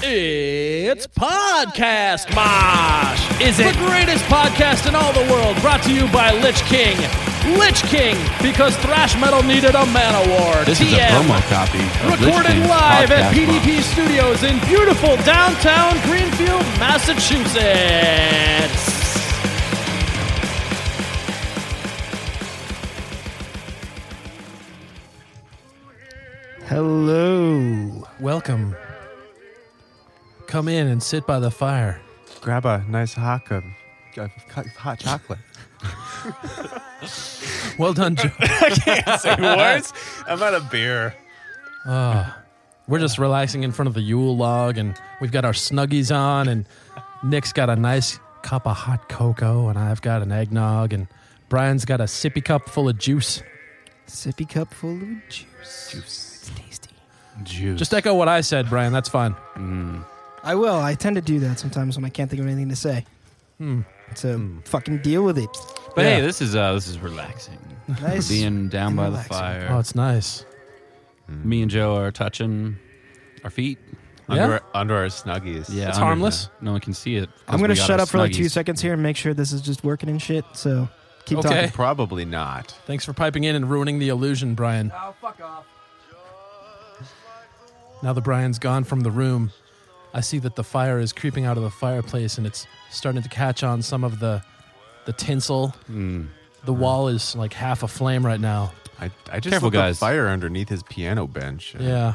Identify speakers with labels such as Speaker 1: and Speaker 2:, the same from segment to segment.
Speaker 1: It's Podcast Mosh! Is it? The greatest podcast in all the world, brought to you by Lich King. Lich King, because thrash metal needed a man of war.
Speaker 2: This is a
Speaker 1: TM.
Speaker 2: promo copy. Of Lich
Speaker 1: Recorded
Speaker 2: King's
Speaker 1: live at
Speaker 2: podcast
Speaker 1: PDP Studios in beautiful downtown Greenfield, Massachusetts.
Speaker 3: Hello.
Speaker 4: Welcome. Come in and sit by the fire.
Speaker 3: Grab a nice hot, of, of co- hot chocolate.
Speaker 4: Well done, Joe.
Speaker 3: words? I'm out of beer.
Speaker 4: We're just relaxing in front of the Yule log, and we've got our snuggies on, and Nick's got a nice cup of hot cocoa, and I've got an eggnog, and Brian's got a sippy cup full of juice.
Speaker 5: Sippy cup full of juice. Juice. It's tasty.
Speaker 2: Juice.
Speaker 4: Just echo what I said, Brian. That's fine.
Speaker 5: I will. I tend to do that sometimes when I can't think of anything to say. Hmm. So fucking deal with it.
Speaker 2: but hey,
Speaker 4: Yeah.
Speaker 2: this is uh, this is relaxing.
Speaker 5: Nice.
Speaker 2: Being down
Speaker 5: And
Speaker 2: by the
Speaker 5: relaxing.
Speaker 2: fire.
Speaker 4: Oh, it's nice.
Speaker 2: Me and Joe are touching our feet.
Speaker 4: Yeah?
Speaker 3: Under, under our snuggies.
Speaker 2: Yeah,
Speaker 4: It's
Speaker 2: under
Speaker 4: harmless.
Speaker 2: that. No one can see it.
Speaker 5: I'm gonna
Speaker 2: We got
Speaker 5: shut
Speaker 2: our
Speaker 5: up for like two
Speaker 2: snuggies.
Speaker 5: seconds here and make sure this is just working and shit. So keep
Speaker 4: Okay.
Speaker 5: talking.
Speaker 3: Probably not.
Speaker 4: Thanks for piping in and ruining the illusion, Brian. Oh, fuck off. Now that Brian's gone from the room, I see that the fire is creeping out of the fireplace and it's starting to catch on some of the the tinsel.
Speaker 2: Mm.
Speaker 4: The
Speaker 2: Mm-hmm.
Speaker 4: wall is like half aflame right now.
Speaker 3: I, I just
Speaker 2: Careful,
Speaker 3: lit the
Speaker 2: guys.
Speaker 3: fire underneath his piano bench.
Speaker 4: Yeah.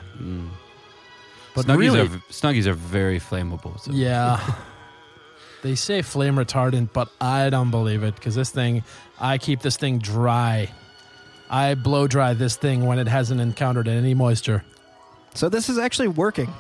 Speaker 2: Mm.
Speaker 4: But
Speaker 2: Snuggies
Speaker 4: really,
Speaker 2: are snuggies are very flammable. So.
Speaker 4: yeah. they say flame retardant, but I don't believe it because this thing, I keep this thing dry. I blow dry this thing when it hasn't encountered any moisture.
Speaker 5: So this is actually working.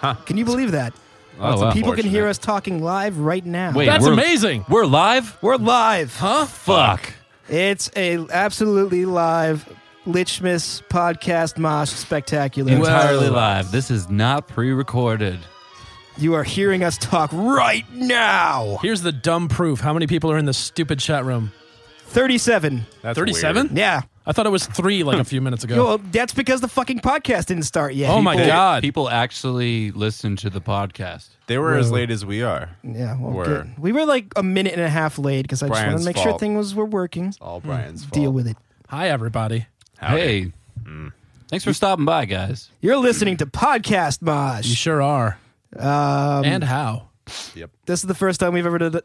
Speaker 5: Can you believe that?
Speaker 2: Oh, wow.
Speaker 5: People can hear us talking live right now.
Speaker 2: Wait,
Speaker 4: That's
Speaker 2: we're-
Speaker 4: amazing.
Speaker 2: We're live.
Speaker 5: We're live.
Speaker 2: Huh? Fuck.
Speaker 5: It's a absolutely live Lichmas podcast mosh spectacular.
Speaker 2: Entirely live. This is not pre-recorded.
Speaker 5: You are hearing us talk right now.
Speaker 4: Here's the dumb proof. How many people are in the stupid chat room?
Speaker 5: 37.
Speaker 3: That's weird.
Speaker 4: 37?
Speaker 5: Yeah.
Speaker 4: I thought it was three like a few minutes ago.
Speaker 5: Well, that's because the fucking podcast didn't start yet.
Speaker 4: Oh my
Speaker 2: People-
Speaker 4: God.
Speaker 2: People actually listen to the podcast.
Speaker 3: They were as late as we are.
Speaker 5: Yeah, well,
Speaker 3: Were.
Speaker 5: good. we were like a minute and a half late because I just wanted to
Speaker 3: Brian's
Speaker 5: make sure
Speaker 3: fault.
Speaker 5: things were working.
Speaker 3: All Brian's fault.
Speaker 5: Mm. Deal with it.
Speaker 4: Hi, everybody.
Speaker 3: Howdy.
Speaker 2: Hey.
Speaker 4: Mm.
Speaker 2: Thanks for stopping by, guys.
Speaker 5: You're listening to Podcast Mosh.
Speaker 4: You sure are. Um, and how?
Speaker 3: Yep.
Speaker 5: this is the first time we've ever done it,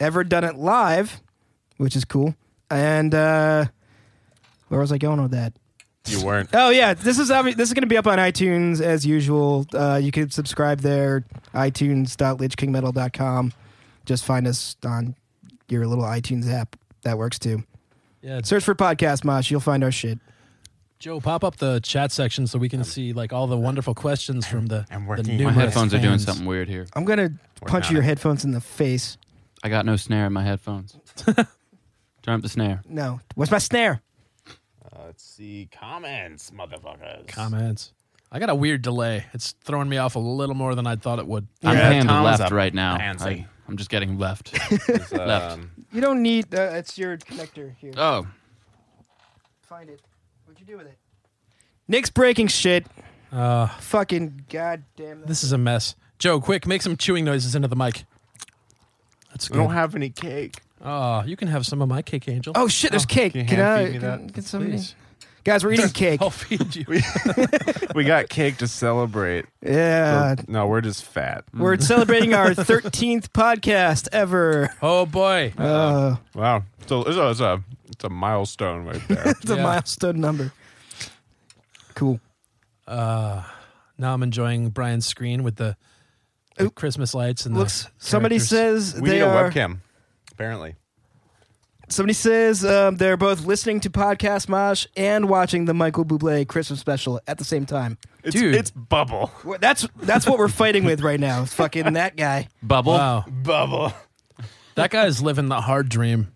Speaker 5: ever done it live, which is cool. And uh, where was I going with that?
Speaker 3: You weren't.
Speaker 5: Oh yeah, this is obvi- this is going to be up on iTunes as usual. Uh, you can subscribe there, iTunes.lichkingmetal.com. Just find us on your little iTunes app. That works too.
Speaker 4: Yeah,
Speaker 5: Search for Podcast Mosh. You'll find our shit.
Speaker 4: Joe, pop up the chat section so we can see like all the wonderful questions from the,
Speaker 3: I'm
Speaker 4: the
Speaker 3: working. My
Speaker 4: numerous
Speaker 2: My headphones are doing
Speaker 4: fans.
Speaker 2: something weird here.
Speaker 5: I'm gonna punch
Speaker 3: not.
Speaker 5: your headphones in the face.
Speaker 2: I got no snare in my headphones. Turn up the snare.
Speaker 5: No, where's my snare?
Speaker 3: Let's see comments, motherfuckers.
Speaker 4: Comments. I got a weird delay. It's throwing me off a little more than I thought it would.
Speaker 2: I'm
Speaker 3: Yeah,
Speaker 2: hand
Speaker 3: Tom's
Speaker 2: left
Speaker 3: up
Speaker 2: right now.
Speaker 3: handsy.
Speaker 2: I, I'm just getting left.
Speaker 3: Left.
Speaker 5: You don't need. Uh, it's your connector here.
Speaker 2: oh,
Speaker 5: Find it. What'd you do with it? Nick's breaking shit. Fucking goddamn.
Speaker 4: This is a mess. Joe, quick, make some chewing noises into the mic. That's
Speaker 3: I don't
Speaker 4: good.
Speaker 3: have any cake.
Speaker 4: Oh, you can have some of my cake, Angel.
Speaker 5: Oh shit! There's cake.
Speaker 3: can
Speaker 5: Can,
Speaker 3: you hand
Speaker 5: I
Speaker 3: feed me
Speaker 5: can,
Speaker 3: that, Oh.
Speaker 5: get some?
Speaker 4: please?
Speaker 5: Guys, we're eating cake.
Speaker 4: I'll feed you.
Speaker 3: We got cake to celebrate.
Speaker 5: Yeah,
Speaker 3: no, we're just fat.
Speaker 5: we're celebrating our 13th podcast ever.
Speaker 4: Oh, boy.
Speaker 5: Uh,
Speaker 3: Wow. So it's a, it's a, it's a milestone right there.
Speaker 5: it's a
Speaker 4: Yeah.
Speaker 5: milestone number. Cool.
Speaker 4: Now I'm enjoying Brian's screen with the the Christmas lights and the
Speaker 5: Looks. Somebody
Speaker 4: characters.
Speaker 5: says
Speaker 6: We
Speaker 5: they
Speaker 6: need a
Speaker 5: are.
Speaker 6: webcam, apparently.
Speaker 5: Somebody says um, they're both listening to podcast Mosh and watching the Michael Bublé Christmas special at the same time.
Speaker 6: It's,
Speaker 4: Dude.
Speaker 6: it's bubble.
Speaker 5: Well, That's that's what we're fighting with right now. is Fucking that guy.
Speaker 2: Bubble.
Speaker 4: Wow,
Speaker 6: Bubble.
Speaker 4: that guy's living the hard dream.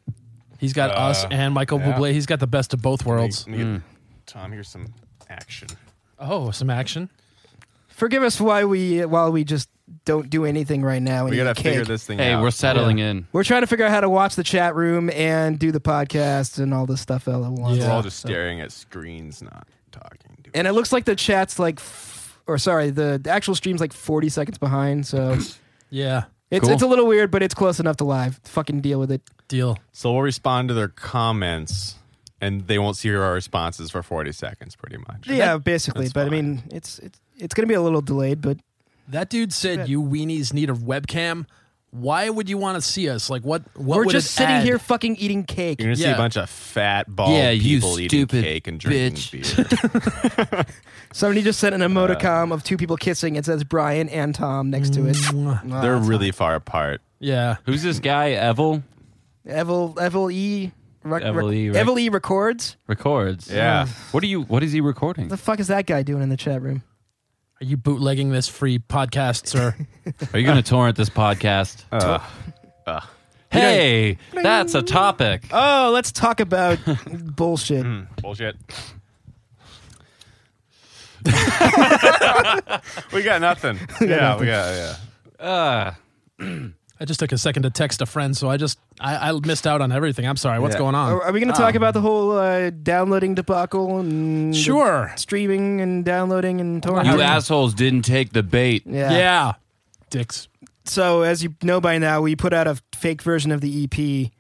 Speaker 4: He's got us
Speaker 6: Uh,
Speaker 4: and Michael
Speaker 6: yeah.
Speaker 4: Bublé. He's got the best of both worlds.
Speaker 6: Let me- let me get- Tom, here's some action.
Speaker 4: Oh, some action.
Speaker 5: Forgive us why we while we just don't do anything right now. And
Speaker 3: We gotta
Speaker 5: eat cake.
Speaker 3: figure this thing
Speaker 2: Hey,
Speaker 3: out.
Speaker 2: we're settling in.
Speaker 5: We're trying to figure out how to watch the chat room and do the podcast and all this stuff all at once.
Speaker 4: Yeah.
Speaker 6: We're all just staring at screens, not talking. To
Speaker 5: And it looks like the chat's like, f- or sorry, the, the actual stream's like 40 seconds behind. So
Speaker 4: Yeah,
Speaker 5: it's
Speaker 2: Cool.
Speaker 5: it's a little weird, but it's close enough to live. Fucking deal with it.
Speaker 4: deal.
Speaker 6: so we'll respond to their comments, and they won't see our responses for 40 seconds, pretty much.
Speaker 5: yeah, basically.
Speaker 6: that's
Speaker 5: But I
Speaker 6: fine.
Speaker 5: mean, it's it's it's gonna be a little delayed, but
Speaker 4: That dude said you weenies need a webcam. Why would you want to see us? Like what? What
Speaker 5: we're
Speaker 4: would
Speaker 5: just
Speaker 4: it
Speaker 5: sitting
Speaker 4: add?
Speaker 5: here fucking eating cake.
Speaker 6: You're gonna see
Speaker 4: Yeah.
Speaker 6: a bunch of fat, bald
Speaker 2: Yeah, you
Speaker 6: people eating
Speaker 2: stupid
Speaker 6: cake and drinking
Speaker 2: bitch.
Speaker 6: beer.
Speaker 5: Somebody just sent an emoticon of two people kissing. It says Brian and Tom next to it. Wow,
Speaker 6: They're
Speaker 5: that's
Speaker 6: really far apart.
Speaker 4: Yeah,
Speaker 2: Who's this guy? Evel
Speaker 5: Evil Evil E. Rec-
Speaker 2: Evil
Speaker 5: rec-
Speaker 2: E, rec-
Speaker 5: Evil E records.
Speaker 2: records.
Speaker 6: Yeah.
Speaker 2: What are you? What is he recording?
Speaker 5: The fuck is that guy doing in the chat room?
Speaker 4: are you bootlegging this free podcast, sir?
Speaker 2: Are you going to torrent this podcast?
Speaker 3: Uh,
Speaker 6: Ugh.
Speaker 2: hey, that's a topic.
Speaker 5: Oh, let's talk about bullshit.
Speaker 6: Bullshit. we got nothing. yeah, we got yeah.
Speaker 2: Uh,
Speaker 4: I just took a second to text a friend, so I just I, I missed out on everything. I'm sorry. What's
Speaker 6: Yeah.
Speaker 4: going on?
Speaker 5: Are, are we going to
Speaker 4: um,
Speaker 5: talk about the whole uh, downloading debacle and
Speaker 4: Sure.
Speaker 5: streaming and downloading and torrent?
Speaker 2: you assholes didn't take the bait.
Speaker 5: Yeah.
Speaker 4: Yeah. Dicks.
Speaker 5: So as you know by now, we put out a fake version of the EP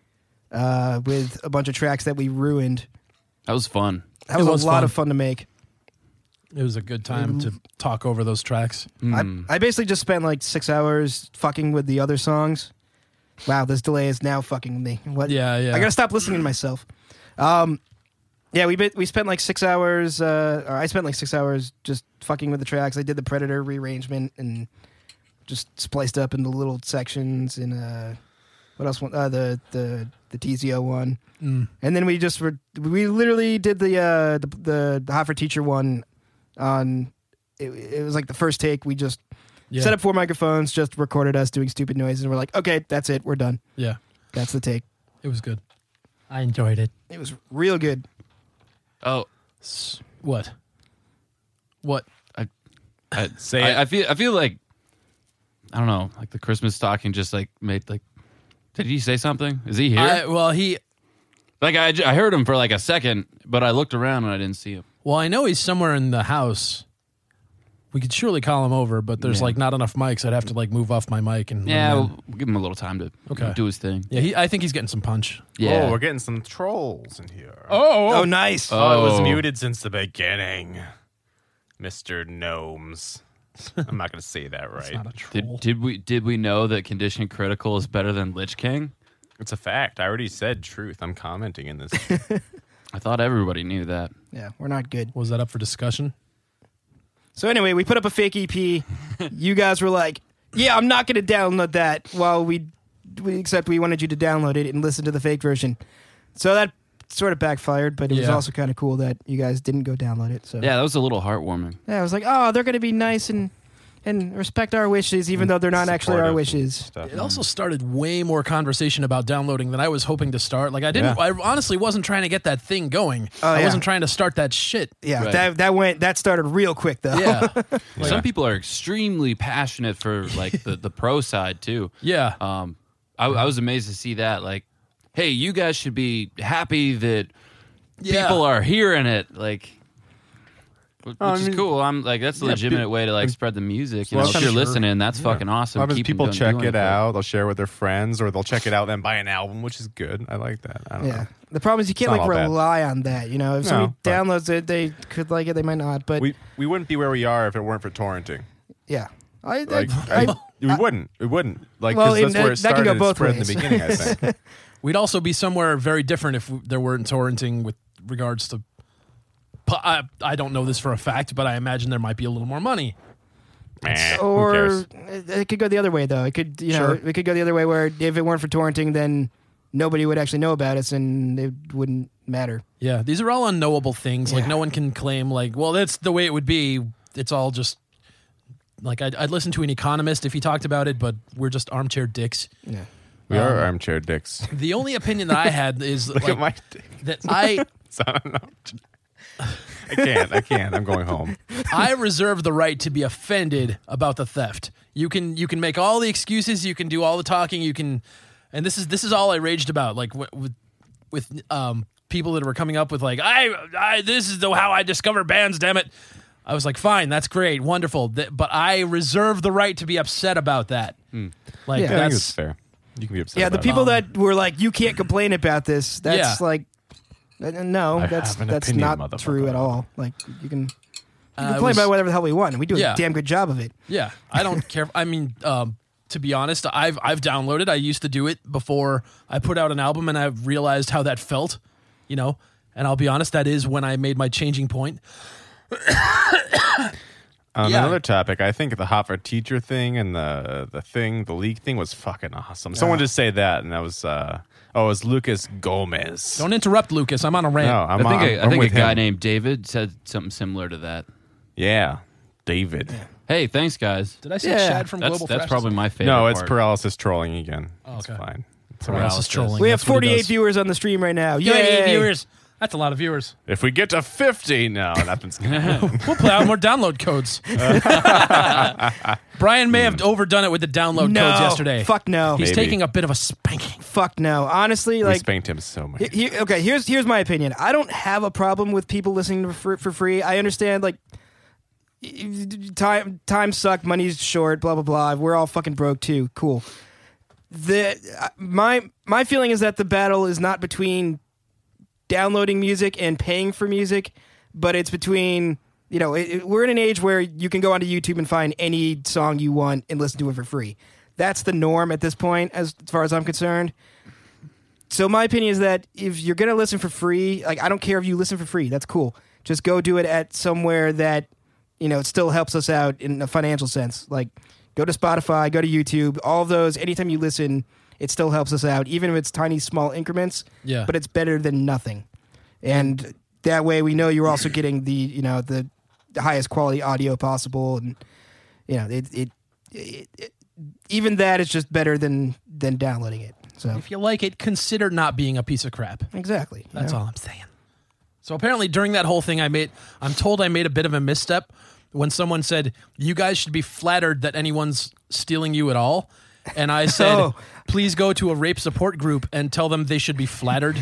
Speaker 5: uh, with a bunch of tracks that we ruined.
Speaker 2: That was fun.
Speaker 5: That
Speaker 4: It
Speaker 5: was,
Speaker 4: was
Speaker 5: a lot
Speaker 4: fun.
Speaker 5: of fun to make.
Speaker 4: It was a good time to talk over those tracks. Hmm.
Speaker 2: Hmm.
Speaker 5: I, I basically just spent like six hours fucking with the other songs. Wow, this delay is now fucking me. What?
Speaker 4: Yeah, yeah.
Speaker 5: I gotta stop listening to myself. Um, yeah, we bit, we spent like six hours, uh, or I spent like six hours just fucking with the tracks. I did the Predator rearrangement and just spliced up into little sections. And uh, what else? One, uh, the the the TZO one,
Speaker 4: Mm.
Speaker 5: and then we just were we literally did the uh, the, the the Hot for Teacher one on. It, it was like the first take. We just
Speaker 4: Yeah.
Speaker 5: set up four microphones, just recorded us doing stupid noises, and we're like, okay, that's it, we're done.
Speaker 4: Yeah.
Speaker 5: That's the take.
Speaker 4: It was good. I enjoyed it.
Speaker 5: It was real good.
Speaker 2: Oh,
Speaker 4: S- What? What?
Speaker 2: I,
Speaker 6: Say
Speaker 2: I,
Speaker 6: it.
Speaker 2: I feel. I feel like I don't know. Like the Christmas stocking just like made like. Did he say something? Is he here?
Speaker 4: I, well, he.
Speaker 2: like I, j- I heard him for like a second, but I looked around and I didn't see him.
Speaker 4: Well, I know he's somewhere in the house. We could surely call him over, but there's
Speaker 2: Yeah.
Speaker 4: like not enough mics. I'd have to like move off my mic and
Speaker 2: Yeah,
Speaker 4: and
Speaker 2: we'll,
Speaker 4: then-
Speaker 2: we'll give him a little time to you
Speaker 4: Okay. Oh,
Speaker 2: know, do his thing.
Speaker 4: yeah. He, I think he's getting some punch.
Speaker 2: Yeah.
Speaker 6: Oh, we're getting some trolls in here.
Speaker 4: Oh,
Speaker 5: Oh, nice.
Speaker 6: Oh, it was
Speaker 2: Oh.
Speaker 6: muted since the beginning, Mister Gnomes. I'm not gonna say that right.
Speaker 4: not a troll.
Speaker 2: Did, did we did we know that Condition Critical is better than Lich King?
Speaker 6: It's a fact. I already said truth. I'm commenting in this.
Speaker 2: I thought everybody knew that.
Speaker 5: Yeah, we're not good.
Speaker 4: Was that up for discussion?
Speaker 5: So anyway, we put up a fake EP. you guys were like, yeah, I'm not going to download that. While we, we, except we wanted you to download it and listen to the fake version. So that sort of backfired, but it was
Speaker 4: Yeah.
Speaker 5: also kind of cool that you guys didn't go download it. So
Speaker 2: Yeah, that was a little heartwarming.
Speaker 5: Yeah, I was like, oh, they're going to be nice and and respect our wishes, even though they're not actually our
Speaker 6: Supportive
Speaker 5: wishes.
Speaker 6: stuff.
Speaker 4: It also started way more conversation about downloading than I was hoping to start. Like I didn't.
Speaker 6: Yeah.
Speaker 4: I honestly wasn't trying to get that thing going.
Speaker 5: Oh,
Speaker 4: I
Speaker 5: yeah.
Speaker 4: wasn't trying to start that shit.
Speaker 5: Yeah,
Speaker 2: Right.
Speaker 5: that that went that started real quick though.
Speaker 4: Yeah.
Speaker 2: Some people are extremely passionate for like the, the pro side too.
Speaker 4: yeah.
Speaker 2: Um, I,
Speaker 6: Mm-hmm.
Speaker 2: I was amazed to see that. Like, hey, you guys should be happy that
Speaker 4: Yeah.
Speaker 2: people are hearing it. Like, wh- which
Speaker 6: I
Speaker 2: is
Speaker 6: mean-
Speaker 2: cool. I'm like that's a legitimate way to like spread the music. You know, if
Speaker 6: I'm
Speaker 2: you're
Speaker 6: sure.
Speaker 2: listening, that's fucking
Speaker 6: A
Speaker 2: awesome.
Speaker 6: lot of
Speaker 2: Keep
Speaker 6: people
Speaker 2: them
Speaker 6: check
Speaker 2: doing
Speaker 6: it out. They'll share it with their friends, or they'll check it out and buy an album, which is good. I like that. I don't
Speaker 5: Yeah.
Speaker 6: know.
Speaker 5: The problem is you can't
Speaker 6: It's
Speaker 5: like
Speaker 6: not all bad.
Speaker 5: rely on that, you know. If
Speaker 6: No,
Speaker 5: somebody
Speaker 6: but-
Speaker 5: downloads it, they could like it, they might not. But
Speaker 6: We we wouldn't be where we are if it weren't for torrenting.
Speaker 5: yeah, I, I,
Speaker 6: Like
Speaker 5: I,
Speaker 6: I- we wouldn't. We wouldn't. Like
Speaker 5: Well,
Speaker 6: 'cause
Speaker 5: and
Speaker 6: that's where
Speaker 5: that-
Speaker 6: it
Speaker 5: that
Speaker 6: started.
Speaker 5: can go
Speaker 6: and
Speaker 5: both
Speaker 6: spread
Speaker 5: ways.
Speaker 6: in the beginning. I think.
Speaker 4: We'd also be somewhere very different if there weren't torrenting with regards to. pu- I, I don't know this for a fact, but I imagine there might be a little more money.
Speaker 6: Meh, who
Speaker 5: or
Speaker 6: cares?
Speaker 5: it it could go the other way though. It could you
Speaker 4: Sure.
Speaker 5: know it could go the other way where if it weren't for torrenting, then nobody would actually know about us and it wouldn't matter.
Speaker 4: Yeah, these are all unknowable things. Like
Speaker 5: Yeah.
Speaker 4: no one can claim like, well, that's the way it would be. It's all just like I'd, I'd listen to an economist if he talked about it, but we're just armchair dicks.
Speaker 5: Yeah.
Speaker 6: we are
Speaker 5: um,
Speaker 6: armchair dicks.
Speaker 4: The only opinion that I had is
Speaker 6: Look
Speaker 4: like
Speaker 6: at my dick.
Speaker 4: that I
Speaker 6: So I don't know. I can't. I can't. I'm going home.
Speaker 4: I reserve the right to be offended about the theft. You can you can make all the excuses, you can do all the talking, you can, and this is this is all I raged about. Like wi- with with um people that were coming up with like I I this is the how I discover bands. Damn it! I was like, fine, that's great, wonderful, th- but I reserve the right to be upset about that. Like
Speaker 5: Yeah, I
Speaker 6: I think
Speaker 4: that's
Speaker 6: it's fair. You can be upset.
Speaker 5: Yeah, the
Speaker 6: about it.
Speaker 5: people that were like, "You can't complain about this."
Speaker 4: um,
Speaker 5: That's
Speaker 4: Yeah.
Speaker 5: like, uh, no,
Speaker 2: I
Speaker 5: that's
Speaker 2: have an
Speaker 5: that's
Speaker 2: opinion,
Speaker 5: not true
Speaker 2: motherfucker.
Speaker 5: at all. Like, you can you
Speaker 4: uh,
Speaker 5: complain
Speaker 4: it was-
Speaker 5: about whatever the hell we want. and We do a
Speaker 4: Yeah.
Speaker 5: damn good job of it.
Speaker 4: Yeah, I don't care. I mean, um, to be honest, I've I've downloaded. I used to do it before I put out an album, and I realized how that felt. You know, and I'll be honest, that is when I made my changing point.
Speaker 6: On
Speaker 4: Yeah.
Speaker 6: Um, another topic, I think the hot for teacher thing and the the thing, the league thing was fucking awesome. Someone just say that, and that was uh oh, it was Lucas Gomez.
Speaker 4: Don't interrupt, Lucas. I'm on a rant.
Speaker 6: no, I'm,
Speaker 2: I think,
Speaker 6: I'm,
Speaker 2: a- I
Speaker 6: I'm
Speaker 2: think a
Speaker 6: with
Speaker 2: guy
Speaker 6: him.
Speaker 2: named David said something similar to that.
Speaker 6: yeah, David.
Speaker 2: Hey, thanks, guys.
Speaker 4: Did I say
Speaker 5: Yeah.
Speaker 4: Chad from
Speaker 2: That's,
Speaker 4: Global?
Speaker 2: that's
Speaker 4: Thrash?
Speaker 2: probably my favorite.
Speaker 6: No, it's
Speaker 2: part.
Speaker 6: paralysis trolling again.
Speaker 4: Oh,
Speaker 6: It's
Speaker 4: okay.
Speaker 6: fine. It's
Speaker 4: Paralysis trolling.
Speaker 5: we have
Speaker 4: That's what he
Speaker 5: 48
Speaker 4: does.
Speaker 5: viewers on the stream right now.
Speaker 4: You have
Speaker 5: Yay.
Speaker 4: eight viewers. That's a lot of viewers.
Speaker 6: If we get to fifty, no, nothing's gonna happen.
Speaker 4: We'll play out more download codes. Brian may have overdone it with the download
Speaker 5: Hmm. No,
Speaker 4: codes yesterday.
Speaker 5: Fuck no.
Speaker 4: He's
Speaker 6: Maybe.
Speaker 4: taking a bit of a spanking.
Speaker 5: Fuck no. Honestly,
Speaker 6: we
Speaker 5: like.
Speaker 6: spanked him so much.
Speaker 5: he- he- okay, here's here's my opinion. I don't have a problem with people listening to for, for free. I understand like y- y- time time suck, money's short, blah blah blah. We're all fucking broke too. Cool. the uh, my my feeling is that the battle is not between downloading music and paying for music, but it's between you know it, it- we're in an age where you can go onto YouTube and find any song you want and listen to it for free. That's the norm at this point, as, as far as I'm concerned. So my opinion is that if you're gonna listen for free, like I don't care if you listen for free, that's cool. Just go do it at somewhere that you know, it still helps us out in a financial sense. Like, go to Spotify, go to YouTube, all those. Anytime you listen, it still helps us out, even if it's tiny, small increments.
Speaker 4: Yeah.
Speaker 5: But it's better than nothing, and that way we know you're also getting the you know the highest quality audio possible, and you know it it, it, it even that is just better than than downloading it. So
Speaker 4: If you like it, consider not being a piece of crap.
Speaker 5: exactly, you
Speaker 4: That's
Speaker 5: know?
Speaker 4: all I'm saying. So apparently, during that whole thing, I made. I'm told I made a bit of a misstep when someone said, "You guys should be flattered that anyone's stealing you at all." And I said,
Speaker 5: Oh.
Speaker 4: "Please go to a rape support group and tell them they should be flattered."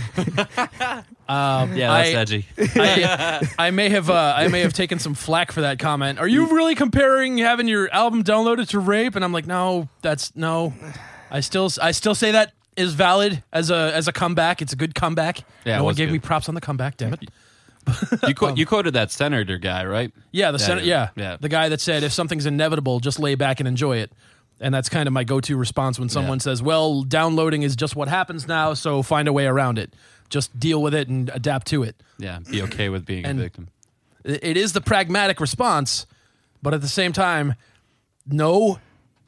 Speaker 2: Yeah, that's
Speaker 4: I-
Speaker 2: edgy.
Speaker 4: I, I may have uh, I may have taken some flack for that comment. Are you really comparing having your album downloaded to rape? And I'm like, no, that's no. I still I still say that is valid as a as a comeback. It's a good comeback.
Speaker 2: Yeah, it
Speaker 4: no one
Speaker 2: was
Speaker 4: gave
Speaker 2: good.
Speaker 4: me props on the comeback. Damn it.
Speaker 2: You, qu- you quoted that senator guy, right?
Speaker 4: Yeah, the
Speaker 2: That
Speaker 4: sen-
Speaker 2: is-
Speaker 4: yeah.
Speaker 2: yeah.
Speaker 4: the guy that said if something's inevitable, just lay back and enjoy it. And that's kind of my go-to response when someone
Speaker 2: Yeah.
Speaker 4: says, "Well, downloading is just what happens now, so find a way around it. Just deal with it and adapt to it."
Speaker 2: Yeah, be okay with being
Speaker 4: And-
Speaker 2: a victim.
Speaker 4: It it is the pragmatic response, but at the same time, no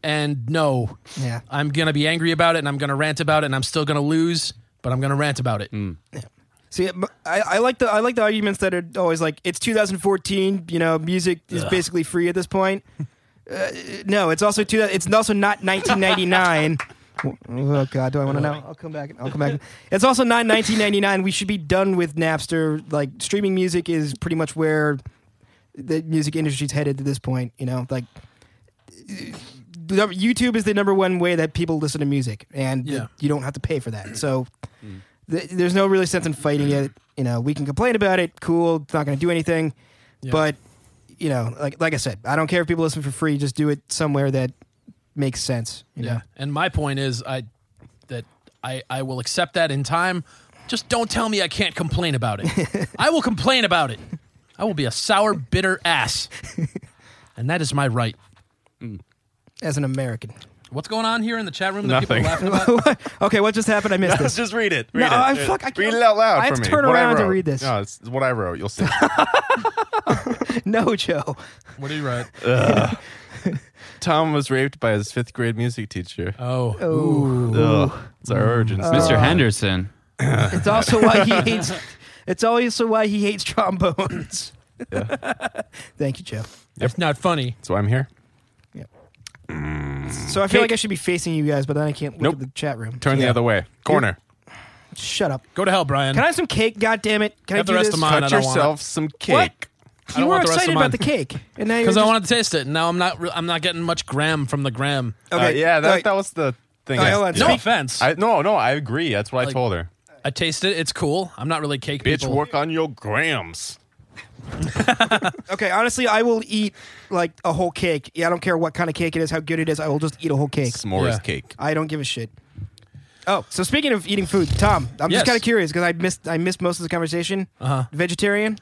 Speaker 4: and no.
Speaker 5: Yeah.
Speaker 4: I'm going to be angry about it and I'm going to rant about it and I'm still going to lose, but I'm going to rant about it.
Speaker 5: See, m- I, I like the I like the arguments that are always like it's 2014. You know, music is basically free at this point. Uh, no, it's also two. It's also not 1999. oh God, do I want to know? I'll come back. I'll come back. It's also not 1999. We should be done with Napster. Like streaming music is pretty much where the music industry's headed to this point. You know, like the number- YouTube is the number one way that people listen to music, and
Speaker 4: Yeah.
Speaker 5: you don't have to pay for that. So th- there's no really sense in fighting it. You know, we can complain about it. Cool, it's not going to do anything. But you know, like like I said, I don't care if people listen for free. Just do it somewhere that makes sense. You
Speaker 4: Yeah.
Speaker 5: know?
Speaker 4: And my point is I that I, I will accept that in time. Just don't tell me I can't complain about it. I will complain about it. I will be a sour, bitter ass. And that is my right.
Speaker 5: as an American.
Speaker 4: What's going on here in the chat room that
Speaker 6: Nothing.
Speaker 4: people are laughing about?
Speaker 5: okay, what just happened? I missed this.
Speaker 6: Just read it.
Speaker 5: No,
Speaker 6: Read it.
Speaker 5: I- fuck, I
Speaker 6: read
Speaker 5: can't-
Speaker 6: it out loud
Speaker 5: I
Speaker 6: for
Speaker 5: have to
Speaker 6: me.
Speaker 5: turn
Speaker 6: What I
Speaker 5: around to
Speaker 6: wrote.
Speaker 5: read this.
Speaker 6: No, it's what I wrote. You'll see.
Speaker 5: No, Joe.
Speaker 4: What do you write?
Speaker 6: Tom was raped by his fifth grade music teacher.
Speaker 4: Oh,
Speaker 5: Oh.
Speaker 6: Ugh. It's our origin.
Speaker 2: Mr.
Speaker 4: uh,
Speaker 6: story.
Speaker 2: Henderson.
Speaker 5: It's also why he hates. It's also why he hates trombones. Thank you, Joe.
Speaker 4: that's not funny.
Speaker 6: That's why I'm here.
Speaker 5: So I feel like I should be facing you guys, but then I can't look
Speaker 6: Nope.
Speaker 5: at the chat room.
Speaker 6: Turn the other way. Corner.
Speaker 5: Shut up.
Speaker 4: Go to hell, Brian.
Speaker 5: Can I have some cake? God damn it! Can
Speaker 4: Have
Speaker 5: I do
Speaker 4: the rest
Speaker 5: this?
Speaker 4: of mine. I
Speaker 6: Cut
Speaker 4: don't want
Speaker 6: yourself some cake.
Speaker 5: What?
Speaker 4: I
Speaker 5: You
Speaker 4: don't
Speaker 5: were
Speaker 4: want the rest
Speaker 5: excited
Speaker 4: of
Speaker 5: about
Speaker 4: mine
Speaker 5: the cake, and now you're
Speaker 4: because I
Speaker 5: just-
Speaker 4: wanted to taste it. and Now I'm not. Re- I'm not getting much gram from the gram.
Speaker 6: Uh, yeah, that,
Speaker 5: Alright.
Speaker 6: that was the thing.
Speaker 5: Alright,
Speaker 6: I,
Speaker 5: hold on.
Speaker 4: No
Speaker 5: Speak-
Speaker 4: offense. I,
Speaker 6: I, no, no, I agree. That's what I
Speaker 4: Like-
Speaker 6: told her.
Speaker 4: taste it. It's cool. I'm not really cake
Speaker 6: Bitch,
Speaker 4: people.
Speaker 6: work on your grams.
Speaker 5: Okay, honestly, I will eat like a whole cake. Yeah, I don't care what kind of cake it is, how good it is. I will just eat a whole cake.
Speaker 6: S'mores
Speaker 4: Yeah.
Speaker 6: cake.
Speaker 5: I don't give a shit. Oh, so speaking of eating food, Tom, I'm
Speaker 4: Yes.
Speaker 5: just kind of curious because I missed I missed most of the conversation.
Speaker 4: Uh-huh.
Speaker 5: Vegetarian?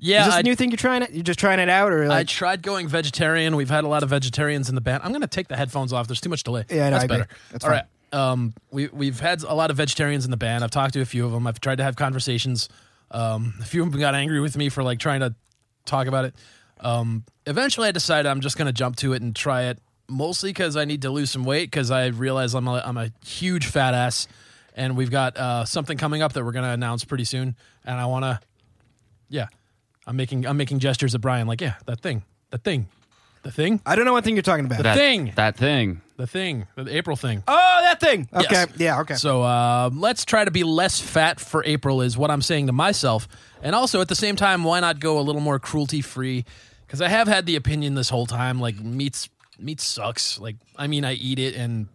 Speaker 4: Yeah,
Speaker 5: is this
Speaker 4: I,
Speaker 5: a new thing you're trying it? You're just trying it out, or
Speaker 4: I
Speaker 5: like,
Speaker 4: tried going vegetarian. We've had a lot of vegetarians in the band. I'm going to take the headphones off. There's too much delay.
Speaker 5: Yeah, I know,
Speaker 4: that's
Speaker 5: I agree.
Speaker 4: better.
Speaker 5: That's
Speaker 4: All
Speaker 5: fine.
Speaker 4: right. Um, we we've had a lot of vegetarians in the band. I've talked to a few of them. I've tried to have conversations. Um, a few of them got angry with me for like trying to talk about it. Um, eventually, I decided I'm just going to jump to it and try it, mostly because I need to lose some weight. Because I realize I'm a, I'm a huge fat ass, and we've got uh, something coming up that we're going to announce pretty soon. And I want to, yeah, I'm making I'm making gestures at Brian, like yeah, that thing, that thing, the thing,
Speaker 5: I don't know what thing you're talking about.
Speaker 2: That
Speaker 4: Thing.
Speaker 2: That thing.
Speaker 4: the thing, the April thing.
Speaker 5: oh, that thing. Okay,
Speaker 4: Yes.
Speaker 5: yeah, okay.
Speaker 4: So uh, let's try to be less fat for April, is what I'm saying to myself. And also at the same time, why not go a little more cruelty free? Because I have had the opinion this whole time like meats, meat sucks. Like, I mean, I eat it and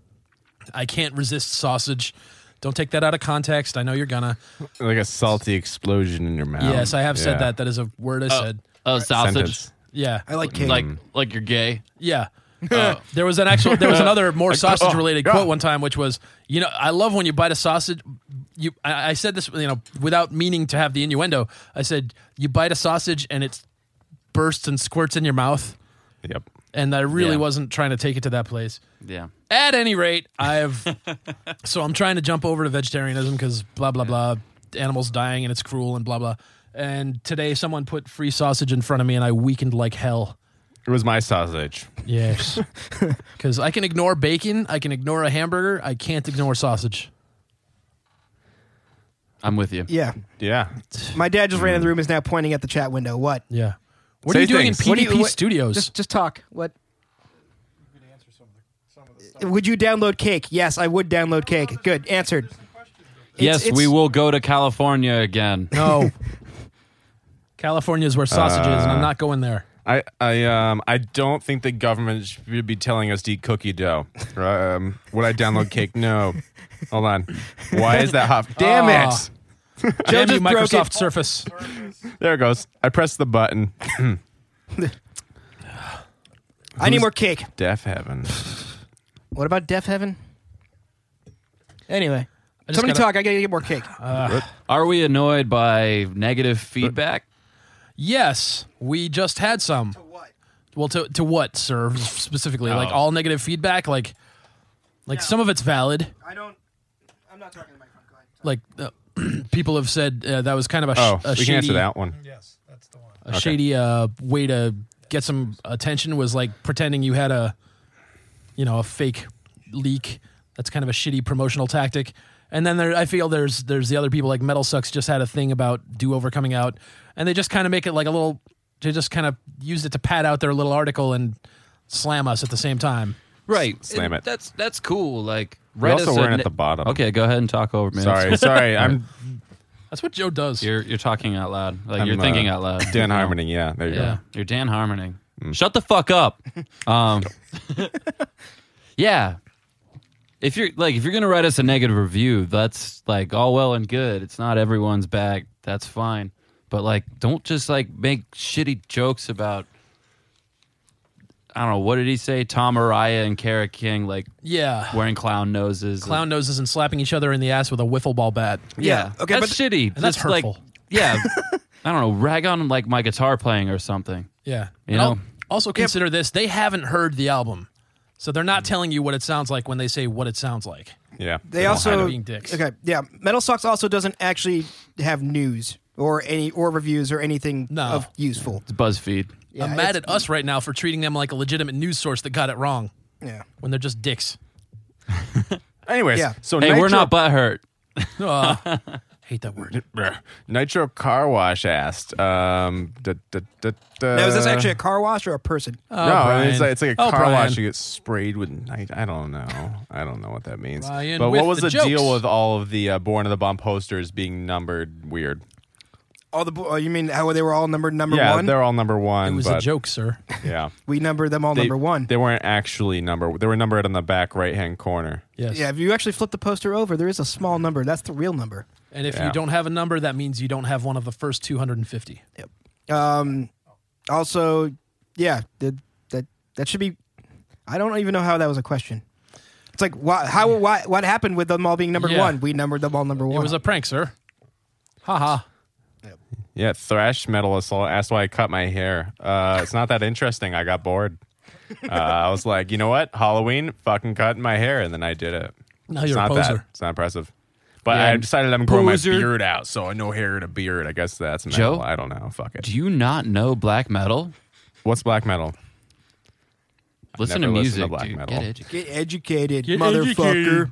Speaker 4: I can't resist sausage. Don't take that out of context. I know you're gonna.
Speaker 6: Like a salty explosion in your mouth.
Speaker 4: yes, I have
Speaker 6: Um,
Speaker 4: said
Speaker 6: Yeah.
Speaker 4: that. That is a word I said.
Speaker 2: Oh, sausage.
Speaker 6: Sentence.
Speaker 4: Yeah,
Speaker 5: I like cake.
Speaker 2: Like, like you're gay.
Speaker 4: Yeah. Uh, there was an actual there was another more sausage related
Speaker 6: yeah.
Speaker 4: quote one time which was you know I love when you bite a sausage you I, I said this you know without meaning to have the innuendo I said you bite a sausage and it bursts and squirts in your mouth
Speaker 6: Yep.
Speaker 4: and I really
Speaker 2: Yeah.
Speaker 4: wasn't trying to take it to that place
Speaker 2: Yeah.
Speaker 4: at any rate I've so I'm trying to jump over to vegetarianism because blah blah blah animals dying and it's cruel and blah blah and today someone put free sausage in front of me and I weakened like hell
Speaker 6: It was my sausage.
Speaker 4: Yes. Because I can ignore bacon, I can ignore a hamburger, I can't ignore sausage.
Speaker 2: I'm with you.
Speaker 5: yeah,
Speaker 6: Yeah.
Speaker 5: my dad just
Speaker 4: Mm.
Speaker 5: ran in the room. Is now pointing at the chat window. What?
Speaker 4: Yeah. What are
Speaker 6: Say
Speaker 4: you doing
Speaker 6: things.
Speaker 4: in
Speaker 6: What
Speaker 4: PDP
Speaker 5: do you- what-
Speaker 4: E Studios?
Speaker 5: Just just talk. What? Would you download cake? Yes, I would download cake. Good answered.
Speaker 2: yes,
Speaker 5: It's-
Speaker 2: we
Speaker 5: it's-
Speaker 2: will go to California again.
Speaker 4: no. California is where sausage is, and I'm
Speaker 6: Uh,
Speaker 4: not going there.
Speaker 6: I, I um I don't think the government should be telling us to eat cookie dough. Um, would I download cake? No. Hold on. Why is that hot? Damn
Speaker 4: Ah.
Speaker 2: Oh.
Speaker 4: Damn you,
Speaker 5: just broke
Speaker 4: Microsoft
Speaker 5: it.
Speaker 4: Surface.
Speaker 6: it! There it goes. I pressed the button.
Speaker 5: I need more cake.
Speaker 6: Deaf heaven.
Speaker 5: What about Deaf Heaven? Anyway,
Speaker 4: just
Speaker 5: somebody
Speaker 4: gotta-
Speaker 5: talk. I gotta get more cake.
Speaker 2: Are we annoyed by negative feedback?
Speaker 4: Yes, we just had some. Well, to, to what, sir, specifically? Like all negative feedback? Like, like some of it's valid.
Speaker 5: I don't. I'm not talking to the microphone. Go ahead.
Speaker 4: Like, uh, people have said uh, that was kind of a, sh-
Speaker 6: Oh,
Speaker 4: a
Speaker 6: we
Speaker 4: shady,
Speaker 6: can answer that one.
Speaker 4: a shady uh, way to get some attention was like pretending you had a you know a fake leak that's kind of a shitty promotional tactic and then there, i feel there's there's the other people like metal sucks just had a thing about do over coming out and they just kind of make it like a little they just kind of used it to pad out their little article and slam us at the same time
Speaker 2: Right.
Speaker 6: slam
Speaker 2: And
Speaker 6: it.
Speaker 2: That's that's cool. Like
Speaker 6: We
Speaker 2: write
Speaker 6: also
Speaker 2: us a
Speaker 6: weren't
Speaker 2: ne-
Speaker 6: at the bottom.
Speaker 2: Okay, go ahead and talk over me.
Speaker 6: Sorry, sorry. I'm
Speaker 4: that's what joe does
Speaker 2: You're you're talking out loud. Like
Speaker 6: I'm,
Speaker 2: you're thinking
Speaker 6: uh,
Speaker 2: out loud.
Speaker 6: Dan Harmony. Yeah, there you
Speaker 4: Yeah.
Speaker 6: go.
Speaker 2: You're Dan Harmoning. Shut the fuck up. Um, yeah. If you're like if you're gonna write us a negative review, that's like all well and good. It's not everyone's bag. That's fine. But like, don't just like make shitty jokes about. I don't know what did he say? Tom Araya and Kara King like
Speaker 4: yeah
Speaker 2: wearing clown noses.
Speaker 4: clown noses and slapping each other in the ass with a wiffle ball bat
Speaker 2: Yeah.
Speaker 5: Okay,
Speaker 2: That's shitty.
Speaker 4: And that's
Speaker 2: Just, like,
Speaker 4: hurtful.
Speaker 2: yeah. I don't know. Rag on like my guitar playing or something.
Speaker 4: Yeah.
Speaker 2: You
Speaker 4: And al-
Speaker 2: know?
Speaker 4: also consider this they haven't heard the album. So they're not telling you what it sounds like when they say what it sounds like.
Speaker 6: Yeah.
Speaker 5: They,
Speaker 6: don't hide
Speaker 5: also
Speaker 4: being dicks.
Speaker 5: Okay, yeah. Metal Socks also doesn't actually have news or any or reviews or anything
Speaker 4: No.
Speaker 5: of useful.
Speaker 2: It's BuzzFeed.
Speaker 5: Yeah,
Speaker 4: I'm mad
Speaker 5: it's-
Speaker 4: at us right now for treating them like a legitimate news source that got it wrong
Speaker 5: Yeah.
Speaker 4: when they're just dicks.
Speaker 6: Anyways,
Speaker 5: Yeah.
Speaker 6: so
Speaker 2: Hey,
Speaker 6: Nitro,
Speaker 2: we're not butthurt.
Speaker 6: Ah.
Speaker 4: Ugh. hate that word.
Speaker 6: Bleh. Nitro Car Wash asked. Um, da, da, da, da.
Speaker 5: Now, is this actually a car wash or a person?
Speaker 4: Oh,
Speaker 6: no,
Speaker 4: Brian.
Speaker 6: it's like it's like a
Speaker 4: Oh,
Speaker 6: car
Speaker 4: Brian.
Speaker 6: wash. You get sprayed with night. I don't know. I don't know what that means.
Speaker 4: Brian
Speaker 6: but
Speaker 4: with
Speaker 6: what was
Speaker 4: the
Speaker 6: the, deal
Speaker 4: jokes.
Speaker 6: with all of the uh, Born of the Bomb posters being numbered weird?
Speaker 5: All the bo- oh, you mean how they were all numbered number
Speaker 6: yeah,
Speaker 5: one?
Speaker 6: they're all number one.
Speaker 4: It was
Speaker 6: but,
Speaker 4: a joke, sir.
Speaker 6: Yeah,
Speaker 5: We numbered them all
Speaker 6: They-
Speaker 5: number one.
Speaker 6: They weren't actually number. They were numbered on the back right hand corner.
Speaker 4: Yes.
Speaker 5: Yeah, if you actually flip the poster over, there is a small number. That's the real number.
Speaker 4: And if
Speaker 6: Yeah.
Speaker 4: you don't have a number, that means you don't have one of the first 250.
Speaker 5: Um, also, yeah, that that that should be. I don't even know how that was a question. It's like why, how why, what happened with them all being number
Speaker 4: Yeah.
Speaker 5: one? We numbered them all number one.
Speaker 4: It was a prank, sir. Ha ha.
Speaker 6: Yeah, thrash metal assault. Asked why I cut my hair. Uh, it's not that interesting. I got bored. Uh, I was like, you know what? Halloween, fucking cut my hair, and then I did it.
Speaker 4: Now
Speaker 6: it's
Speaker 4: you're a
Speaker 6: not
Speaker 4: poser.
Speaker 6: That. It's not impressive. But
Speaker 2: Yeah,
Speaker 6: I decided I'm growing my
Speaker 2: poser.
Speaker 6: beard out, so I no hair and a beard. I guess that's metal.
Speaker 2: Joe?
Speaker 6: I don't know. Fuck it.
Speaker 2: Do you not know black metal?
Speaker 6: What's black metal?
Speaker 2: Listen to
Speaker 6: never listened
Speaker 2: music,
Speaker 6: to black
Speaker 2: dude.
Speaker 6: metal.
Speaker 2: Get educated.
Speaker 5: get educated,
Speaker 4: Get
Speaker 5: motherfucker.
Speaker 4: educated.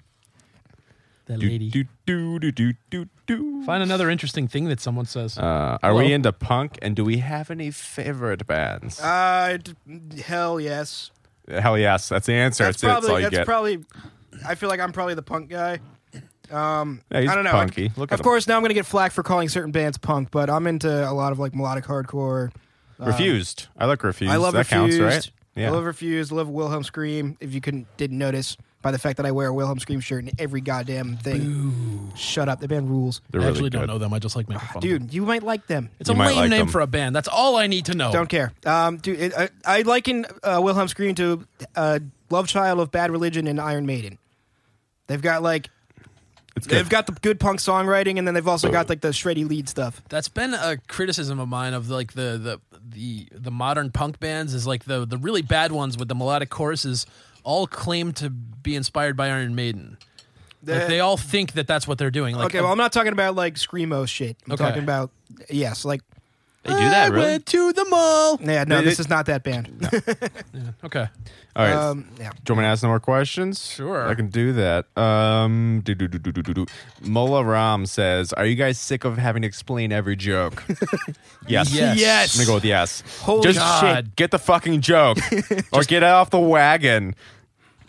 Speaker 4: That
Speaker 6: Do,
Speaker 4: lady.
Speaker 6: do, do, do, do, do, do.
Speaker 4: Find another interesting thing that someone says.
Speaker 6: Uh, are
Speaker 4: Hello?
Speaker 6: we into punk? And do we have any favorite bands?
Speaker 5: Uh, d- hell yes.
Speaker 6: Hell yes, that's the answer.
Speaker 5: That's
Speaker 6: That's, it. That's all
Speaker 5: probably
Speaker 6: you
Speaker 5: that's
Speaker 6: get.
Speaker 5: probably. I feel like I'm probably the punk guy. Um,
Speaker 6: Yeah, he's
Speaker 5: I don't know.
Speaker 6: punky. Look at
Speaker 5: of
Speaker 6: him.
Speaker 5: course, now I'm gonna get flack for calling certain bands punk, but I'm into a lot of like melodic hardcore.
Speaker 6: refused. I like refused.
Speaker 5: uh, I love
Speaker 6: that
Speaker 5: Refused.
Speaker 6: counts, right?
Speaker 5: I love Refused. Love Wilhelm Scream. If you couldn't didn't notice by the fact that I wear a Wilhelm Scream shirt in every goddamn thing. Shut up. The band rules.
Speaker 6: They're
Speaker 4: I
Speaker 6: really
Speaker 4: actually don't
Speaker 6: good.
Speaker 4: know them. I just like making fun of them.
Speaker 5: Dude, you might like them.
Speaker 4: It's a
Speaker 6: You might
Speaker 4: lame
Speaker 6: like
Speaker 4: name
Speaker 6: them.
Speaker 4: for a band. That's all I need to know.
Speaker 5: Don't care. Um, dude, it, I, I liken uh, Wilhelm Scream to uh, Love Child of Bad Religion and Iron Maiden. They've got like
Speaker 6: It's
Speaker 5: They've
Speaker 6: good.
Speaker 5: got the good punk songwriting, and then they've also got like the shreddy lead stuff.
Speaker 4: That's been a criticism of mine of like the the the the modern punk bands is like the the really bad ones with the melodic choruses all claim to be inspired by Iron Maiden. Like
Speaker 5: The-
Speaker 4: they all think that that's what they're doing. Like,
Speaker 5: Eh. okay, well, I'm not talking about like screamo shit. I'm
Speaker 4: Okay.
Speaker 5: talking about yes, like
Speaker 2: They do that,
Speaker 4: I
Speaker 2: really?
Speaker 4: went to the mall.
Speaker 5: yeah, no,
Speaker 6: They-
Speaker 5: this
Speaker 6: they-
Speaker 5: is not that band.
Speaker 4: Okay.
Speaker 6: All right.
Speaker 5: Um, yeah,
Speaker 6: do you want me to ask no more questions?
Speaker 4: Sure.
Speaker 6: I can do that. Um, do, do, do, do, do, do, do. Mullah Ram says, Are you guys sick of having to explain every joke? yes.
Speaker 4: Yes.
Speaker 6: I'm going to go with yes.
Speaker 5: Holy
Speaker 6: Just
Speaker 4: God.
Speaker 6: get the fucking joke or get off the wagon.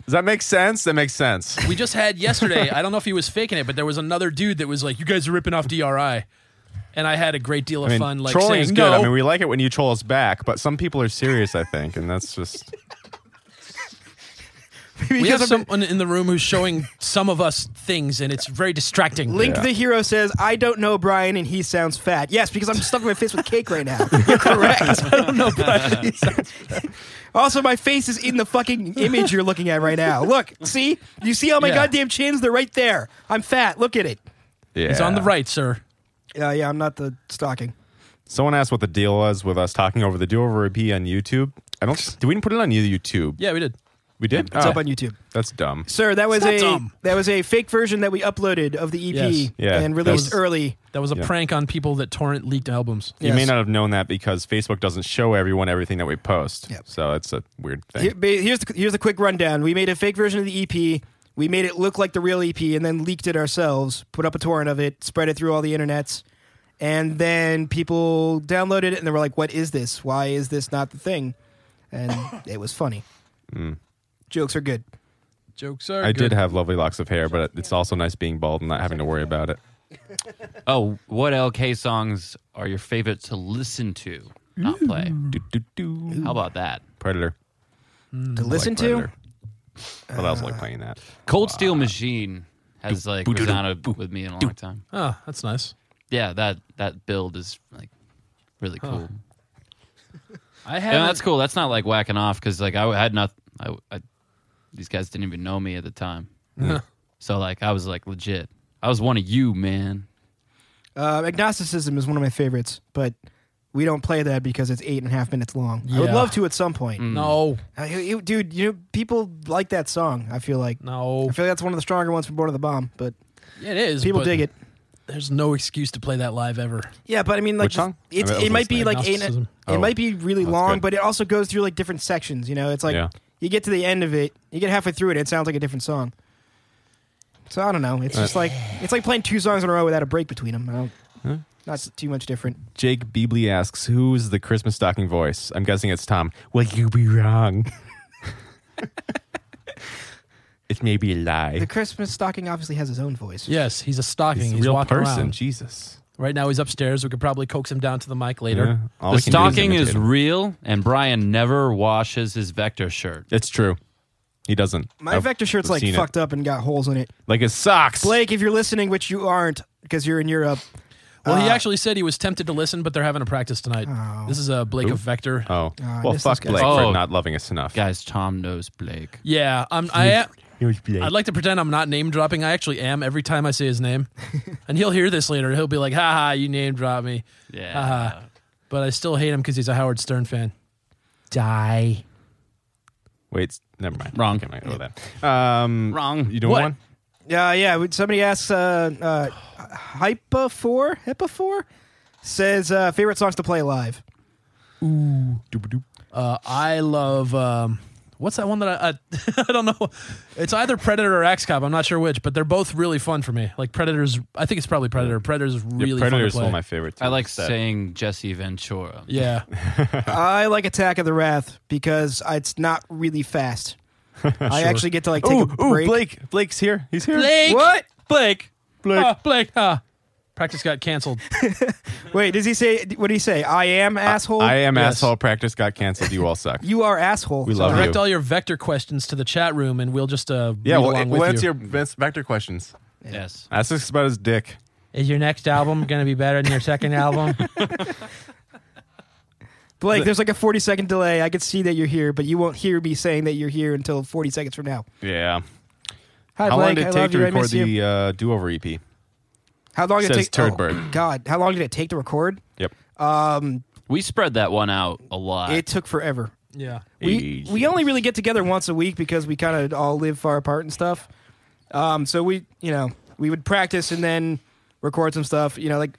Speaker 6: Does that make sense? That makes sense.
Speaker 4: We just had yesterday. I don't know if he was faking it, but there was another dude that was like, "You guys are ripping off DRI," and I had a great deal of
Speaker 6: I mean,
Speaker 4: fun. Like
Speaker 6: trolling
Speaker 4: saying,
Speaker 6: is good.
Speaker 4: No.
Speaker 6: I mean, we like it when you troll us back, but some people are serious, I think, and that's just.
Speaker 4: we have someone in the room who's showing some of us things, and it's very distracting.
Speaker 5: Link
Speaker 6: Yeah.
Speaker 5: the hero says, "I don't know Brian, and he sounds fat." Yes, because I'm stuffing my face with cake right now. You're correct. I don't know Brian. also, my face is in the fucking image you're looking at right now. Look, see, you see all my
Speaker 4: Yeah.
Speaker 5: goddamn chins? They're right there. I'm fat. Look at it.
Speaker 6: Yeah.
Speaker 4: It's on the right, sir.
Speaker 5: Yeah, yeah, I'm not the stocking.
Speaker 6: Someone asked what the deal was with us talking over the do over repeat on YouTube. I don't. Did we put it on YouTube?
Speaker 4: Yeah, we did.
Speaker 6: We did.
Speaker 5: It's
Speaker 6: Oh,
Speaker 5: up on YouTube.
Speaker 6: That's dumb.
Speaker 5: Sir, that was
Speaker 4: not
Speaker 5: a
Speaker 4: dumb.
Speaker 5: that was a fake version that we uploaded of the EP
Speaker 4: Yes.
Speaker 6: Yeah,
Speaker 5: and
Speaker 6: that
Speaker 5: released
Speaker 6: was-
Speaker 5: early.
Speaker 4: That was a
Speaker 6: Yeah.
Speaker 4: prank on people that torrent leaked albums.
Speaker 6: You may
Speaker 5: Yes.
Speaker 6: not have known that because Facebook doesn't show everyone everything that we post.
Speaker 5: Yep.
Speaker 6: So it's a weird thing.
Speaker 5: Here- ba- here's the, here's the quick rundown. We made a fake version of the EP. We made it look like the real EP and then leaked it ourselves. Put up a torrent of it, spread it through all the internets, and then people downloaded it and they were like, "What is this? Why is this not the thing?" And it was funny. Jokes are good.
Speaker 4: Jokes are.
Speaker 6: I
Speaker 4: good.
Speaker 6: did have lovely locks of hair, but it's also nice being bald and not having to worry about it.
Speaker 2: Oh, what LK songs are your favorite to listen to, not play?
Speaker 6: Do, do, do.
Speaker 2: How about that?
Speaker 6: Predator.
Speaker 5: To
Speaker 6: I like
Speaker 5: listen to, Uh.
Speaker 6: Predator. I well, that was like playing that.
Speaker 2: Cold Steel Machine has like resounded with me in a long time.
Speaker 4: Oh, that's nice.
Speaker 2: Yeah, that that build is like really cool.
Speaker 4: I
Speaker 2: Yeah,
Speaker 4: haven't.
Speaker 2: that's cool. That's not like whacking off because like I had not. I, I these guys didn't even know me at the time, so like I was like legit. I was one of you, man.
Speaker 5: uh, agnosticism is one of my favorites, but we don't play that because it's eight and a half minutes long. I would
Speaker 4: Yeah.
Speaker 5: love to at some point.
Speaker 4: Hmm.
Speaker 6: Hmm.
Speaker 4: No,
Speaker 5: Uh, it- it- dude, you know, people like that song. I feel like
Speaker 4: no.
Speaker 5: I feel like that's one of the stronger ones from Born of the Bomb, but
Speaker 4: Yeah, it is.
Speaker 5: people
Speaker 4: but
Speaker 5: dig it.
Speaker 4: there's no excuse to play that live ever.
Speaker 5: Yeah, but I mean, like,
Speaker 6: Which song?
Speaker 5: it's
Speaker 6: I mean,
Speaker 5: it might be
Speaker 6: listening.
Speaker 5: like eight, it
Speaker 4: Gnosticism.
Speaker 6: Oh,
Speaker 5: might be really
Speaker 6: that's
Speaker 5: long,
Speaker 6: good.
Speaker 5: but it also goes through like different sections. You know, it's like
Speaker 6: Yeah.
Speaker 5: you get to the end of it, you get halfway through it, it sounds like a different song. So I don't know. It's just like it's like playing two songs in a row without a break between them. I don't, Not too much different.
Speaker 6: Jake Beebly asks, "Who's the Christmas stocking voice?" I'm guessing it's Tom. Well, you be wrong. it may be a
Speaker 5: The
Speaker 6: lie.
Speaker 5: Christmas stocking obviously has his own voice.
Speaker 4: Yes, he's a stocking.
Speaker 6: He's
Speaker 4: He's,
Speaker 6: a real
Speaker 4: walking
Speaker 6: person.
Speaker 4: around.
Speaker 6: Jesus.
Speaker 4: Right now he's upstairs. We could probably coax him down to the mic later.
Speaker 6: Yeah. All
Speaker 2: the
Speaker 6: we can do
Speaker 2: stocking
Speaker 6: imitate
Speaker 2: is
Speaker 6: him.
Speaker 2: real, and Brian never washes his Vector shirt.
Speaker 6: It's true. He doesn't.
Speaker 5: My
Speaker 6: I've
Speaker 5: vector shirt's like
Speaker 6: seen it.
Speaker 5: fucked up and got holes in it.
Speaker 6: Like his socks.
Speaker 5: Blake, if you're listening, which you aren't because you're in Europe,
Speaker 4: Well, he
Speaker 5: Uh, Oh.
Speaker 4: actually said he was tempted to listen, but they're having a practice tonight. This is a Blake of Vector.
Speaker 6: Oh.
Speaker 5: I
Speaker 6: well,
Speaker 5: miss
Speaker 6: fuck
Speaker 5: Ah, this guy.
Speaker 6: Blake
Speaker 2: Oh.
Speaker 6: for not loving us enough.
Speaker 2: Guys, Tom knows Blake.
Speaker 4: Yeah, I'm. I am, I'd like to pretend I'm not name dropping. I actually am every time I say his name, and he'll hear this later. He'll be like, "Ha ha, you name drop me."
Speaker 2: Yeah.
Speaker 4: Uh, but I still hate him because he's a Howard Stern fan. Die.
Speaker 6: Wait, s- never mind.
Speaker 2: Wrong.
Speaker 6: Can I go with that? Um,
Speaker 2: Wrong.
Speaker 6: You doing
Speaker 4: What?
Speaker 6: one?
Speaker 5: Yeah, Uh, yeah. when Somebody asks, uh, uh, Hypa 4? Hypa 4? Says, uh, favorite songs to play live.
Speaker 4: Uh, I love. Um, what's that one that I, I I don't know? It's either Predator or X Cop. I'm not sure which, but they're both really fun for me. Like Predators, I think it's probably Predator. Predators is really
Speaker 6: yeah, Predator's
Speaker 4: fun
Speaker 6: one
Speaker 4: to play.
Speaker 6: of my favorite.
Speaker 2: I like
Speaker 6: that-
Speaker 2: saying Jesse Ventura.
Speaker 4: yeah,
Speaker 5: I like Attack of the Wrath because it's not really fast. I actually get to like take
Speaker 6: Ooh,
Speaker 5: a
Speaker 6: ooh,
Speaker 5: break.
Speaker 6: Blake. Blake's here. He's here.
Speaker 4: Blake.
Speaker 5: What?
Speaker 4: Blake.
Speaker 6: Blake.
Speaker 4: Ah, Blake. ah. Practice got canceled.
Speaker 5: Wait, does he say? What did he say? I am asshole.
Speaker 6: I am
Speaker 4: Yes.
Speaker 6: asshole. Practice got canceled. You all suck.
Speaker 5: You are asshole.
Speaker 6: We love
Speaker 5: Sorry.
Speaker 4: Direct all your vector questions to the chat room, and we'll just uh,
Speaker 6: yeah.
Speaker 4: read
Speaker 6: Well,
Speaker 4: along
Speaker 6: it-
Speaker 4: with
Speaker 6: well,
Speaker 4: you.
Speaker 6: that's your best vector questions.
Speaker 2: Yes.
Speaker 6: Ask us about his dick.
Speaker 4: Is your next album going to be better than your second album?
Speaker 5: Blake, there's like a 40 second delay. I can see that you're here, but you won't hear me saying that you're here until 40 seconds from now.
Speaker 6: Yeah.
Speaker 5: Hi,
Speaker 6: How long
Speaker 5: Blake.
Speaker 6: did
Speaker 5: I
Speaker 6: it take
Speaker 5: love
Speaker 6: to
Speaker 5: you. I
Speaker 6: record
Speaker 5: miss you.
Speaker 6: the uh, do-over EP?
Speaker 5: How long did it
Speaker 6: Says
Speaker 5: take?
Speaker 6: Turd
Speaker 5: oh,
Speaker 6: Bird.
Speaker 5: God, how long did it take to record?
Speaker 6: Yep.
Speaker 5: Um,
Speaker 2: We spread that one out a lot.
Speaker 5: it took forever.
Speaker 4: yeah.
Speaker 5: We we only really get together once a week because we kind of all live far apart and stuff. Um, so we you know we would practice and then record some stuff. You know, like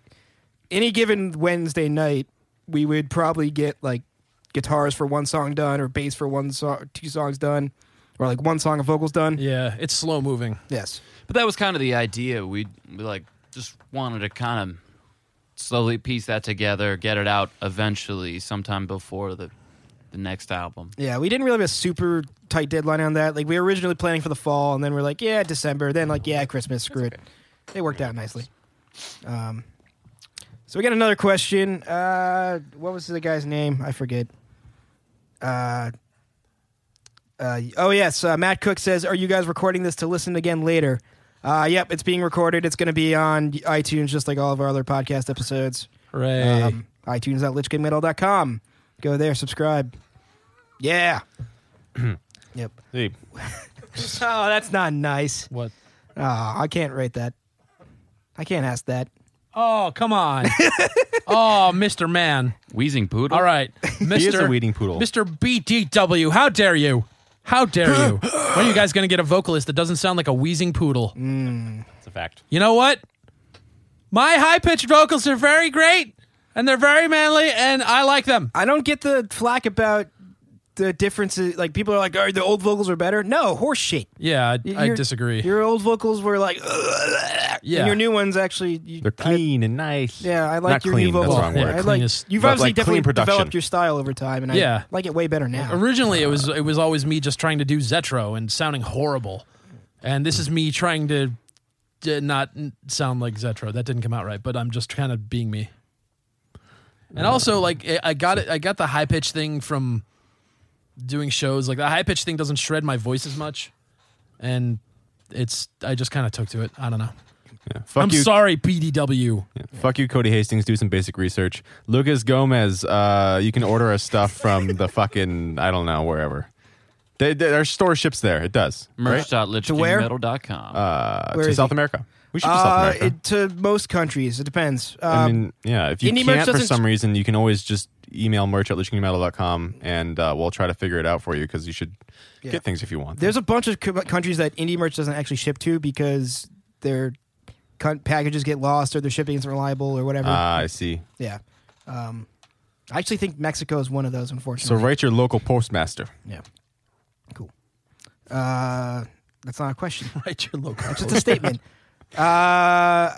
Speaker 5: any given Wednesday night, we would probably get like guitars for one song done or bass for one song, two songs done, or like one song of vocals done.
Speaker 4: Yeah, it's slow moving.
Speaker 5: Yes.
Speaker 2: But that was kind of the idea. We we like just wanted to kind of slowly piece that together, get it out eventually, sometime before the the next album.
Speaker 5: Yeah, we didn't really have a super tight deadline on that. Like we were originally planning for the fall, and then we're like, yeah, December. Then like, yeah, Christmas. Screw it. It worked out nicely. Um, so we got another question. Uh, what was the guy's name? I forget. Uh, uh, oh yes, uh, Matt Cook says, "Are you guys recording this to listen again later?" Uh, yep, it's being recorded. It's going to be on iTunes, just like all of our other podcast episodes.
Speaker 4: Hooray.
Speaker 5: Um, iTunes.lichgamemetal.com. Go there, subscribe. Yeah. yep.
Speaker 6: Hey,
Speaker 5: Oh, that's not nice.
Speaker 4: what?
Speaker 5: Oh, I can't rate that. I can't ask that.
Speaker 4: Oh, come on. oh, Mr. Man.
Speaker 2: Wheezing Poodle.
Speaker 4: All right. Mr.
Speaker 6: he is a weeding poodle.
Speaker 4: Mr. BDW, how dare you? How dare you? when are you guys going to get a vocalist that doesn't sound like a wheezing poodle?
Speaker 6: That's a fact.
Speaker 4: You know what? My high pitched vocals are very great and they're very manly and I like them.
Speaker 5: I don't get the flack about the differences. Like people are like, "Oh, the old vocals are better." No, horse shit.
Speaker 4: Yeah, I, I
Speaker 5: Your-
Speaker 4: disagree.
Speaker 5: Your old vocals were like, yeah.
Speaker 4: Yeah.
Speaker 5: And your new ones actually, you,
Speaker 6: They're
Speaker 5: I-
Speaker 6: clean and nice.
Speaker 5: yeah, I
Speaker 6: Not
Speaker 5: like your
Speaker 6: clean,
Speaker 5: new vocals.
Speaker 6: That's the wrong
Speaker 4: Yeah,
Speaker 6: word.
Speaker 5: I
Speaker 4: clean
Speaker 5: like,
Speaker 4: is-
Speaker 5: you've
Speaker 6: But,
Speaker 5: obviously
Speaker 6: like, clean
Speaker 5: definitely
Speaker 6: production.
Speaker 5: developed your style over time, and
Speaker 4: Yeah.
Speaker 5: I like it way better now.
Speaker 4: Originally, it was it was always me just trying to do Zetro and sounding horrible, and this is me trying to, to not n- sound like Zetro. That didn't come out right, but I'm just kind of being me. And also, like I- I got it, I got the high pitch thing from doing shows. Like the high pitch thing doesn't shred my voice as much, and it's I just kind of took to it. I don't know.
Speaker 6: Yeah. Fuck
Speaker 4: I'm
Speaker 6: you.
Speaker 4: sorry, PDW.
Speaker 6: Yeah. Fuck you, Cody Hastings. Do some basic research. Lucas Gomez. Uh, you can order us stuff from the fucking I don't know wherever. They, they, our store ships there. It does.
Speaker 5: where?
Speaker 2: Merch.lichkingmetal.com.
Speaker 6: Uh,
Speaker 5: Where
Speaker 6: to
Speaker 5: is
Speaker 6: South
Speaker 5: he?
Speaker 6: America. We should do South
Speaker 5: Uh,
Speaker 6: America.
Speaker 5: it, to most countries, it depends. Um,
Speaker 6: I mean, yeah. If you
Speaker 5: indie merch
Speaker 6: can't for
Speaker 5: doesn't-
Speaker 6: some reason, you can always just email merch at lichkingmetal.com and uh, we'll try to figure it out for you because you should
Speaker 5: Yeah.
Speaker 6: get things if you want. them.
Speaker 5: There's a bunch of co- countries that indie merch doesn't actually ship to because their con- packages get lost or their shipping isn't reliable or whatever.
Speaker 2: Uh,
Speaker 6: Ah, I see.
Speaker 5: yeah. Um, I actually think Mexico is one of those,
Speaker 6: So
Speaker 5: unfortunately.
Speaker 6: write your local postmaster.
Speaker 5: Yeah. Cool. Uh, that's not a question.
Speaker 4: Right, your local.
Speaker 5: It's just a statement. Uh,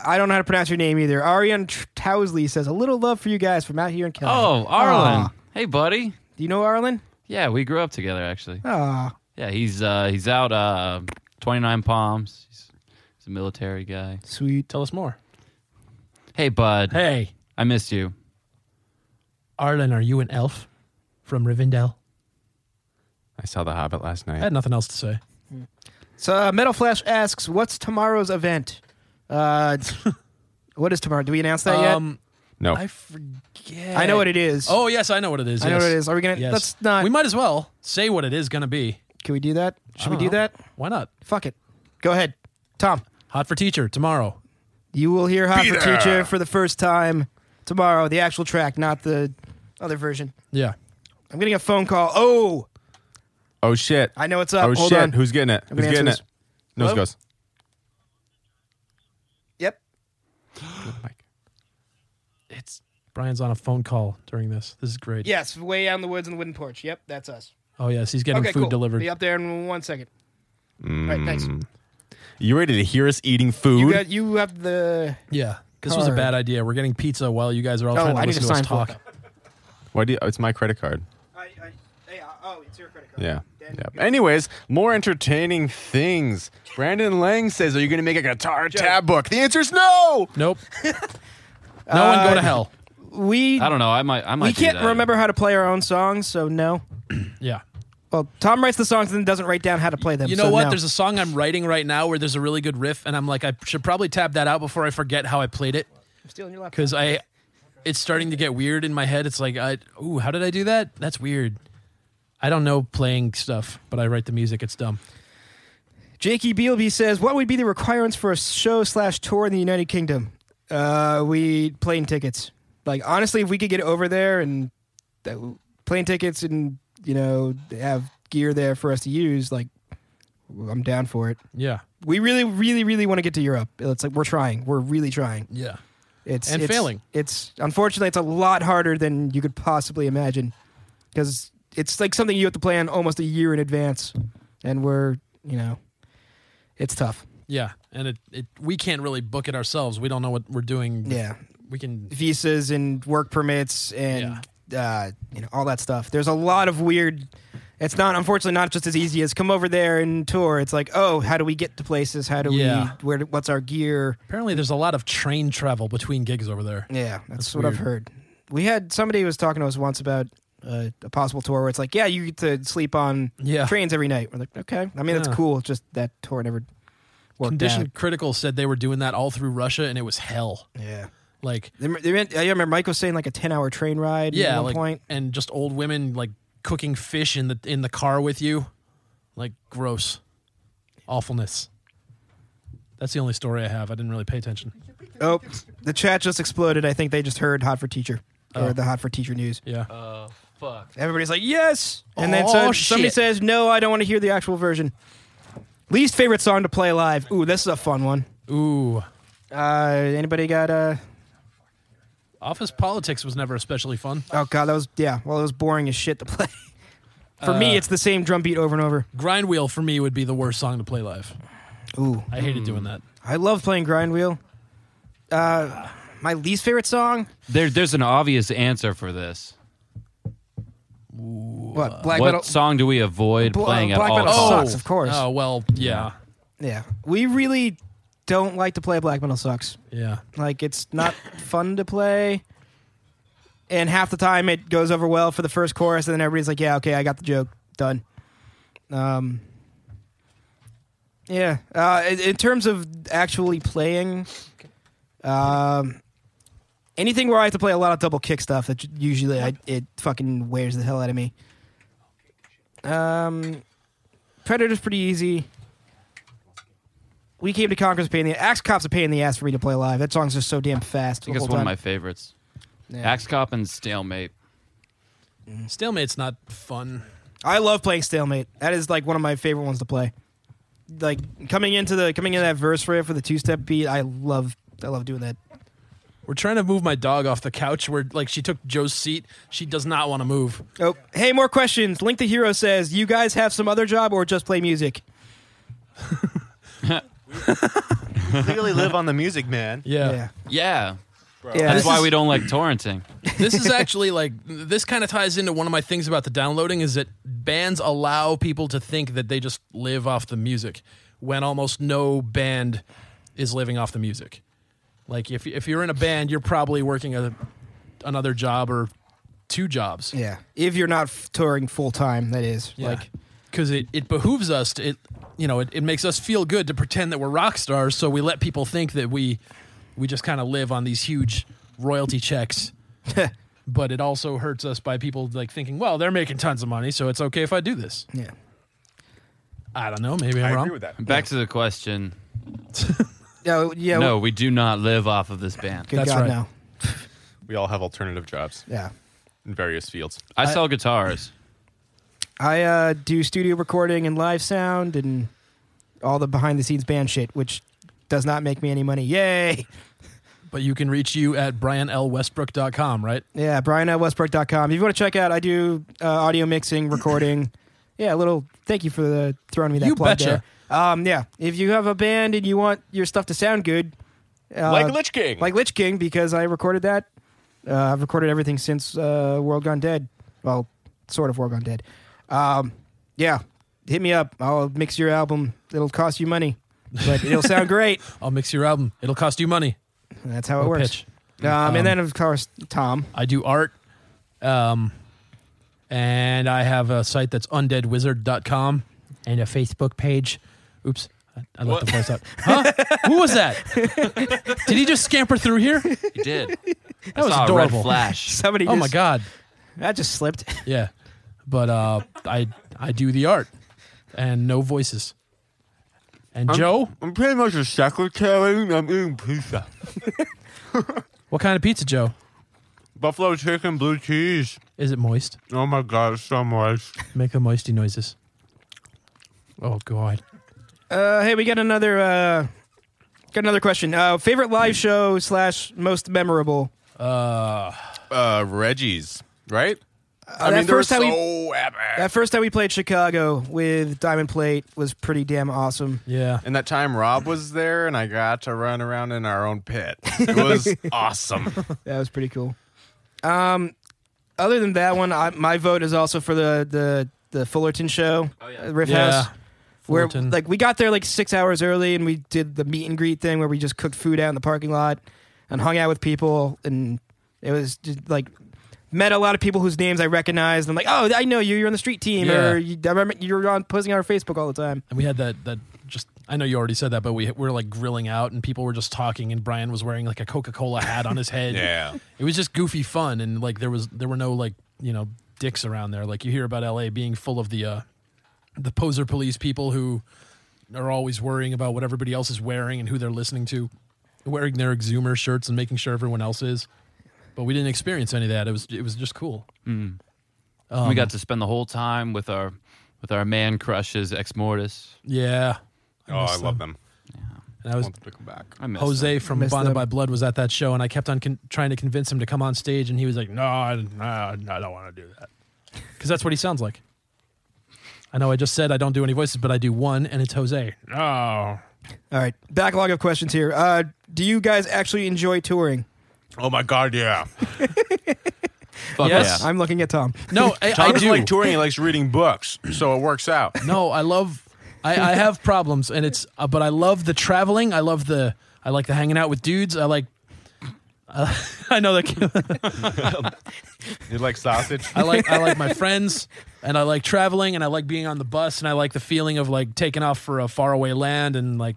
Speaker 5: I don't know how to pronounce your name either. Arian Tr- Towsley says, "A little love for you guys from out here in California."
Speaker 2: Oh, Arlen.
Speaker 5: Aw.
Speaker 2: Hey, buddy.
Speaker 5: do you know Arlen?
Speaker 2: Yeah, we grew up together actually.
Speaker 5: Ah,
Speaker 2: Yeah, he's uh, he's out uh, 29 Palms. He's, he's a military guy.
Speaker 5: sweet.
Speaker 4: Tell us more.
Speaker 2: Hey, bud.
Speaker 4: Hey,
Speaker 2: I missed you.
Speaker 4: Arlen, are you an elf from Rivendell?
Speaker 6: I saw The Hobbit last
Speaker 4: I
Speaker 6: night.
Speaker 4: had nothing else to say.
Speaker 5: So uh, Metal Flash asks, "What's tomorrow's event?" Uh, what is tomorrow? Do we announce that
Speaker 6: No.
Speaker 4: I forget.
Speaker 5: yet? I know what it is.
Speaker 4: Um, Oh yes, I know what it is.
Speaker 5: I know
Speaker 4: yes.
Speaker 5: what it is. Are we gonna?
Speaker 4: Yes.
Speaker 5: Let's not.
Speaker 4: We might as well say what it is going to be.
Speaker 5: Can we do that? Should we
Speaker 4: don't
Speaker 5: do
Speaker 4: know.
Speaker 5: that?
Speaker 4: Why not?
Speaker 5: Fuck it. Go ahead, Tom.
Speaker 4: Hot for teacher tomorrow.
Speaker 5: You will hear Hot for Teacher for the first time tomorrow. The actual track, not the other version.
Speaker 4: Yeah.
Speaker 5: I'm getting a phone call. Oh,
Speaker 6: oh shit.
Speaker 5: I know what's up.
Speaker 6: Oh
Speaker 5: Hold
Speaker 6: shit.
Speaker 5: on.
Speaker 6: Who's getting it?
Speaker 5: I'm
Speaker 6: Who's
Speaker 5: gonna
Speaker 6: getting
Speaker 5: answer
Speaker 6: it? Nose
Speaker 5: Hello?
Speaker 6: goes.
Speaker 5: Yep.
Speaker 4: It's Brian's on a phone call during this. This is great.
Speaker 5: Yes, way out in the woods on the wooden porch. Yep, that's us.
Speaker 4: Oh yes, he's getting
Speaker 5: okay,
Speaker 4: food
Speaker 5: cool.
Speaker 4: delivered.
Speaker 5: Be up there in one second. All right, thanks.
Speaker 6: You ready to hear us eating food?
Speaker 5: You got you have the
Speaker 4: Yeah. This was a
Speaker 5: Card.
Speaker 4: bad idea. We're getting pizza while you guys are all
Speaker 5: Oh,
Speaker 4: trying to
Speaker 5: I need
Speaker 4: listen
Speaker 5: to
Speaker 4: to us
Speaker 5: sign for
Speaker 4: talk.
Speaker 6: Why do you, oh, it's my credit card.
Speaker 5: I, I, hey, uh, oh, it's your credit card.
Speaker 6: Yeah.
Speaker 5: Dan,
Speaker 6: yeah.
Speaker 5: you go.
Speaker 6: Anyways, more entertaining things. Brandon Lang says, "Are you going to make a guitar tab book?" The answer is no.
Speaker 4: Nope. no one go
Speaker 5: Uh,
Speaker 4: to hell.
Speaker 5: We
Speaker 2: I don't know. I might. I might.
Speaker 5: we
Speaker 2: do
Speaker 5: can't
Speaker 2: that.
Speaker 5: remember how to play our own songs, so no.
Speaker 4: Yeah.
Speaker 5: Well, Tom writes the songs and then doesn't write down how to play them.
Speaker 4: You know
Speaker 5: so
Speaker 4: what?
Speaker 5: no.
Speaker 4: There's a song I'm writing right now where there's a really good riff, and I'm like, I should probably tab that out before I forget how I played it
Speaker 5: I'm stealing your laptop.
Speaker 4: because I, it's starting to get weird in my head. It's like, I, ooh, how did I do that? That's weird. I don't know playing stuff, but I write the music. It's dumb.
Speaker 5: Jakey Bealby says, "What would be the requirements for a show slash tour in the United Kingdom? Uh, we plane tickets. Like honestly, if we could get over there and that, plane tickets and you know have gear there for us to use, like I'm down for it.
Speaker 4: Yeah.
Speaker 5: We really, really, really want to get to Europe. It's like we're trying. We're really trying.
Speaker 4: Yeah.
Speaker 5: It's
Speaker 4: And
Speaker 5: it's-
Speaker 4: failing.
Speaker 5: It's unfortunately it's a lot harder than you could possibly imagine because it's like something you have to plan almost a year in advance, and we're you know it's tough.
Speaker 4: Yeah. And it, it, we can't really book it ourselves. We don't know what we're doing.
Speaker 5: Yeah,
Speaker 4: We can,
Speaker 5: visas and work permits and uh, you know all that stuff. There's a lot of weird. It's not unfortunately not just as easy as come over there and tour. It's like oh, how do we get to places? How do
Speaker 4: Yeah.
Speaker 5: we where? What's our gear?
Speaker 4: apparently, there's a lot of train travel between gigs over there.
Speaker 5: Yeah, that's, what I've
Speaker 4: weird.
Speaker 5: heard. We had somebody was talking to us once about uh, a possible tour where it's like, yeah, you get to sleep on
Speaker 4: Yeah.
Speaker 5: trains every night. We're like, okay, I mean that's
Speaker 4: Yeah.
Speaker 5: cool. It's just that tour never worked
Speaker 4: Condition
Speaker 5: out.
Speaker 4: Critical said they were doing that all through Russia, and it was hell.
Speaker 5: Yeah,
Speaker 4: Like,
Speaker 5: they, they meant, I remember Mike was saying like a ten-hour train ride.
Speaker 4: yeah,
Speaker 5: at one
Speaker 4: like,
Speaker 5: point.
Speaker 4: and just old women like cooking fish in the in the car with you, like gross, awfulness. That's the only story I have. I didn't really pay attention.
Speaker 5: Oh, the chat just exploded. I think they just heard Hot for Teacher or the Hot for Teacher news.
Speaker 4: Oh. Yeah,
Speaker 2: Oh fuck.
Speaker 5: Everybody's like, yes. And then
Speaker 4: Oh,
Speaker 5: so, somebody
Speaker 4: shit.
Speaker 5: says, no, I don't want to hear the actual version. Least favorite song to play live. Ooh, this is a fun one.
Speaker 4: ooh,
Speaker 5: Uh, anybody got uh
Speaker 4: office politics was never especially fun.
Speaker 5: Oh god, that was yeah. Well, it was boring as shit to play. For me, it's the same drum beat over and over.
Speaker 4: Grind wheel for me would be the worst song to play live.
Speaker 5: Ooh,
Speaker 4: I hated doing that.
Speaker 5: I love playing grind wheel. Uh, my least favorite song.
Speaker 2: There, there's an obvious answer for this.
Speaker 5: What black
Speaker 2: what
Speaker 5: metal?
Speaker 2: song do we avoid
Speaker 5: Bl- uh,
Speaker 2: playing at
Speaker 5: black
Speaker 2: all
Speaker 5: metal
Speaker 2: times?
Speaker 5: sucks, of course.
Speaker 4: Oh well, yeah,
Speaker 5: Yeah, we really don't like to play black metal sucks.
Speaker 4: yeah.
Speaker 5: Like it's not fun to play. And half the time it goes over well for the first chorus, and then everybody's like, "Yeah, okay, I got the joke, done." Um, yeah. Uh, in, in terms of actually playing, um, anything where I have to play a lot of double kick stuff that usually I, it fucking wears the hell out of me. Um, Predator's pretty easy. We came to Conquer's a pain in the Axe Cop's a pain in the ass for me to play live. That song's just so damn fast.
Speaker 2: I think it's one of my favorites. Axe Cop and Stalemate.
Speaker 4: Stalemate's not fun.
Speaker 5: I love playing Stalemate. That is like one of my favorite ones to play. like coming into the coming into that verse riff with the two step beat. I love I love doing that.
Speaker 4: We're trying to move my dog off the couch where like she took Joe's seat. She does not want to move.
Speaker 5: Oh, hey, more questions. Link the Hero says, "You guys have some other job or just play music?"
Speaker 6: Clearly live on the music, man.
Speaker 4: Yeah.
Speaker 2: Yeah.
Speaker 5: yeah.
Speaker 2: That's
Speaker 5: this
Speaker 2: why
Speaker 5: is-
Speaker 2: we don't like torrenting.
Speaker 4: this is actually like this kind of ties into one of my things about the downloading is that bands allow people to think that they just live off the music when almost no band is living off the music. Like if if you're in a band, you're probably working a another job or two jobs.
Speaker 5: Yeah, if you're not f- touring full time, that is like
Speaker 4: Like because it, it behooves us to it you know it, it makes us feel good to pretend that we're rock stars so we let people think that we we just kind of live on these huge royalty checks but it also hurts us by people like thinking well they're making tons of money so it's okay if i do this
Speaker 5: yeah.
Speaker 4: i don't know maybe i'm
Speaker 6: I
Speaker 4: wrong
Speaker 6: agree with that.
Speaker 2: Back to the question.
Speaker 5: No, yeah.
Speaker 2: No, we do not live off of this band.
Speaker 5: good
Speaker 4: That's
Speaker 5: God,
Speaker 4: right.
Speaker 5: no.
Speaker 6: We all have alternative jobs
Speaker 5: Yeah,
Speaker 6: in various fields.
Speaker 2: I sell guitars.
Speaker 5: I uh, do studio recording and live sound and all the behind the scenes band shit, which does not make me any money. Yay!
Speaker 4: but you can reach you at brianlwestbrook.com right
Speaker 5: Yeah, Brian at Westbrook.com. If you want to check out, I do uh, audio mixing, recording. yeah, a little thank you for the, throwing me that
Speaker 4: You
Speaker 5: plug
Speaker 4: betcha.
Speaker 5: there. Um, yeah, if you have a band and you want your stuff to sound good, uh,
Speaker 6: like Lich King.
Speaker 5: like Lich King, because I recorded that. Uh, I've recorded everything since uh, World Gone Dead. Well, sort of World Gone Dead. Um, yeah, hit me up. I'll mix your album. It'll cost you money, but it'll sound great.
Speaker 4: i'll mix your album it'll cost you money
Speaker 5: And that's how it
Speaker 4: No
Speaker 5: works.
Speaker 4: pitch.
Speaker 5: Um, and then of course Tom.
Speaker 4: i do art um and i have a site that's undeadwizard.com and a facebook page oops I- I left the voice out. Huh? Who was that? Did he just scamper through here?
Speaker 2: You did. That
Speaker 4: was
Speaker 2: saw A
Speaker 4: adorable.
Speaker 2: red flash.
Speaker 5: Somebody.
Speaker 4: Oh my
Speaker 5: just-
Speaker 4: god!
Speaker 5: That just slipped.
Speaker 4: Yeah, but uh, I I do the art and no voices. And Joe,
Speaker 6: I'm pretty much a secretary. I'm eating pizza.
Speaker 4: what kind of pizza, Joe?
Speaker 6: Buffalo chicken, blue cheese.
Speaker 4: Is it moist?
Speaker 6: Oh my God, it's so much.
Speaker 4: Make the moisty noises. Oh god!
Speaker 5: Uh, hey, we got another. Uh, got another question. Uh, favorite live show slash most memorable.
Speaker 6: Uh, Reggie's, right? I
Speaker 5: that
Speaker 6: mean, they're
Speaker 5: first time we-
Speaker 6: so epic.
Speaker 5: That first time we played Chicago with Diamond Plate was pretty damn awesome.
Speaker 4: Yeah,
Speaker 6: and that time Rob was there, and I got to run around in our own pit. It was awesome.
Speaker 5: That was pretty cool. Um, other than that one, I, my vote is also for the the the Fullerton show, oh, yeah. Riff
Speaker 4: yeah.
Speaker 5: House. Where
Speaker 4: Fullerton.
Speaker 5: like we got there like six hours early, and we did the meet and greet thing where we just cooked food out in the parking lot and hung out with people, and it was just like met a lot of people whose names I recognized. I'm like, oh, I know you. You're on the street team,
Speaker 4: Yeah.
Speaker 5: or you, I remember you're on posting on our Facebook all the time.
Speaker 4: And we had that that just I know you already said that, but we were like grilling out and people were just talking and Brian was wearing like a Coca-Cola hat on his head.
Speaker 6: Yeah.
Speaker 4: It was just goofy fun and like there was there were no like, you know, dicks around there. Like you hear about LA being full of the uh the poser police people who are always worrying about what everybody else is wearing and who they're listening to, wearing their exhumer shirts and making sure everyone else is. But we didn't experience any of that. It was it was just cool.
Speaker 2: we got to spend the whole time with our with our man crushes ex mortis.
Speaker 4: Yeah.
Speaker 6: Oh, I
Speaker 4: miss
Speaker 6: love them.
Speaker 4: And I
Speaker 6: I
Speaker 4: was
Speaker 6: want them to come back.
Speaker 2: I miss them.
Speaker 4: Jose from
Speaker 5: Miss
Speaker 4: Bonded
Speaker 5: them.
Speaker 4: by Blood was at that show, and I kept on con- trying to convince him to come on stage, and he was like, "No, I, no, no, I don't want to do that," because that's what he sounds like. I know I just said I don't do any voices, but I do one, and it's Jose. No,
Speaker 5: All right, backlog of questions here. Uh, do you guys actually enjoy touring?
Speaker 6: Oh my God, yeah.
Speaker 2: Fuck
Speaker 4: Yes.
Speaker 2: yeah.
Speaker 5: I'm looking at Tom.
Speaker 4: no, I, I
Speaker 6: Tom doesn't
Speaker 4: do.
Speaker 6: like touring. He likes reading books, so it works out.
Speaker 4: no, I love. I, I have problems, and it's uh, but I love the traveling. I love the. I like the hanging out with dudes. I like. I know that
Speaker 6: You like sausage?
Speaker 4: I like I like my friends and I like traveling and I like being on the bus and I like the feeling of like taking off for a faraway land and like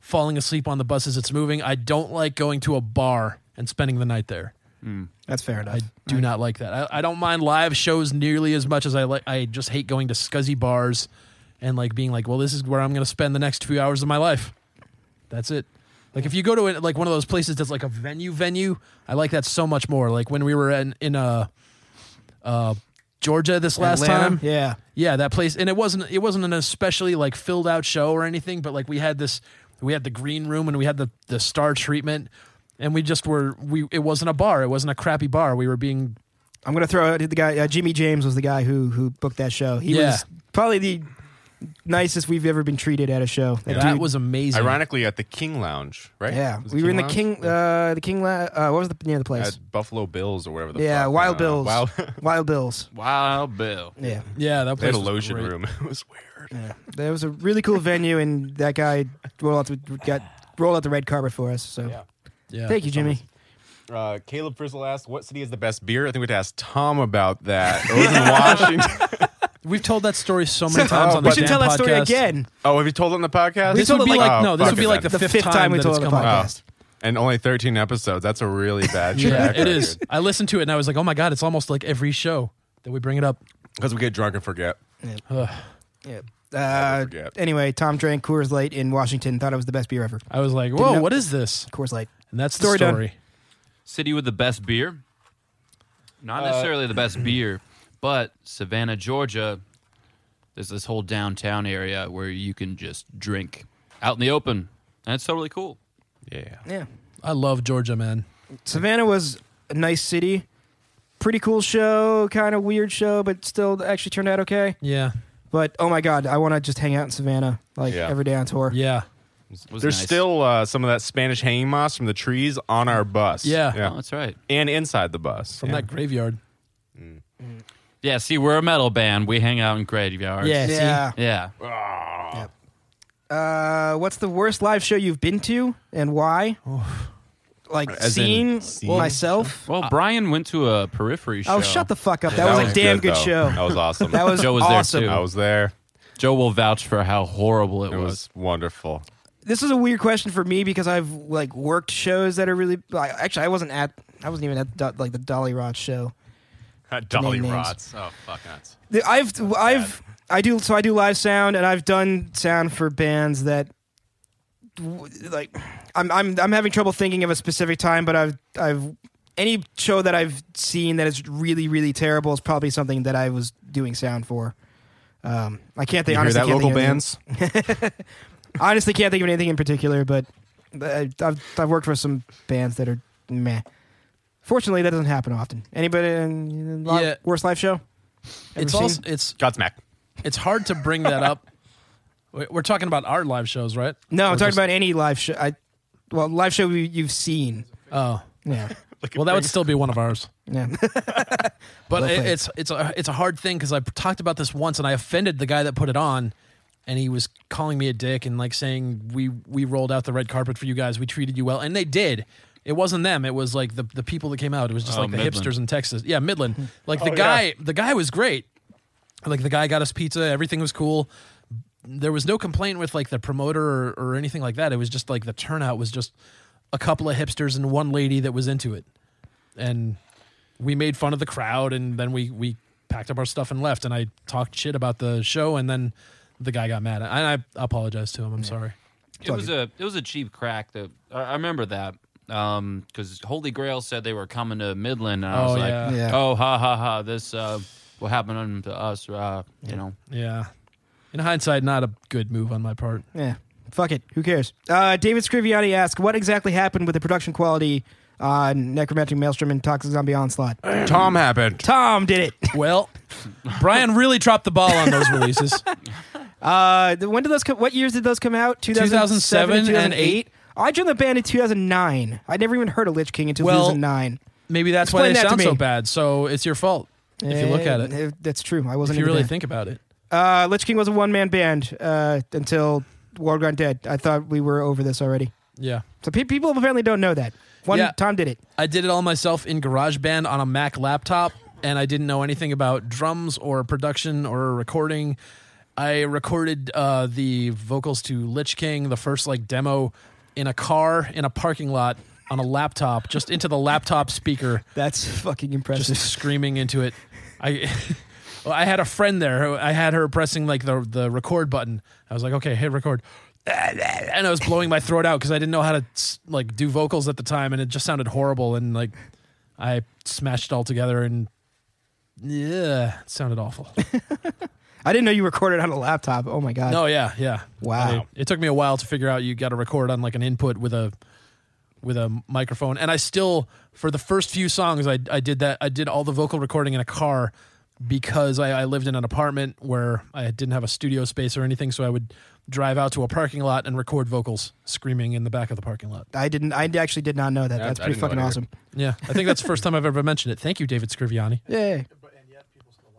Speaker 4: falling asleep on the bus as it's moving. I don't like going to a bar and spending the night there.
Speaker 5: That's fair enough.
Speaker 4: I do not like that. I, I don't mind live shows nearly as much as I like I just hate going to scuzzy bars and like being like, well, this is where I'm gonna spend the next few hours of my life. That's it. Like if you go to it, like one of those places that's like a venue venue, I like that so much more. Like when we were in in a uh, Georgia this last
Speaker 5: Atlanta?
Speaker 4: time.
Speaker 5: Yeah.
Speaker 4: Yeah, that place, and it wasn't it wasn't an especially like filled out show or anything, but like we had this, we had the green room and we had the the star treatment, and we just were we it wasn't a bar, it wasn't a crappy bar. We were being
Speaker 5: I'm gonna throw out the guy. Uh, Jimmy James was the guy who who booked that show. He
Speaker 4: Yeah.
Speaker 5: was probably the nicest we've ever been treated at a show. That
Speaker 4: that
Speaker 5: dude-
Speaker 4: was amazing.
Speaker 6: Ironically, at the King Lounge, right?
Speaker 5: Yeah,
Speaker 6: Was it
Speaker 5: we were in the
Speaker 6: Lounge?
Speaker 5: King, uh, the King. La- uh, what was the name of the place?
Speaker 6: At Buffalo Bills or whatever the
Speaker 5: yeah,
Speaker 6: fuck,
Speaker 5: Wild
Speaker 6: I don't know.
Speaker 5: Bills.
Speaker 6: Wild,
Speaker 5: Wild Bills.
Speaker 2: Wild Bill.
Speaker 5: Yeah,
Speaker 4: Yeah, that
Speaker 6: they had
Speaker 4: place
Speaker 6: a
Speaker 4: was
Speaker 6: lotion
Speaker 4: great.
Speaker 6: room. It was weird.
Speaker 5: there was a really cool venue, and that guy rolled out the, got rolled out the red carpet for us. So
Speaker 4: Yeah,
Speaker 5: thank you, Jimmy.
Speaker 6: Uh, Caleb Frizzle asked, "What city is the best beer?" I think we had to ask Tom about that. It was in Washington.
Speaker 4: We've told that story so many times
Speaker 6: Oh,
Speaker 4: on the
Speaker 5: We should
Speaker 4: damn
Speaker 5: tell that story
Speaker 4: podcast.
Speaker 5: again.
Speaker 6: oh, have you told on the podcast?
Speaker 4: This would be like oh, no, this
Speaker 6: fuck
Speaker 4: would be
Speaker 6: it
Speaker 4: like the,
Speaker 6: then.
Speaker 4: fifth, time,
Speaker 5: we
Speaker 4: that
Speaker 5: told
Speaker 4: it's
Speaker 5: on the
Speaker 4: come up.
Speaker 5: podcast.
Speaker 6: and only thirteen episodes. That's a really bad
Speaker 4: Yeah,
Speaker 6: track.
Speaker 4: it is. I listened to it and I was like, oh my god, it's almost like every show that we bring it up.
Speaker 6: because we get drunk and forget.
Speaker 4: Oh.
Speaker 5: Yeah.
Speaker 6: Never
Speaker 5: Uh,
Speaker 6: forget.
Speaker 5: anyway, Tom drank Coors Light in Washington. Thought it was the best beer ever.
Speaker 4: I was like, whoa,
Speaker 5: know-
Speaker 4: what is this?
Speaker 5: Coors Light.
Speaker 4: And that's the
Speaker 5: Story done.
Speaker 4: story.
Speaker 2: City with the best beer. Not necessarily the best beer, but Savannah, Georgia, there's this whole downtown area where you can just drink out in the open. And it's totally cool.
Speaker 6: Yeah.
Speaker 5: Yeah.
Speaker 4: I love Georgia, man.
Speaker 5: Savannah was a nice city. Pretty cool show, kind of weird show, but still actually turned out okay.
Speaker 4: Yeah,
Speaker 5: But oh my god, I want to just hang out in Savannah like
Speaker 6: Yeah.
Speaker 5: every day on tour.
Speaker 4: yeah,
Speaker 2: Was
Speaker 6: There's
Speaker 2: nice.
Speaker 6: still uh, some of that Spanish hanging moss from the trees on our bus.
Speaker 4: Yeah.
Speaker 2: Oh, that's right.
Speaker 6: And inside the bus.
Speaker 4: from
Speaker 6: yeah.
Speaker 4: that graveyard.
Speaker 2: Yeah, see, we're a metal band. We hang out in graveyards.
Speaker 4: Yeah. see?
Speaker 5: Yeah.
Speaker 2: Yeah.
Speaker 5: Uh, what's the worst live show you've been to and why? Like
Speaker 6: As
Speaker 5: seen
Speaker 6: in seen?
Speaker 5: myself.
Speaker 2: Well, Brian went to a periphery show.
Speaker 5: Oh, shut the fuck up. That, was, a damn good,
Speaker 6: though.
Speaker 5: show.
Speaker 6: That was awesome.
Speaker 5: That was,
Speaker 2: Joe was there,
Speaker 5: awesome.
Speaker 2: too.
Speaker 6: I was there.
Speaker 2: Joe will vouch for how horrible it,
Speaker 6: It
Speaker 2: was.
Speaker 6: was wonderful.
Speaker 5: This is a weird question for me because I've like worked shows that are really like, actually I wasn't at I wasn't even at Do- like the Dolly Rod show.
Speaker 6: Dolly
Speaker 5: names.
Speaker 6: rots. Oh fuck nuts.
Speaker 5: The- I've I've I do so I do live sound and I've done sound for bands that w- like I'm I'm I'm having trouble thinking of a specific time, but I've I've any show that I've seen that is really really terrible is probably something that I was doing sound for. Um, I can't think.
Speaker 6: You hear
Speaker 5: honestly,
Speaker 6: that,
Speaker 5: can't
Speaker 6: local
Speaker 5: think of anything-
Speaker 6: bands?
Speaker 5: honestly can't think of anything in particular, but I- I've I've worked for some bands that are meh. Fortunately, that doesn't happen often. Anybody in, in li-
Speaker 4: Yeah.
Speaker 5: worst live show? Ever
Speaker 4: It's
Speaker 5: seen?
Speaker 4: also it's
Speaker 6: Godsmack.
Speaker 4: it's hard to bring that up. We- We're talking about our live shows, right?
Speaker 5: No,
Speaker 4: Or
Speaker 5: I'm talking
Speaker 4: just-
Speaker 5: about any live show. I, well, live show you, you've seen.
Speaker 4: Oh,
Speaker 5: Yeah,
Speaker 4: well, that would still be one of ours.
Speaker 5: yeah.
Speaker 4: But
Speaker 5: Well
Speaker 4: it,
Speaker 5: played.
Speaker 4: it's it's a it's a hard thing because I talked about this once and I offended the guy that put it on, and he was calling me a dick and like saying we we rolled out the red carpet for you guys, we treated you well, and they did. It wasn't them. It was like the the people that came out. It was just
Speaker 2: Oh,
Speaker 4: like the
Speaker 2: Midland. Mm-hmm. Oh,
Speaker 4: hipsters in Texas. Yeah, Midland. Like the guy, the guy was great. Like the guy got us pizza. Everything was cool. There was no complaint with like the promoter or, or anything like that. It was just like the turnout was just a couple of hipsters and one lady that was into it, and we made fun of the crowd and then we we packed up our stuff and left and I talked shit about the show and then the guy got mad and I apologized to him. I'm sorry.
Speaker 2: it was a it was a cheap crack that I I remember that because Holy Grail said they were coming to Midland and I
Speaker 4: Oh,
Speaker 2: was like,
Speaker 4: yeah.
Speaker 5: Yeah.
Speaker 2: oh ha ha ha, this uh, will happen to us, uh, you know.
Speaker 4: Yeah. In hindsight, not a good move on my part.
Speaker 5: Yeah. Fuck it. Who cares? Uh, David Scriviani asks, "What exactly happened with the production quality on Necromantic Maelstrom and Toxic Zombie Onslaught?"
Speaker 6: Tom happened.
Speaker 5: Tom did it.
Speaker 4: Well, Brian really dropped the ball on those releases.
Speaker 5: Uh, the- when did those? Co- what years did those come out?
Speaker 4: 2007 and
Speaker 5: 2008? I joined the band in 2009. I never even heard of Lich King until
Speaker 4: Well,
Speaker 5: 2009.
Speaker 4: Maybe that's why
Speaker 5: Explain
Speaker 4: they
Speaker 5: that to
Speaker 4: sound so
Speaker 5: me.
Speaker 4: bad. So it's your fault if you look at it.
Speaker 5: Eh, that's true. I wasn't.
Speaker 4: If you
Speaker 5: in the
Speaker 4: really
Speaker 5: band.
Speaker 4: think about it.
Speaker 5: uh, Lich King was a one man band uh, until World Gone Dead. I thought we were over this already.
Speaker 4: Yeah.
Speaker 5: So pe- people apparently don't know that. One
Speaker 4: Yeah.
Speaker 5: Tom did it.
Speaker 4: I did it all myself in GarageBand on a Mac laptop, and I didn't know anything about drums or production or recording. I recorded uh, the vocals to Lich King, the first like demo, in a car in a parking lot on a laptop, just into the laptop speaker,
Speaker 5: That's fucking
Speaker 4: just
Speaker 5: impressive.
Speaker 4: screaming into it. I. Well, I had a friend there. who- I had her pressing like the the record button. I was like, "Okay, hit record," and I was blowing my throat out because I didn't know how to s- like do vocals at the time, and it just sounded horrible. And like, I smashed it all together and Yeah, it sounded awful.
Speaker 5: I didn't know you recorded on a laptop. Oh my god.
Speaker 4: no, yeah, yeah.
Speaker 5: Wow.
Speaker 4: It, it took me a while to figure out you got to record on like an input with a with a microphone, and I still for the first few songs I I did that I did all the vocal recording in a car because I, I lived in an apartment where I didn't have a studio space or anything, so I would drive out to a parking lot and record vocals screaming in the back of the parking lot.
Speaker 5: I didn't. I actually did not know that.
Speaker 6: Yeah,
Speaker 5: That's
Speaker 6: I
Speaker 5: pretty
Speaker 6: didn't know
Speaker 5: fucking
Speaker 6: it either.
Speaker 5: awesome.
Speaker 4: Yeah, I think that's the first time I've ever mentioned it. Thank you, David Scriviani.
Speaker 5: Yeah.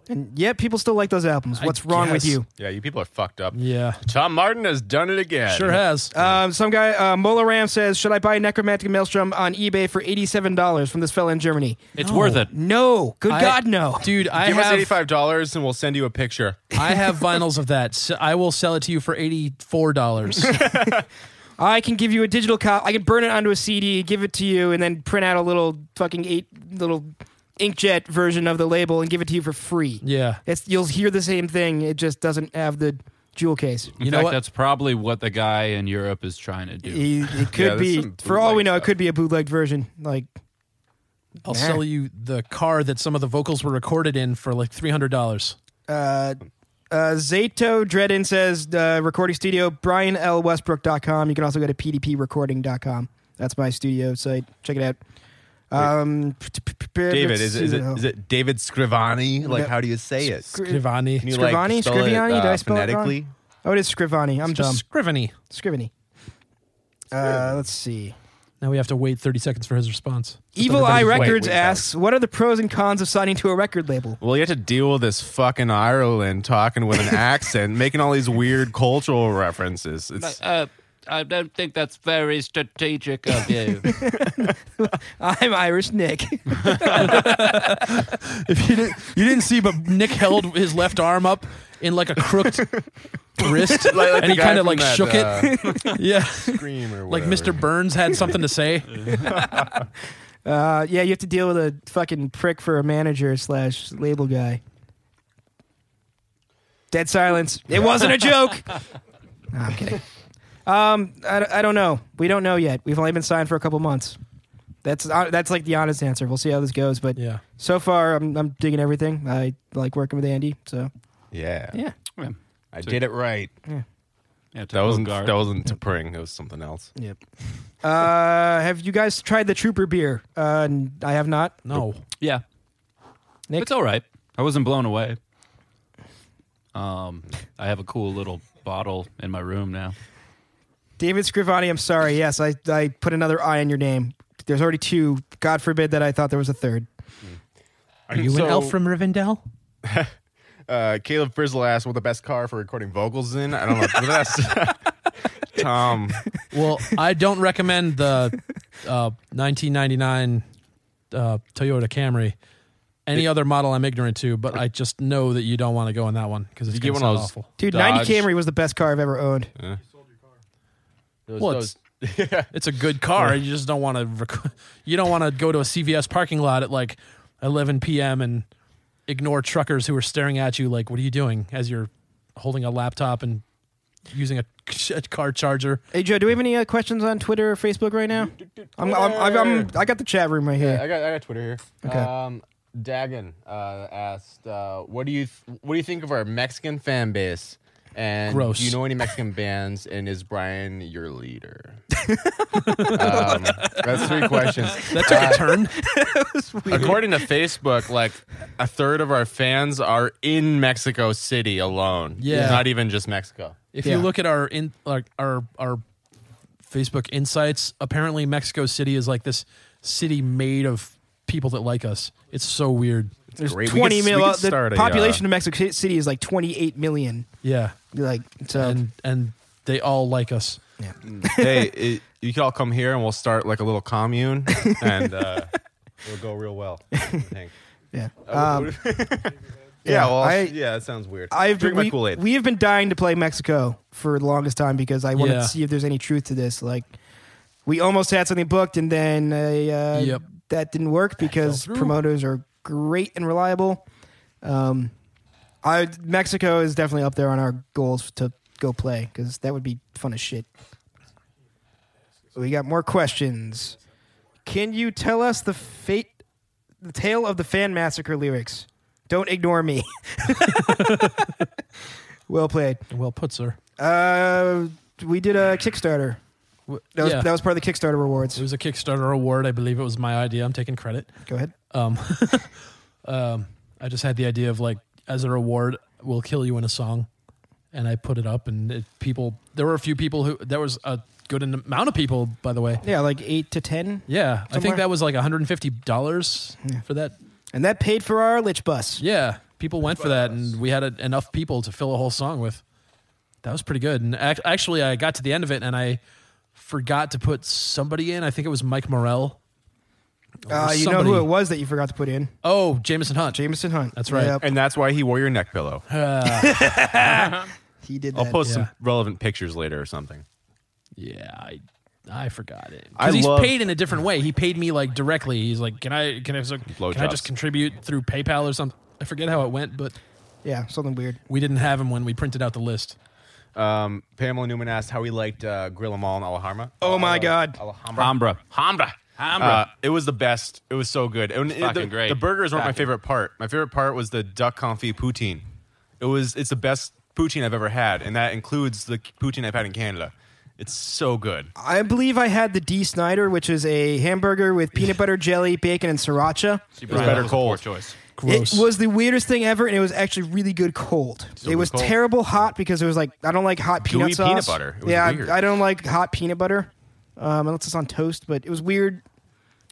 Speaker 5: And yet people still like those albums.
Speaker 4: I
Speaker 5: What's wrong with
Speaker 4: guess.
Speaker 5: you?
Speaker 6: Yeah, you people are fucked up.
Speaker 4: Yeah,
Speaker 6: Tom Martin has done it again.
Speaker 4: sure has.
Speaker 5: Um, some guy, uh, Mola Ram says, should I buy Necromantic Maelstrom on eBay for eighty-seven dollars from this fella in Germany?
Speaker 2: It's worth it.
Speaker 5: No, good
Speaker 4: I-
Speaker 5: God, no.
Speaker 4: dude. I
Speaker 6: Give us
Speaker 4: have
Speaker 6: eighty-five dollars and we'll send you a picture.
Speaker 4: I have vinyls of that. So I will sell it to you for eighty four dollars.
Speaker 5: I can give you a digital copy. I can burn it onto a CD, give it to you, and then print out a little fucking eight little inkjet version of the label and give it to you for free.
Speaker 4: yeah,
Speaker 5: It's you'll hear the same thing. It just doesn't have the jewel case.
Speaker 2: In
Speaker 4: You know
Speaker 2: fact,
Speaker 4: what?
Speaker 2: that's probably what the guy in Europe is trying to do.
Speaker 5: It, it could
Speaker 6: that's
Speaker 5: be,
Speaker 6: some
Speaker 5: for all we
Speaker 6: bootleg
Speaker 5: know, it
Speaker 6: stuff.
Speaker 5: could be a bootleg version. Like
Speaker 4: I'll
Speaker 5: Nah.
Speaker 4: sell you the car that some of the vocals were recorded in for like three hundred dollars.
Speaker 5: uh, uh, Zato Dredden says, uh, recording studio, brianlwestbrook.com. You can also go to pdprecording.com. That's my studio site. Check it out. Um,
Speaker 6: David, is, it- is it is it David Scrivani? Like,
Speaker 5: No.
Speaker 6: how do you say it? Can
Speaker 4: Scrivani,
Speaker 6: you, like,
Speaker 5: Scrivani?
Speaker 6: spell it,
Speaker 5: Scriviani? Did I
Speaker 6: uh,
Speaker 5: spell it wrong?
Speaker 6: phonetically?
Speaker 5: Oh, it is Scrivani. I'm
Speaker 4: It's just
Speaker 5: dumb.
Speaker 4: Scrivany.
Speaker 5: Scrivany. Uh, let's see.
Speaker 4: Now we have to wait thirty seconds for his response.
Speaker 5: Evil Eye
Speaker 6: everybody's- Wait,
Speaker 5: Records
Speaker 6: wait,
Speaker 5: asks, "What are the pros and cons of signing to a record label?"
Speaker 6: Well, you have to deal with this fucking Ireland talking with an accent, making all these weird cultural references. It's
Speaker 2: Uh, I don't think that's very strategic of you.
Speaker 5: I'm Irish Nick.
Speaker 4: If you didn't, you didn't see, but Nick held his left arm up in like a crooked wrist,
Speaker 6: like the
Speaker 4: uh, and he
Speaker 6: guy
Speaker 4: kind of
Speaker 6: from
Speaker 4: like
Speaker 6: that,
Speaker 4: shook
Speaker 6: uh,
Speaker 4: it. Yeah,
Speaker 6: Scream or
Speaker 4: like
Speaker 6: whatever.
Speaker 4: Mr. Burns had something to say.
Speaker 5: uh, yeah, you have to deal with a fucking prick for a manager slash label guy. Dead silence. It wasn't a joke. No, I'm kidding. Um, I, I don't know. We don't know yet. We've only been signed for a couple months. That's uh, that's like the honest answer. We'll see how this goes. But
Speaker 4: Yeah,
Speaker 5: so far, I'm I'm digging everything. I like working with Andy. So
Speaker 6: Yeah.
Speaker 5: yeah.
Speaker 2: yeah,
Speaker 6: I did it right.
Speaker 2: to
Speaker 6: That wasn't
Speaker 2: Bogart.
Speaker 6: that wasn't to pring. It was something else.
Speaker 5: Yep. Uh, have you guys tried the Trooper beer? Uh, n- I have not.
Speaker 4: no,
Speaker 2: yeah.
Speaker 5: Nick?
Speaker 2: It's all right. I wasn't blown away. Um, I have a cool little bottle in my room now.
Speaker 5: David Scrivani, I'm sorry. Yes, I, I put another I in your name. There's already two. God forbid that I thought there was a third.
Speaker 4: are you an elf from Rivendell?
Speaker 6: Uh, Caleb Frizzle asked, "What the best car for recording vocals in?" I don't know. But that's Tom.
Speaker 4: Well, I don't recommend the uh, 1999 uh, Toyota Camry. Any other model I'm ignorant to, but I just know that you don't want to go in that one because it's
Speaker 6: You get
Speaker 4: going to
Speaker 6: one
Speaker 4: sound
Speaker 6: of those-
Speaker 4: awful.
Speaker 5: Dude,
Speaker 6: Dodge.
Speaker 5: 90 Camry was the best car I've ever owned.
Speaker 4: Well, it's, it's a good car. You just don't want to. Rec- you don't want to go to a CVS parking lot at like 11 p.m. and ignore truckers who are staring at you like, "What are you doing?" As you're holding a laptop and using a, a car charger.
Speaker 5: Hey, Joe, do we have any uh, questions on Twitter or Facebook right now? I'm, I'm, I'm, I'm, I got the chat room right here.
Speaker 6: I got I got Twitter here.
Speaker 5: Okay.
Speaker 6: Um, Dagon uh, asked, uh, "What do you th- what do you think of our Mexican fan base?" And
Speaker 4: Gross.
Speaker 6: do you know any Mexican bands? And is Brian your leader? um, that's three questions.
Speaker 4: That
Speaker 6: Uh,
Speaker 4: took a turn.
Speaker 6: According to Facebook, like a third of our fans are in Mexico City alone.
Speaker 4: Yeah.
Speaker 6: not even just Mexico.
Speaker 4: If
Speaker 5: Yeah.
Speaker 4: you look at our in like our our Facebook insights, apparently Mexico City is like this city made of people that like us. It's so weird.
Speaker 5: There's
Speaker 6: great. We
Speaker 5: 20
Speaker 6: could- we
Speaker 5: million.
Speaker 6: could
Speaker 5: The
Speaker 6: start a,
Speaker 5: population of Mexico City is like 28 million.
Speaker 4: Yeah.
Speaker 5: Like, so.
Speaker 4: And and they all like us.
Speaker 6: hey, it, you could all come here and we'll start like a little commune, and uh, it'll go real well. I think.
Speaker 5: yeah. Um,
Speaker 6: Oh, Yeah, well,
Speaker 5: I-
Speaker 6: yeah, that sounds weird.
Speaker 5: I've
Speaker 6: drink
Speaker 5: we,
Speaker 6: my Kool Aid.
Speaker 5: We have been dying to play Mexico for the longest time because I wanted
Speaker 4: Yeah.
Speaker 5: to see if there's any truth to this. Like, we almost had something booked, and then uh, uh,
Speaker 4: Yep.
Speaker 5: that didn't work because
Speaker 4: through.
Speaker 5: promoters are great and reliable. Um, I Mexico is definitely up there on our goals to go play because that would be fun as shit. We got more questions. Can you tell us the fate, the tale of the fan massacre lyrics? Don't ignore me. well played.
Speaker 4: Well put, sir.
Speaker 5: Uh, we did a Kickstarter.
Speaker 4: W-
Speaker 5: That was,
Speaker 4: yeah.
Speaker 5: that was part of the Kickstarter
Speaker 4: it
Speaker 5: rewards.
Speaker 4: was a Kickstarter award. I believe it was my idea. I'm taking credit.
Speaker 5: Go ahead.
Speaker 4: Um, um, I just had the idea of like, as a reward, we'll kill you in a song, and I put it up, and it, people. There were a few people who. There was a good en- amount of people, by the way.
Speaker 5: Yeah, like eight to ten,
Speaker 4: Yeah, I
Speaker 5: Somewhere.
Speaker 4: think that was like 150 dollars
Speaker 5: Yeah.
Speaker 4: for that.
Speaker 5: and that paid for our lich bus.
Speaker 4: Yeah, people went for that, and we had a, enough people to fill a whole song with. That was pretty good. And ac- actually, I got to the end of it, and I forgot to put somebody in. I think it was Mike Morrell.
Speaker 5: Uh, you know
Speaker 4: Somebody-
Speaker 5: who it was that you forgot to put in?
Speaker 4: Oh, Jameson Hunt.
Speaker 5: Jameson Hunt.
Speaker 4: That's right.
Speaker 5: Yep,
Speaker 6: And that's why he wore your neck pillow.
Speaker 5: he did.
Speaker 6: I'll
Speaker 5: that.
Speaker 6: post
Speaker 4: yeah.
Speaker 6: some relevant pictures later or something.
Speaker 4: Yeah, I, I forgot it.
Speaker 6: I
Speaker 4: Because he's
Speaker 6: love-
Speaker 4: paid in a different way. He paid me like directly. He's like, can I can I, so, can I
Speaker 6: Blowjobs.
Speaker 4: just contribute through PayPal or something? I forget how it went, but
Speaker 5: Yeah, something weird.
Speaker 4: we didn't have him when we printed out the list.
Speaker 6: Um, Pamela Newman asked how he liked uh, Grill 'em All in Alhambra.
Speaker 5: Oh my
Speaker 6: Uh,
Speaker 5: God.
Speaker 6: Alhambra.
Speaker 2: Hambra.
Speaker 6: Hambra.
Speaker 2: Hambra.
Speaker 6: Uh, it was the best. It was so good. And it-
Speaker 2: fucking
Speaker 6: the,
Speaker 2: great.
Speaker 6: the burgers weren't my
Speaker 2: Fucking-
Speaker 6: favorite part. My favorite part was the duck confit poutine. It was it's the best poutine I've ever had, and that includes the poutine I've had in Canada. It's so good.
Speaker 5: I believe I had the D Snyder, which is a hamburger with peanut butter jelly, bacon, and sriracha.
Speaker 2: She
Speaker 6: was better cold.
Speaker 2: choice.
Speaker 4: Gross.
Speaker 5: It was the weirdest thing ever, and it was actually really good cold. it was
Speaker 6: cold.
Speaker 5: terrible hot because it was like I don't like hot peanut
Speaker 6: Gooey
Speaker 5: sauce.
Speaker 6: peanut butter. It was
Speaker 5: yeah, I-
Speaker 6: weird.
Speaker 5: I, don't like hot peanut butter um, unless it's on toast. But it was weird.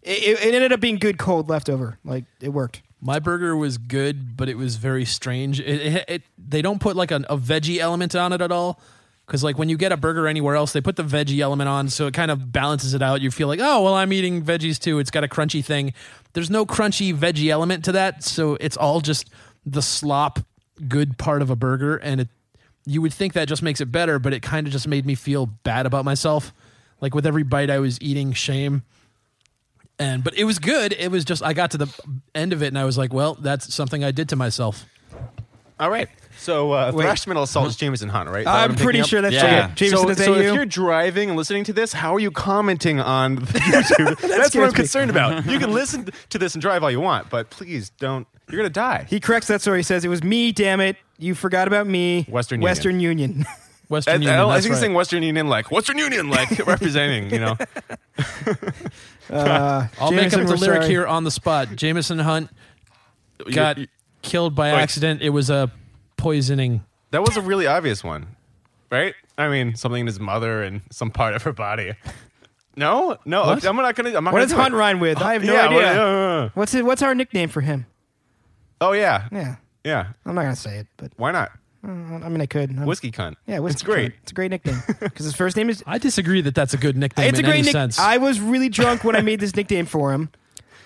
Speaker 5: It, it, it ended up being good cold leftover. Like it worked.
Speaker 4: My burger was good, but it was very strange. It, it, it they don't put like an, a veggie element on it at all. Because like when you get a burger anywhere else, they put the veggie element on, so it kind of balances it out. You feel like, oh well, I'm eating veggies too. It's got a crunchy thing. There's no crunchy veggie element to that, so it's all just the slop good part of a burger, and it. You would think that just makes it better, but it kind of just made me feel bad about myself. Like with every bite, I was eating shame and but it was good. It was just I got to the end of it and I was like, well, that's something I did to myself.
Speaker 6: All right. So uh,
Speaker 5: Wait.
Speaker 6: thrash metal assault is Jameson Hunt, right? Is that what
Speaker 5: I'm
Speaker 6: picking
Speaker 5: pretty
Speaker 6: up?
Speaker 5: sure that's
Speaker 2: Yeah.
Speaker 5: Jameson. Jameson
Speaker 6: so,
Speaker 5: is that
Speaker 6: so
Speaker 5: you?
Speaker 6: if you're driving and listening to this, how are you commenting on YouTube? That's what
Speaker 5: scares
Speaker 6: I'm
Speaker 5: me.
Speaker 6: concerned about. You can listen to this and drive all you want, but please don't. You're gonna die.
Speaker 5: He corrects that story. He says, It was me, damn it. You forgot about me.
Speaker 6: Western Union.
Speaker 5: Western Union.
Speaker 4: Western
Speaker 6: And,
Speaker 4: Union.
Speaker 6: I, don't- I
Speaker 4: that's
Speaker 6: think he's
Speaker 4: right.
Speaker 6: saying Western Union, like Western Union, like representing. You know,
Speaker 5: uh,
Speaker 4: I'll
Speaker 5: Jameson,
Speaker 4: make up the
Speaker 5: we're
Speaker 4: lyric
Speaker 5: sorry.
Speaker 4: here on the spot. Jameson Hunt got
Speaker 6: You- Oh, you-
Speaker 4: killed by
Speaker 6: Wait.
Speaker 4: accident. It was a poisoning.
Speaker 6: that was a really obvious one, right? I mean, something in his mother and some part of her body. No, no,
Speaker 4: What?
Speaker 6: I'm not gonna. I'm not
Speaker 5: What
Speaker 6: gonna
Speaker 5: does
Speaker 6: do it.
Speaker 5: Hunt rhyme with? I have no
Speaker 6: Yeah,
Speaker 5: idea.
Speaker 6: what- uh, uh, uh.
Speaker 5: What's it, What's our nickname for him?
Speaker 6: oh yeah,
Speaker 5: Yeah.
Speaker 6: yeah.
Speaker 5: I'm not going to say it, but
Speaker 6: Why not?
Speaker 5: I mean, I could. I'm-
Speaker 6: Whiskey cunt.
Speaker 5: Yeah, whiskey.
Speaker 6: It's great.
Speaker 5: Cunt. It's a great nickname. Because his first name is.
Speaker 4: I disagree that that's a good nickname
Speaker 5: it's a
Speaker 4: in
Speaker 5: great
Speaker 4: any
Speaker 5: nickname.
Speaker 4: sense.
Speaker 5: I was really drunk when I made this nickname for him.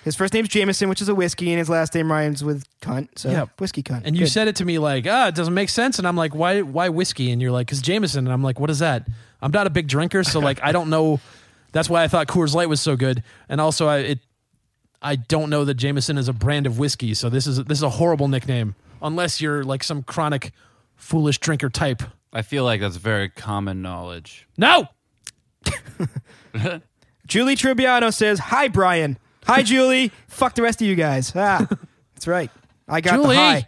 Speaker 5: His first name's Jameson, which is a whiskey, and his last name rhymes with cunt. So,
Speaker 4: Yeah.
Speaker 5: whiskey cunt.
Speaker 4: and you
Speaker 5: Good.
Speaker 4: said it to me like, ah, it doesn't make sense. And I'm like, why, why whiskey? And you're like, because Jameson. And I'm like, what is that? I'm not a big drinker, so like, I don't know. That's why I thought Coors Light was so good. And also, I it, I don't know that Jameson is a brand of whiskey, so this is this is a horrible nickname unless you're like some chronic foolish drinker type.
Speaker 2: I feel like that's very common knowledge.
Speaker 4: No,
Speaker 5: Julie Trubiano says, Hi, Brian. Hi, Julie. Fuck the rest of you guys. Ah, that's right. I got
Speaker 4: Julie. Oh. Mm.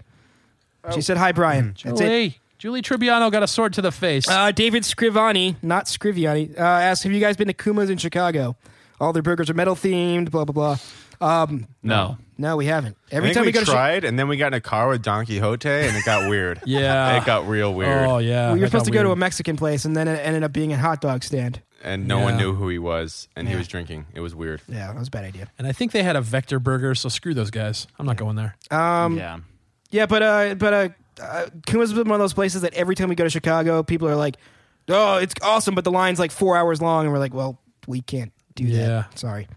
Speaker 5: the hi. She said, Hi, Brian. That's it.
Speaker 4: Julie, Julie Tribbiano got a sword to the face.
Speaker 5: Uh, David Scrivani, not Scriviani, uh, asks, Have you guys been to Kuma's in Chicago? All their burgers are metal themed, blah, blah, blah. Um,
Speaker 2: No.
Speaker 5: no, we haven't.
Speaker 6: I
Speaker 5: Every
Speaker 6: think
Speaker 5: time we,
Speaker 6: we
Speaker 5: go to Chi-
Speaker 6: tried, and then we got in a car with Don Quixote, and it got weird.
Speaker 4: Yeah.
Speaker 6: it got real weird,
Speaker 4: oh yeah,
Speaker 5: we were
Speaker 4: that got
Speaker 5: supposed to go to a
Speaker 4: weird.
Speaker 5: Mexican place, and then it ended up being a hot dog stand.
Speaker 6: and no one
Speaker 4: Yeah.
Speaker 6: knew who he was, and he was drinking. It was weird.
Speaker 5: Yeah, that was a bad idea.
Speaker 4: and I think they had a Vector Burger, so screw those guys. I'm not going there.
Speaker 5: Um, yeah.
Speaker 2: yeah.
Speaker 5: but uh, but uh, uh, Kuma's been one of those places that every time we go to Chicago, people are like, "Oh, it's awesome," but the line's like four hours long, and we're like, "Well, we can't do
Speaker 4: Yeah.
Speaker 5: that." Sorry.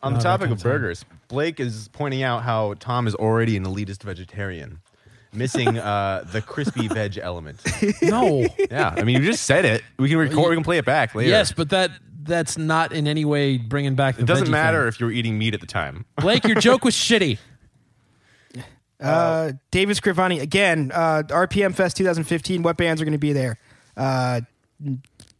Speaker 6: On
Speaker 4: No,
Speaker 6: the
Speaker 4: Oh, that
Speaker 6: topic
Speaker 4: comes
Speaker 6: of
Speaker 4: in.
Speaker 6: burgers, Blake is pointing out how Tom is already an elitist vegetarian, missing uh, the crispy veg element.
Speaker 4: No.
Speaker 6: Yeah, I mean, you just said it. We can record. We can play it back later.
Speaker 4: Yes, but that that's not in any way bringing back the.
Speaker 6: it doesn't
Speaker 4: veggie
Speaker 6: matter
Speaker 4: thing.
Speaker 6: if you were eating meat at the time.
Speaker 4: Blake. Your joke was shitty.
Speaker 5: Uh, David Scrivani again. Uh, RPM Fest 2015. What bands are going to be there? Uh,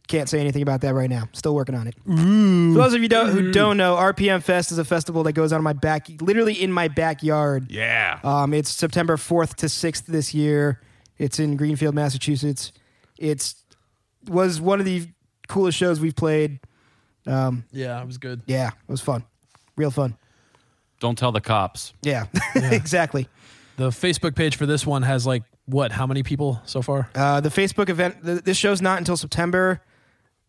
Speaker 5: Can't say anything about that right now. Still working on it. For those of you don't, who don't know, RPM Fest is a festival that goes on in my back, literally in my backyard.
Speaker 6: Yeah.
Speaker 5: Um, it's September 4th to 6th this year. It's in Greenfield, Massachusetts. It's was one of the coolest shows we've played. Um,
Speaker 4: Yeah, it was good.
Speaker 5: yeah, it was fun. Real fun.
Speaker 2: Don't tell the cops.
Speaker 5: Yeah, exactly.
Speaker 4: The Facebook page for this one has like what? How many people so far?
Speaker 5: Uh, the Facebook event, th- this show's not until September.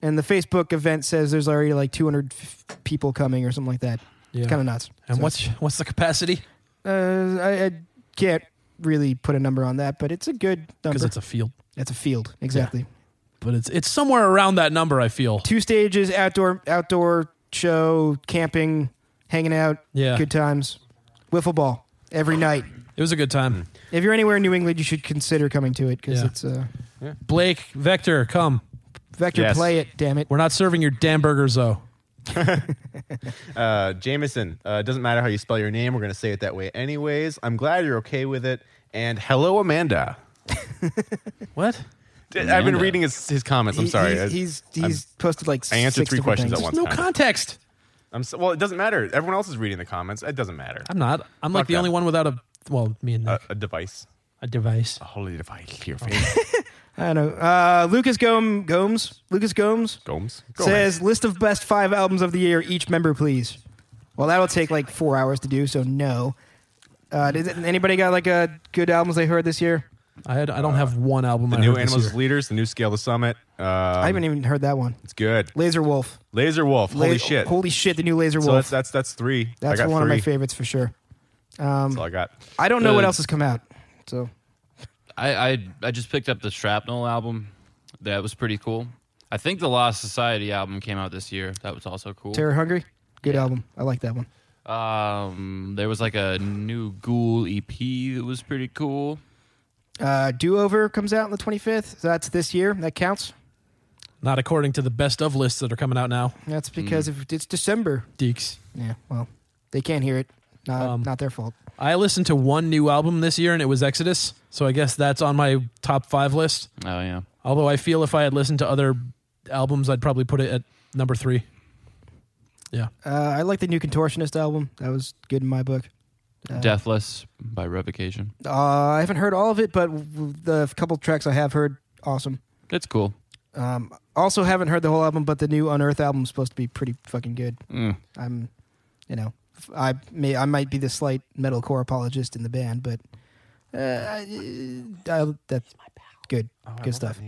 Speaker 5: And the Facebook event says there's already like 200 f- people coming or something like that.
Speaker 4: Yeah.
Speaker 5: It's kind of nuts.
Speaker 4: and
Speaker 5: So,
Speaker 4: what's what's the capacity?
Speaker 5: Uh, I, I can't really put a number on that, but it's a good
Speaker 4: Because
Speaker 5: number.
Speaker 4: it's a field,
Speaker 5: That's a field, exactly.
Speaker 4: but it's it's somewhere around that number. I feel.
Speaker 5: two stages outdoor outdoor show camping hanging out
Speaker 4: Yeah.
Speaker 5: good times wiffle ball every night
Speaker 4: It was a good
Speaker 6: Hmm.
Speaker 4: time.
Speaker 5: if you're anywhere in new england you should consider coming to it because
Speaker 4: Yeah.
Speaker 5: it's uh,
Speaker 4: Blake Vector, come.
Speaker 5: vector
Speaker 6: Yes.
Speaker 5: play it damn it
Speaker 4: We're not serving your damn burgers though.
Speaker 6: Uh, Jameson, uh, it doesn't matter how you spell your name. We're going to say it that way anyways. I'm glad you're okay with it. And hello, Amanda.
Speaker 4: What?
Speaker 6: D- I've been
Speaker 2: Amanda.
Speaker 6: reading his, his comments. I'm
Speaker 5: He-
Speaker 6: sorry.
Speaker 5: he's
Speaker 6: I-
Speaker 5: he's,
Speaker 6: I'm-
Speaker 5: he's posted like
Speaker 6: I answered
Speaker 5: six
Speaker 6: three
Speaker 5: different
Speaker 6: questions
Speaker 5: things.
Speaker 6: at once.
Speaker 4: No
Speaker 6: time.
Speaker 4: context.
Speaker 6: I'm so, well, it doesn't matter. Everyone else is reading the comments. It doesn't matter.
Speaker 4: I'm not. I'm like
Speaker 6: Fuck
Speaker 4: the
Speaker 6: that. Uh,
Speaker 4: only one without a well, me and
Speaker 6: A,
Speaker 4: Nick,
Speaker 6: a device.
Speaker 4: a device.
Speaker 6: A holy device. Your
Speaker 5: Oh.
Speaker 6: face.
Speaker 5: i know uh, lucas Gom- gomes lucas gomes
Speaker 6: Gomes.
Speaker 5: says list of best five albums of the year each member please well that'll take like four hours to do so no uh, does anybody got like a good albums they heard this year
Speaker 4: I had. I don't have one album.
Speaker 6: uh, The
Speaker 4: I
Speaker 6: new
Speaker 4: heard this
Speaker 6: Animals
Speaker 4: year.
Speaker 6: Leaders, the new Scale to Summit. Um,
Speaker 5: i haven't even heard that one
Speaker 6: it's good.
Speaker 5: laser wolf
Speaker 6: Laser Wolf. Holy
Speaker 5: La-
Speaker 6: shit.
Speaker 5: Holy shit! The new Laser
Speaker 6: so
Speaker 5: Wolf.
Speaker 6: that's, that's, that's three. I
Speaker 5: that's
Speaker 6: got
Speaker 5: one of my
Speaker 6: three.
Speaker 5: favorites for sure. Um,
Speaker 6: That's all I got.
Speaker 5: I don't know what
Speaker 2: Uh,
Speaker 5: else has come out. So
Speaker 2: I, I I just picked up the Shrapnel album. That was pretty cool. I think the Lost Society album came out this year. That was also cool.
Speaker 5: Terror Hungry, good album. I like that one.
Speaker 2: Um, there was like a new Ghoul EP that was pretty cool.
Speaker 5: Uh, Do Over comes out on the 25th. So that's this year. That counts.
Speaker 4: Not according to the best of lists that are coming out now.
Speaker 5: That's because
Speaker 6: Mm.
Speaker 5: if it's December.
Speaker 4: Deeks.
Speaker 5: Yeah. Well, they can't hear it. Not
Speaker 4: Um,
Speaker 5: not their fault.
Speaker 4: I listened to one new album this year, and it was Exodus. So I guess that's on my top five list.
Speaker 2: Oh yeah.
Speaker 4: Although I feel if I had listened to other albums, I'd probably put it at number three. Yeah,
Speaker 5: Uh, I like the new Contortionist album. That was good in my book.
Speaker 2: Deathless by Revocation.
Speaker 5: Uh, I haven't heard all of it, but w- the couple tracks I have heard, awesome.
Speaker 2: It's cool.
Speaker 5: Um, also haven't heard the whole album, but the new Unearth album is supposed to be pretty fucking good.
Speaker 2: Mm.
Speaker 5: I'm, you know, f- I may I might be the slight metalcore apologist in the band, but uh, I, I, that's good, good stuff.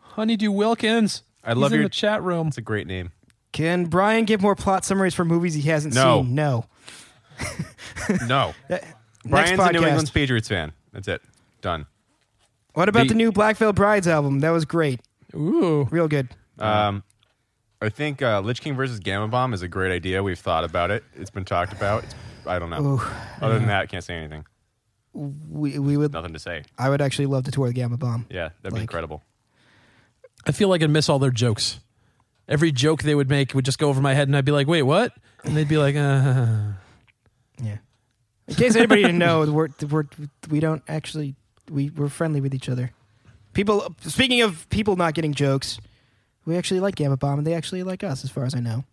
Speaker 4: Honeydew Wilkins.
Speaker 6: I love
Speaker 4: He's in
Speaker 6: your-
Speaker 4: the chat room.
Speaker 6: It's a great name.
Speaker 5: Can Brian give more plot summaries for movies he hasn't
Speaker 6: No.
Speaker 5: seen? No.
Speaker 6: No.
Speaker 5: Next
Speaker 6: Brian's a New
Speaker 5: podcast.
Speaker 6: England Patriots fan. That's it. Done.
Speaker 5: What about
Speaker 2: The-
Speaker 5: the new Black Veil Brides album? That was great,
Speaker 4: Ooh,
Speaker 5: real good. Uh-huh.
Speaker 6: Um, I think uh, Lich King versus Gamma Bomb is a great idea. We've thought about it. It's been talked about. It's, I don't know. Other than that, I can't say anything.
Speaker 5: We we would.
Speaker 6: Nothing to say.
Speaker 5: I would actually love to tour the Gamma Bomb.
Speaker 6: Yeah, that'd be
Speaker 5: Like-
Speaker 6: incredible.
Speaker 4: I feel like I'd miss all their jokes. Every joke they would make would just go over my head, and I'd be like, "Wait, what?" And they'd be like, uh,
Speaker 5: Yeah. In case anybody didn't know, we're, we're, we don't actually we we're friendly with each other. People. Speaking of people not getting jokes, we actually like Gamma Bomb, and they actually like us, as far as I know.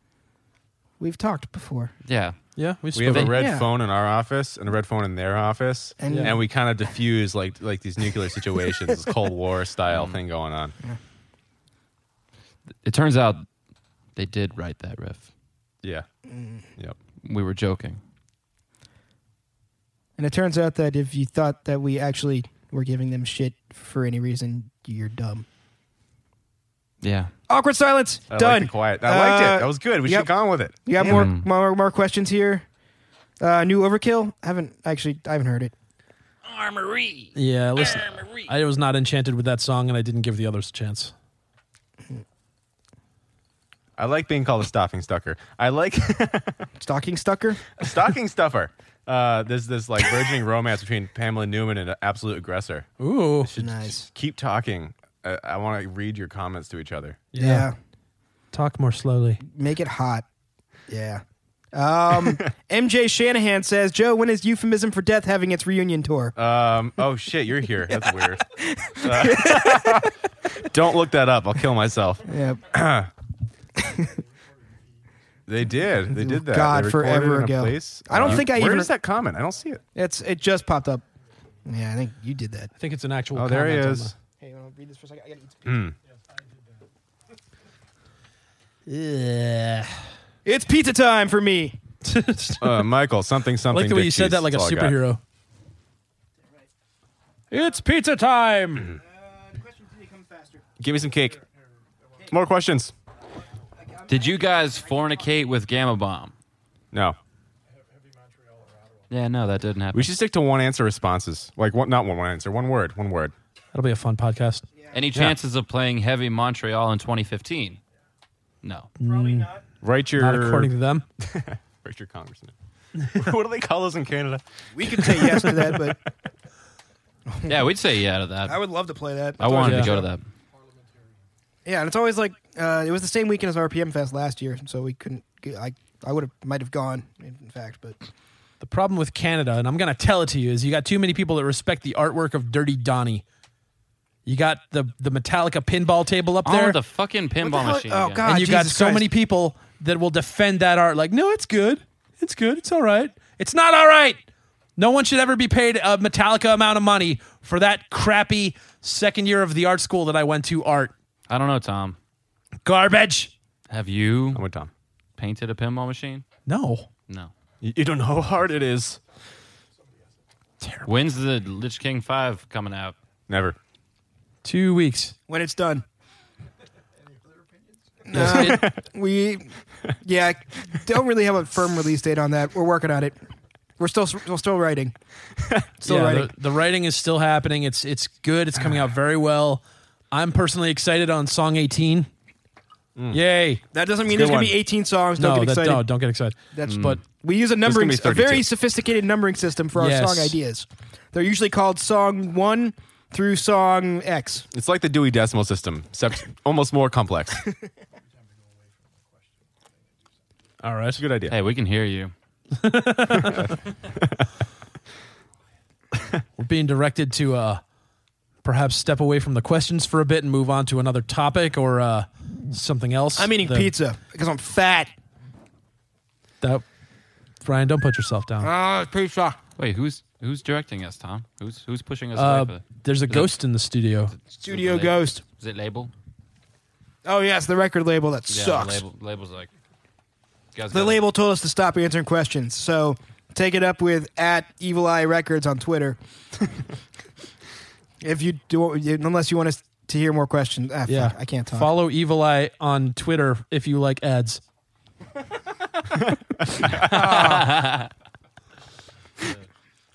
Speaker 5: We've talked before.
Speaker 2: Yeah.
Speaker 4: "Yeah, we,
Speaker 6: We have a
Speaker 2: They-
Speaker 6: red
Speaker 5: yeah.
Speaker 6: phone in our office and a red phone in their office,
Speaker 5: And-
Speaker 6: and, we kind of diffuse like like these nuclear situations, this Cold War style thing going on.
Speaker 2: It turns out they did write that riff.
Speaker 6: Yeah,
Speaker 5: Mm.
Speaker 6: yep.
Speaker 2: We were joking.
Speaker 5: And it turns out that if you thought that we actually were giving them shit for any reason, you're dumb.
Speaker 2: Yeah.
Speaker 5: Awkward silence.
Speaker 6: I
Speaker 5: Done.
Speaker 6: Like the quiet. I liked
Speaker 5: Uh,
Speaker 6: it. That was good. We
Speaker 5: yep.
Speaker 6: should have gone with it.
Speaker 5: You got more, more more questions here. Uh, new Overkill. I haven't actually. I haven't heard it.
Speaker 4: yeah." Listen, I was not enchanted with that song, and I didn't give the others a chance.
Speaker 6: I like being called a stocking stucker. I like
Speaker 5: Stocking Stucker.
Speaker 6: stocking stuffer. Uh, there's this like burgeoning romance between Pamela Newman and an absolute aggressor.
Speaker 4: Ooh,
Speaker 5: Nice.
Speaker 6: Keep talking. I, I want to read your comments to each other.
Speaker 5: yeah.
Speaker 4: Talk more slowly.
Speaker 5: Make it hot. Yeah. Um, MJ Shanahan says, Joe, when is Euphemism for Death having its reunion tour?
Speaker 6: Um, oh shit, you're here. That's weird. Uh, don't look that up. I'll kill myself.
Speaker 5: yeah.
Speaker 6: They did. They did that.
Speaker 5: God,
Speaker 6: They
Speaker 5: forever
Speaker 6: recorded in a
Speaker 5: ago.
Speaker 6: place.
Speaker 5: I don't
Speaker 6: Uh,
Speaker 5: think I
Speaker 6: where
Speaker 5: even-
Speaker 6: is that comment? I don't see it.
Speaker 5: It's It just popped up. Yeah, I think you did that.
Speaker 4: I think it's an actual.
Speaker 6: Oh, there he
Speaker 4: comment on
Speaker 6: is.
Speaker 5: Hey, you want to read this for a second? I gotta eat some
Speaker 4: the-
Speaker 5: It's pizza time for me.
Speaker 6: Uh, Michael, something
Speaker 4: I
Speaker 6: something.
Speaker 4: like the way you
Speaker 6: Dixie's.
Speaker 4: said that like a
Speaker 6: That's all I got.
Speaker 4: superhero.
Speaker 1: It's pizza time.
Speaker 6: Give me some cake. More questions?
Speaker 2: Did you guys fornicate with Gamma Bomb?
Speaker 6: No.
Speaker 2: Yeah, no, that didn't happen.
Speaker 6: We should stick to one answer responses. Like one, not one, one answer. One word. One word.
Speaker 4: That'll be a fun podcast.
Speaker 2: Any chances of playing Heavy Montreal in 2015? No.
Speaker 6: Write your.
Speaker 4: Not according to them.
Speaker 6: write your congressman. what do they call those in Canada?
Speaker 5: We could say yes to that, but
Speaker 2: Yeah, we'd say yeah to that.
Speaker 5: I
Speaker 2: I,
Speaker 5: would love to play that.
Speaker 2: wanted
Speaker 4: Yeah.
Speaker 2: to go to that.
Speaker 5: Yeah, and it's always like uh, it was the same weekend as RPM Fest last year, so we couldn't. Get, I I would have might have gone in in fact, but
Speaker 4: The problem with Canada, and I'm going to tell it to you, is you got too many people that respect the artwork of Dirty Donnie. You got the the Metallica pinball table up there,
Speaker 2: Oh, the fucking pinball
Speaker 5: hell-
Speaker 2: machine.
Speaker 5: oh,
Speaker 2: again.
Speaker 5: God.
Speaker 4: and you got
Speaker 5: Jesus
Speaker 4: so
Speaker 5: Christ.
Speaker 4: many people that will defend that art. Like, no, it's good, it's good, it's all right. It's not all right. No one should ever be paid a Metallica amount of money for that crappy second year of the art school that I went to. Art
Speaker 2: I don't know, Tom.
Speaker 4: garbage.
Speaker 2: Have you
Speaker 6: I'm with Tom.
Speaker 2: painted a pinball machine?
Speaker 4: No,
Speaker 2: No.
Speaker 6: You don't know how hard it is.
Speaker 2: When's the Lich King 5 coming out?
Speaker 6: Never.
Speaker 4: two weeks.
Speaker 5: when it's done. No, we, yeah, don't really have a firm release date on that. We're working on it. We're still we're still writing. Still
Speaker 4: yeah,
Speaker 5: writing.
Speaker 4: The, the writing is still happening. It's it's good. It's coming out very well. I'm personally excited on song 18. Yay!
Speaker 5: That doesn't mean
Speaker 6: a
Speaker 5: there's
Speaker 6: good
Speaker 5: gonna
Speaker 6: one.
Speaker 5: be 18 songs. Mm. Don't
Speaker 4: No,
Speaker 5: get
Speaker 4: that-
Speaker 5: excited. Mm.
Speaker 4: no, don't get excited.
Speaker 5: That's
Speaker 4: But
Speaker 5: We use a numbering,
Speaker 6: gonna be
Speaker 5: a very
Speaker 6: 32.
Speaker 5: sophisticated numbering system for our
Speaker 4: Yes.
Speaker 5: song ideas. They're usually called song one through song X.
Speaker 6: It's like the Dewey Decimal System, except almost more complex. It's
Speaker 4: all right,
Speaker 6: a good idea.
Speaker 2: Hey, we can hear you.
Speaker 4: we're being directed to uh, perhaps step away from the questions for a bit and move on to another topic or uh, something else.
Speaker 5: I'm eating
Speaker 4: The-
Speaker 5: pizza because I'm fat.
Speaker 4: That, Brian, don't put yourself down.
Speaker 5: Oh, pizza.
Speaker 2: Wait, who's who's directing us, Tom? Who's who's pushing us
Speaker 4: Uh,
Speaker 2: away? for-
Speaker 4: there's a ghost in the studio.
Speaker 5: Studio
Speaker 2: Is it
Speaker 5: Ghost.
Speaker 2: Is it label?
Speaker 5: Oh yes, the record label that
Speaker 2: Yeah,
Speaker 5: sucks.
Speaker 2: Label, label's like. you guys
Speaker 5: The
Speaker 2: got it.
Speaker 5: label told us to stop answering questions, so take it up with at Evil Eye Records on Twitter. if you do, unless you want us to hear more questions, ah, fuck,
Speaker 4: Yeah,
Speaker 5: I can't talk.
Speaker 4: Follow Evil Eye on Twitter if you like ads.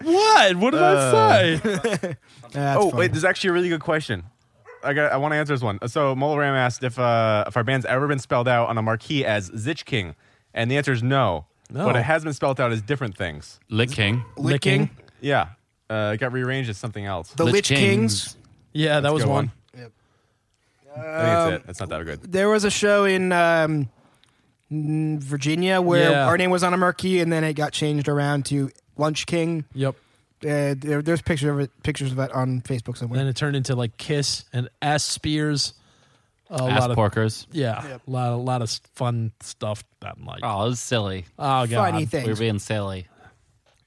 Speaker 4: what? What did
Speaker 6: Uh,
Speaker 4: I say?
Speaker 5: Ah, it's
Speaker 6: oh,
Speaker 5: fine.
Speaker 6: wait, this is actually a really good question. I got. I want to answer this one. So Molaram asked if uh, if our band's ever been spelled out on a marquee as Zitch King, and the answer is no.
Speaker 4: No.
Speaker 6: But it has been spelled out as different things.
Speaker 2: Lich King.
Speaker 5: licking.
Speaker 4: Licking.
Speaker 6: Yeah, uh, it got rearranged as something else.
Speaker 5: the
Speaker 2: Lich
Speaker 5: Lich Kings.
Speaker 2: Kings.
Speaker 4: Yeah, that was
Speaker 6: Good
Speaker 4: one.
Speaker 6: I think that's it. That's not that good.
Speaker 5: There was a show in um, mm, Virginia where
Speaker 4: Yeah.
Speaker 5: our name was on a marquee, and then it got changed around to Lunch King.
Speaker 4: Yep.
Speaker 5: Uh, there, there's pictures of it, pictures of it on Facebook somewhere.
Speaker 4: Then it turned into like Kiss and Ass Spears. A
Speaker 2: Ass
Speaker 4: lot of
Speaker 2: porkers.
Speaker 4: yeah, a lot, a lot of fun stuff. That I'm like, oh,
Speaker 2: Oh, it was silly.
Speaker 4: god,
Speaker 5: Funny
Speaker 2: We were
Speaker 5: things.
Speaker 2: being silly.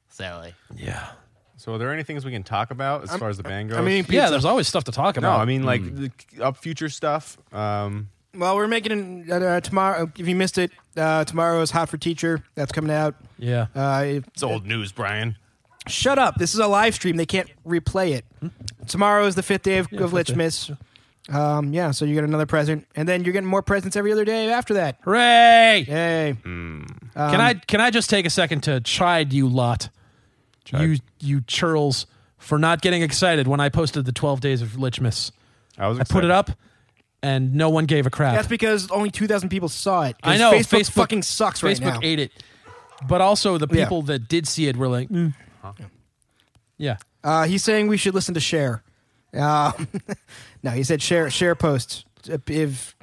Speaker 2: Silly.
Speaker 4: yeah,
Speaker 6: So, are there any things we can talk about as far as the band goes?
Speaker 5: I mean,
Speaker 4: yeah. There's always stuff to talk
Speaker 6: no. Hmm.
Speaker 4: about.
Speaker 6: I mean, like the up future stuff. Um,
Speaker 5: well, we're making an, uh, uh, tomorrow. If you missed it, uh, tomorrow is Hot for Teacher. That's coming out.
Speaker 4: yeah,
Speaker 5: Uh, if-
Speaker 6: it's old news, Brian.
Speaker 5: shut up! This is a live stream. They can't replay it. Tomorrow is the fifth day of, of
Speaker 4: Hmm? fifth
Speaker 5: Lich
Speaker 4: day.
Speaker 5: Miss. Um, yeah, so you get another present, and then you're getting more presents every other day after that.
Speaker 4: hooray!
Speaker 5: Yay!
Speaker 4: can
Speaker 5: Um,
Speaker 4: I can I just take a second to chide you lot, you you churls, for not getting excited when I posted the 12 days of Lichmas.
Speaker 6: I was.
Speaker 4: I put
Speaker 6: excited.
Speaker 4: it up, and no one gave a crap.
Speaker 5: That's because only 2,000 people saw it. 'Cause
Speaker 4: I know
Speaker 5: Facebook, fucking sucks
Speaker 4: Facebook
Speaker 5: right now.
Speaker 4: ate it, but also the
Speaker 5: Yeah.
Speaker 4: people that did see it were like, mm. yeah.
Speaker 5: Uh, he's saying we should listen to Share. Uh, no, he said Share Share posts. If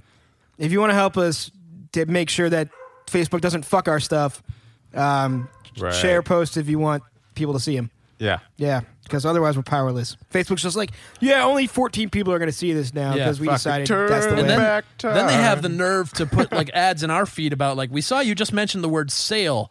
Speaker 5: if you want to help us to make sure that Facebook doesn't fuck our stuff, Um,
Speaker 6: Right.
Speaker 5: Share posts if you want people to see them.
Speaker 6: Yeah.
Speaker 5: Yeah, because otherwise we're powerless. Facebook's just like, yeah, only 14 people are going to see this now
Speaker 4: Yeah,
Speaker 5: because we
Speaker 6: fucking
Speaker 5: decided that's
Speaker 6: turn
Speaker 5: the way.
Speaker 4: And then,
Speaker 6: Back
Speaker 4: then they have
Speaker 6: time.
Speaker 4: the nerve to put like ads in our feed about like we saw you just mentioned the word sale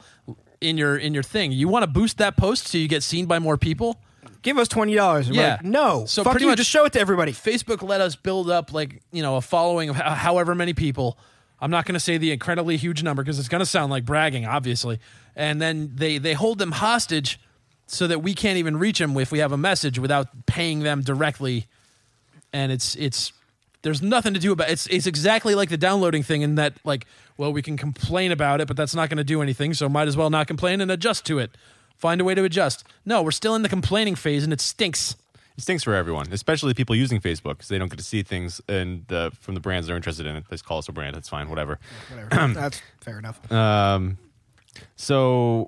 Speaker 4: in your in your thing. You want to boost that post so you get seen by more people?
Speaker 5: Give us twenty dollars.
Speaker 4: Yeah.
Speaker 5: Like, no.
Speaker 4: So
Speaker 5: fuck
Speaker 4: pretty
Speaker 5: you.
Speaker 4: much-
Speaker 5: just show it to everybody.
Speaker 4: Facebook let us build up like, you know, a following of ho- however many people. I'm not going to say the incredibly huge number because it's going to sound like bragging obviously. And then they they hold them hostage so that we can't even reach them if we have a message without paying them directly and it's it's there's nothing to do about it's it's exactly like the downloading thing in that like well we can complain about it but that's not going to do anything so might as well not complain and adjust to it find a way to adjust no we're still in the complaining phase and it stinks
Speaker 6: It stinks for everyone, especially people using Facebook because they don't get to see things and the, from the brands they're interested in. Let's call us a brand. It's fine. Whatever.
Speaker 5: Whatever. that's fair enough.
Speaker 6: Um, so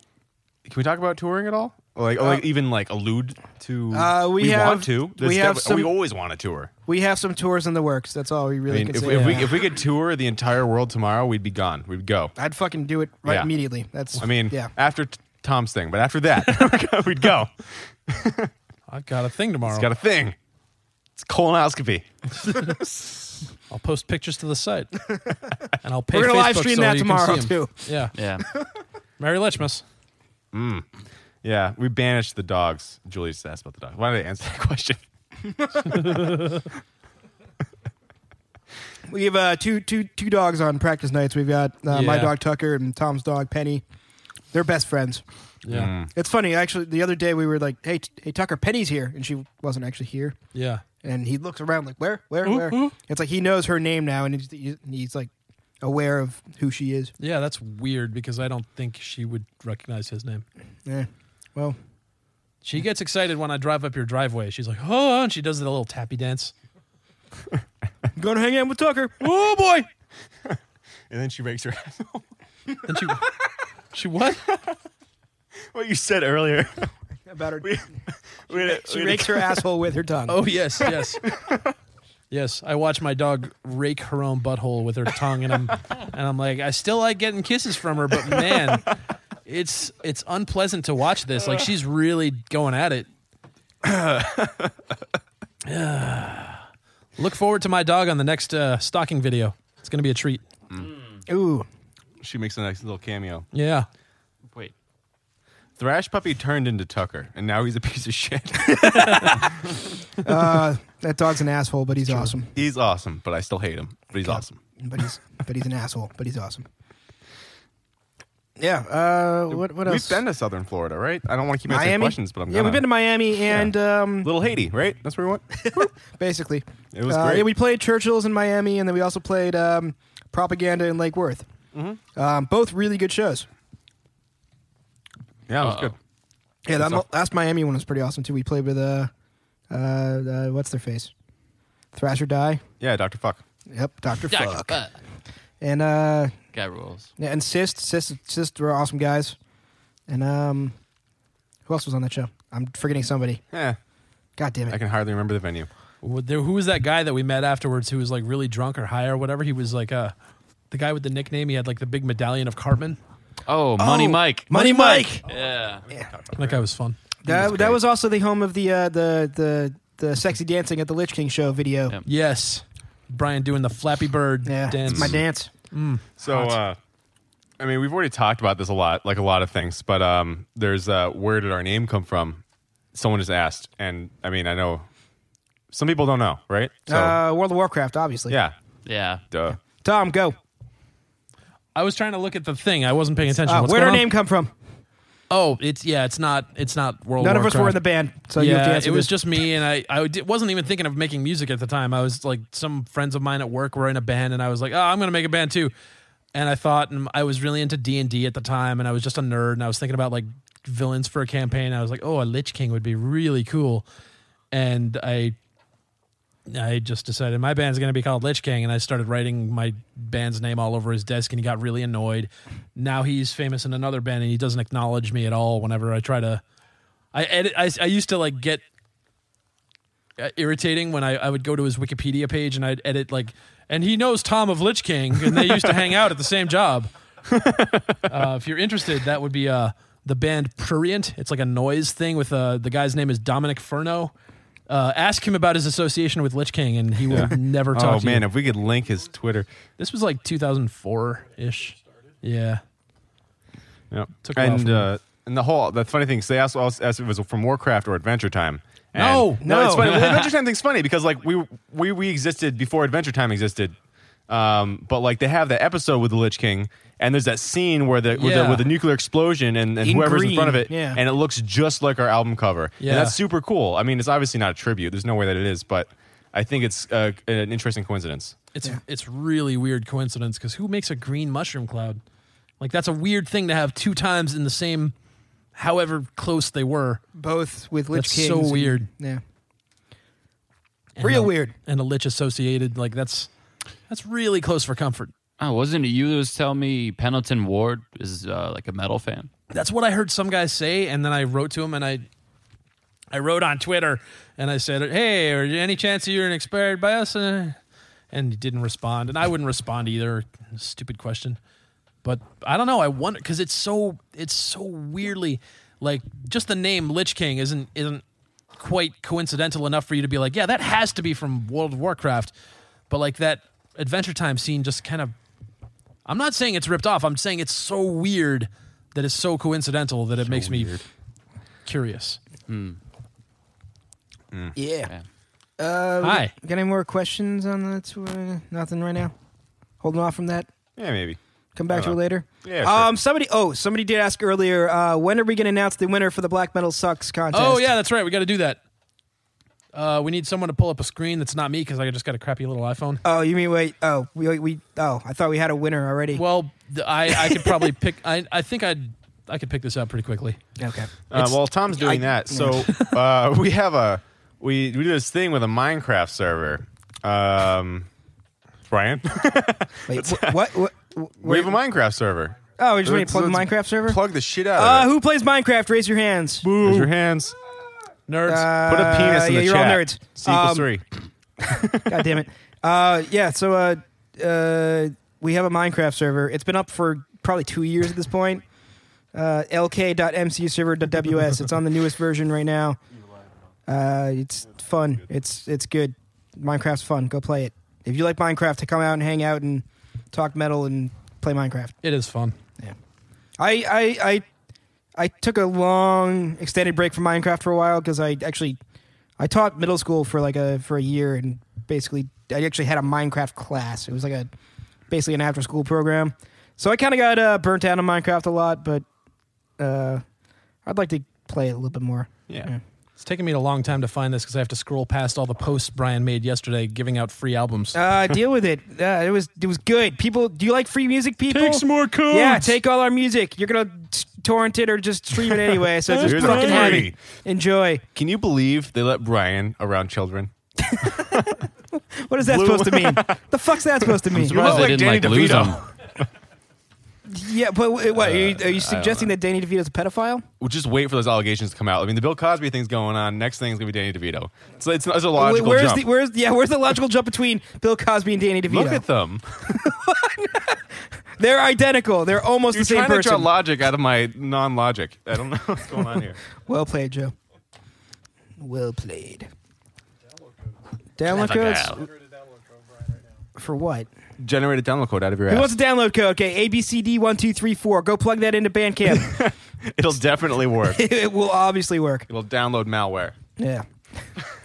Speaker 6: can we talk about touring at all? Or Like, or like even like allude to
Speaker 5: Uh, we have-
Speaker 6: want to.
Speaker 5: we
Speaker 6: It's
Speaker 5: have
Speaker 6: def-
Speaker 5: some-
Speaker 6: we always want to tour.
Speaker 5: we have some tours in the works. That's all we
Speaker 6: I
Speaker 5: really
Speaker 6: mean,
Speaker 5: can
Speaker 6: if,
Speaker 5: say.
Speaker 6: if we
Speaker 5: Yeah.
Speaker 6: if we could tour the entire world tomorrow, we'd be gone. We'd go.
Speaker 5: I'd fucking do it right
Speaker 6: Yeah.
Speaker 5: immediately. That's
Speaker 6: I mean,
Speaker 5: yeah.
Speaker 6: after t- Tom's thing, but after that, we'd go.
Speaker 4: i've got a thing tomorrow
Speaker 6: It's got a thing. It's colonoscopy.
Speaker 4: i'll post pictures to the site and i'll pay
Speaker 5: We're gonna
Speaker 4: Facebook
Speaker 5: live stream
Speaker 4: so
Speaker 5: that
Speaker 4: you can see
Speaker 5: tomorrow,
Speaker 4: 'em.
Speaker 5: too.
Speaker 4: yeah
Speaker 2: Yeah.
Speaker 4: merry lichmas
Speaker 6: Yeah, we banished the dogs. Julie just asked about the dogs. Why did I answer that question?
Speaker 5: We have uh, two two two dogs on practice nights. We've got uh, my
Speaker 4: Yeah.
Speaker 5: dog Tucker and Tom's dog Penny. They're best friends.
Speaker 4: yeah
Speaker 6: Mm.
Speaker 5: It's funny actually. The other day we were like, "Hey, t- hey Tucker, Penny's here," and she wasn't actually here.
Speaker 4: yeah
Speaker 5: And he looks around like, "Where? Where? Where?" It's like he knows her name now, and he's, he's like aware of who she is.
Speaker 4: yeah that's weird because i don't think she would recognize his name
Speaker 5: Yeah. Well,
Speaker 4: she gets excited when i drive up your driveway she's like oh and she does the little tappy dance
Speaker 5: I'm going to hang out with Tucker.
Speaker 4: oh boy
Speaker 6: And then she rakes her ass.
Speaker 4: Then she, she what?
Speaker 6: what you said earlier.
Speaker 5: About her,
Speaker 6: We had a-
Speaker 5: she
Speaker 6: we had a-
Speaker 5: rakes her asshole with her tongue.
Speaker 4: Oh yes, yes, yes. I watch my dog rake her own butthole with her tongue, and I'm and I'm like, I still like getting kisses from her, but man, it's it's unpleasant to watch this. Like she's really going at it. Look forward to my dog on the next uh, stocking video. It's gonna be a treat.
Speaker 5: Ooh,
Speaker 6: She makes a nice little cameo.
Speaker 4: Yeah.
Speaker 2: Wait.
Speaker 6: Thrash puppy turned into Tucker, and now he's a piece of shit.
Speaker 5: Uh, that dog's an asshole, but he's awesome.
Speaker 6: he's awesome, but I still hate him. But he's awesome.
Speaker 5: But he's but he's an asshole, but he's awesome. Yeah. Uh, what what else?
Speaker 6: We've been to Southern Florida, right? I don't want to keep asking
Speaker 5: Miami.
Speaker 6: questions, but I'm
Speaker 5: yeah,
Speaker 6: gonna.
Speaker 5: we've been to Miami and um,
Speaker 6: Little Haiti, right? That's where we went.
Speaker 5: basically
Speaker 6: It was
Speaker 5: uh,
Speaker 6: great.
Speaker 5: yeah, we played Churchill's in Miami, and then we also played um, Propaganda in Lake Worth.
Speaker 6: Mm-hmm.
Speaker 5: Um, both really good shows.
Speaker 6: yeah, it was good.
Speaker 5: Yeah, that
Speaker 6: Good stuff.
Speaker 5: last Miami one was pretty awesome too. We played with uh, uh, uh what's their face, Thrasher Die.
Speaker 6: Yeah, Doctor Fuck.
Speaker 5: Yep, Doctor
Speaker 2: Dr.
Speaker 5: Fuck.
Speaker 2: Fuck.
Speaker 5: And uh,
Speaker 2: uh, Guy rules.
Speaker 5: yeah, and Sist, Sist, Sist were awesome guys. And um, who else was on that show? I'm forgetting somebody.
Speaker 6: Yeah,
Speaker 5: God damn it!
Speaker 6: I can hardly remember the venue.
Speaker 4: Wh- there- Who was that guy that we met afterwards who was like really drunk or high or whatever? He was like uh, the guy with the nickname. He had like the big medallion of Cartman.
Speaker 2: Oh, Money Mike.
Speaker 5: Money Mike.
Speaker 2: Yeah.
Speaker 4: That guy was fun.
Speaker 5: That, that was also the home of the uh, the the the sexy dancing at the Lich King show video.
Speaker 2: Yep.
Speaker 4: Yes. Brian doing the Flappy Bird
Speaker 5: Yeah,
Speaker 4: dance.
Speaker 5: it's my dance.
Speaker 6: So, uh, I mean, we've already talked about this a lot, like a lot of things, but um, there's uh, where did our name come from? Someone just asked, and I mean, I know some people don't know, right? So,
Speaker 5: uh, World of Warcraft, obviously.
Speaker 6: yeah,
Speaker 2: Yeah.
Speaker 6: duh.
Speaker 5: Tom, go.
Speaker 4: I was trying to look at the thing. I wasn't paying attention.
Speaker 5: Uh,
Speaker 4: What's
Speaker 5: where'd
Speaker 4: going
Speaker 5: our
Speaker 4: on?
Speaker 5: name come from?
Speaker 4: Oh, it's yeah. It's not. It's not World.
Speaker 5: None
Speaker 4: Warcraft.
Speaker 5: of us were in the band, so you have to
Speaker 4: yeah,
Speaker 5: answer
Speaker 4: it was
Speaker 5: this.
Speaker 4: just me, and I, I di- wasn't even thinking of making music at the time. I was like, some friends of mine at work were in a band, and I was like, oh, I'm going to make a band too. And I thought, and I was really into D and D at the time, and I was just a nerd, and I was thinking about like villains for a campaign. I was like, oh, a Lich King would be really cool, and I, I just decided my band's going to be called Lich King, and I started writing my band's name all over his desk, and he got really annoyed. Now he's famous in another band, and he doesn't acknowledge me at all whenever I try to. I edit. I, I used to like get uh, irritating when I, I would go to his Wikipedia page and I'd edit like, and he knows Tom of Lich King, and they used to hang out at the same job. Uh, if you're interested, that would be uh, the band Prurient. It's like a noise thing with uh, the guy's name is Dominic Furno. Uh, ask him about his association with Lich King, and he will never talk
Speaker 6: Oh
Speaker 4: to
Speaker 6: man,
Speaker 4: you.
Speaker 6: if we could link his Twitter.
Speaker 4: This was like 2004 ish. Yeah.
Speaker 6: Yep.
Speaker 4: Took a while
Speaker 6: and
Speaker 4: for
Speaker 6: uh, and the whole the funny thing is they asked, also asked if it was from Warcraft or Adventure Time. And-
Speaker 4: No,
Speaker 6: it's
Speaker 5: no.
Speaker 6: funny. the Adventure Time thing's funny because like we we we existed before Adventure Time existed. Um, but like they have that episode with the Lich King, and there's that scene where the with, the,
Speaker 4: Yeah.
Speaker 6: with the nuclear explosion and, and
Speaker 5: In
Speaker 6: whoever's in
Speaker 5: green,
Speaker 6: front of it,
Speaker 5: yeah.
Speaker 6: and it looks just like our album cover.
Speaker 4: Yeah.
Speaker 6: and that's super cool. I mean, it's obviously not a tribute. There's no way that it is, but I think it's uh, an interesting coincidence.
Speaker 4: It's it's really weird coincidence because who makes a green mushroom cloud? Like that's a weird thing to have two times in the same, however close they were,
Speaker 5: Both with Lich
Speaker 4: That's
Speaker 5: Kings.
Speaker 4: so
Speaker 5: and-
Speaker 4: weird.
Speaker 5: Yeah.
Speaker 4: And
Speaker 5: Real
Speaker 4: a-
Speaker 5: weird.
Speaker 4: and a lich associated. Like that's that's really close for comfort.
Speaker 2: Oh, wasn't it you that was telling me Pendleton Ward is uh, like a metal fan?
Speaker 4: That's what I heard some guys say, and then I wrote to him and I I wrote on Twitter and I said, "Hey, are there any chance you're inspired by us?" Uh, And he didn't respond, and I wouldn't respond either. Stupid question, but I don't know. I wonder because it's so it's so weirdly like just the name Lich King isn't isn't quite coincidental enough for you to be like, yeah, that has to be from World of Warcraft, but like that Adventure Time scene just kind of I'm not saying it's ripped off. I'm saying it's so weird that it's so coincidental that it makes me curious.
Speaker 5: Yeah. Uh, we
Speaker 4: Hi.
Speaker 5: Got, got any more questions on that? tour? Nothing right now. Holding off from that.
Speaker 6: Yeah, maybe.
Speaker 5: Come back
Speaker 4: Uh-huh.
Speaker 5: to it
Speaker 6: Hello.
Speaker 5: later.
Speaker 6: Yeah, sure.
Speaker 5: Um. Somebody. Oh, somebody did ask earlier. Uh, when are we going to announce the winner for the Black Metal Sucks contest?
Speaker 4: Oh yeah, that's right. We got to do that. Uh, we need someone to pull up a screen that's not me because I just got a crappy little iPhone.
Speaker 5: Oh, you mean wait? Oh, we we. Oh, I thought we had a winner already.
Speaker 4: Well, th- I I could probably pick. I I think I would I could pick this up pretty quickly.
Speaker 5: okay.
Speaker 6: Uh, well, Tom's doing that. So uh, we have a we we do this thing with a Minecraft server. Um, Brian,
Speaker 5: Wait. wh- what? What? what
Speaker 6: we have a Minecraft server.
Speaker 5: Oh, we just want to
Speaker 6: Let's-
Speaker 5: plug the
Speaker 6: let's
Speaker 5: Minecraft server.
Speaker 6: Plug the shit out. of
Speaker 5: uh,
Speaker 6: it.
Speaker 5: who plays Minecraft? Raise your hands. Put
Speaker 6: Raise your hands.
Speaker 4: Nerds.
Speaker 5: Uh,
Speaker 6: Put a penis in
Speaker 5: yeah,
Speaker 6: the
Speaker 5: you're
Speaker 6: chat.
Speaker 5: all nerds.
Speaker 6: It's equals
Speaker 5: Um,
Speaker 6: three.
Speaker 5: God damn it. Uh, yeah, so uh, uh, we have a Minecraft server. It's been up for probably two years at this point. Uh, lk.mcserver.ws. It's on the newest version right now. Uh, it's fun. It's it's good. Minecraft's fun. Go play it. If you like Minecraft, to come out and hang out and talk metal and play Minecraft.
Speaker 4: it is fun.
Speaker 5: I I I, I took a long extended break from Minecraft for a while because I actually I taught middle school for like a for a year and basically I actually had a Minecraft class. It was like a basically an after school program. So I kind of got uh, burnt out on Minecraft a lot, but uh, I'd like to play it a little bit more.
Speaker 6: Yeah.
Speaker 4: It's taking me a long time to find this because I have to scroll past all the posts Brian made yesterday giving out free albums.
Speaker 5: Uh, deal with it. Uh, it was it was good. People, do you like free music? People
Speaker 4: more codes.
Speaker 5: Yeah, take all our music. You're gonna t- torrent it or just stream it anyway. So just
Speaker 6: Here's a
Speaker 5: fucking have
Speaker 6: free.
Speaker 5: it. Enjoy.
Speaker 6: Can you believe they let Brian around children?
Speaker 5: What is that supposed to mean? the fuck's that supposed to mean?
Speaker 6: You look
Speaker 2: Surprised they
Speaker 6: like
Speaker 2: didn't
Speaker 6: Danny
Speaker 2: like lose
Speaker 6: DeVito.
Speaker 2: him.
Speaker 5: Yeah, but wait, what are you,
Speaker 6: Uh,
Speaker 5: are you suggesting that Danny DeVito's a pedophile?
Speaker 6: We'll just wait for those allegations to come out. I mean, the Bill Cosby thing's going on. Next thing is gonna be Danny DeVito. So it's, it's a
Speaker 5: Wait,
Speaker 6: logical
Speaker 5: where's
Speaker 6: jump.
Speaker 5: the where's yeah where's the logical jump between Bill Cosby and Danny DeVito?
Speaker 6: look at them.
Speaker 5: They're identical. They're almost
Speaker 6: You're
Speaker 5: the same
Speaker 6: trying to draw
Speaker 5: person.
Speaker 6: logic out of my non-logic. I don't know what's going on here.
Speaker 5: well played, Joe. Well played. Download
Speaker 6: Clever
Speaker 5: codes for what?
Speaker 6: Generate a download code out of your ass.
Speaker 5: Who wants a download code? Okay, ABCD1234. Go plug that into Bandcamp.
Speaker 6: It'll definitely work.
Speaker 5: it will obviously work.
Speaker 6: It'll download malware.
Speaker 5: Yeah.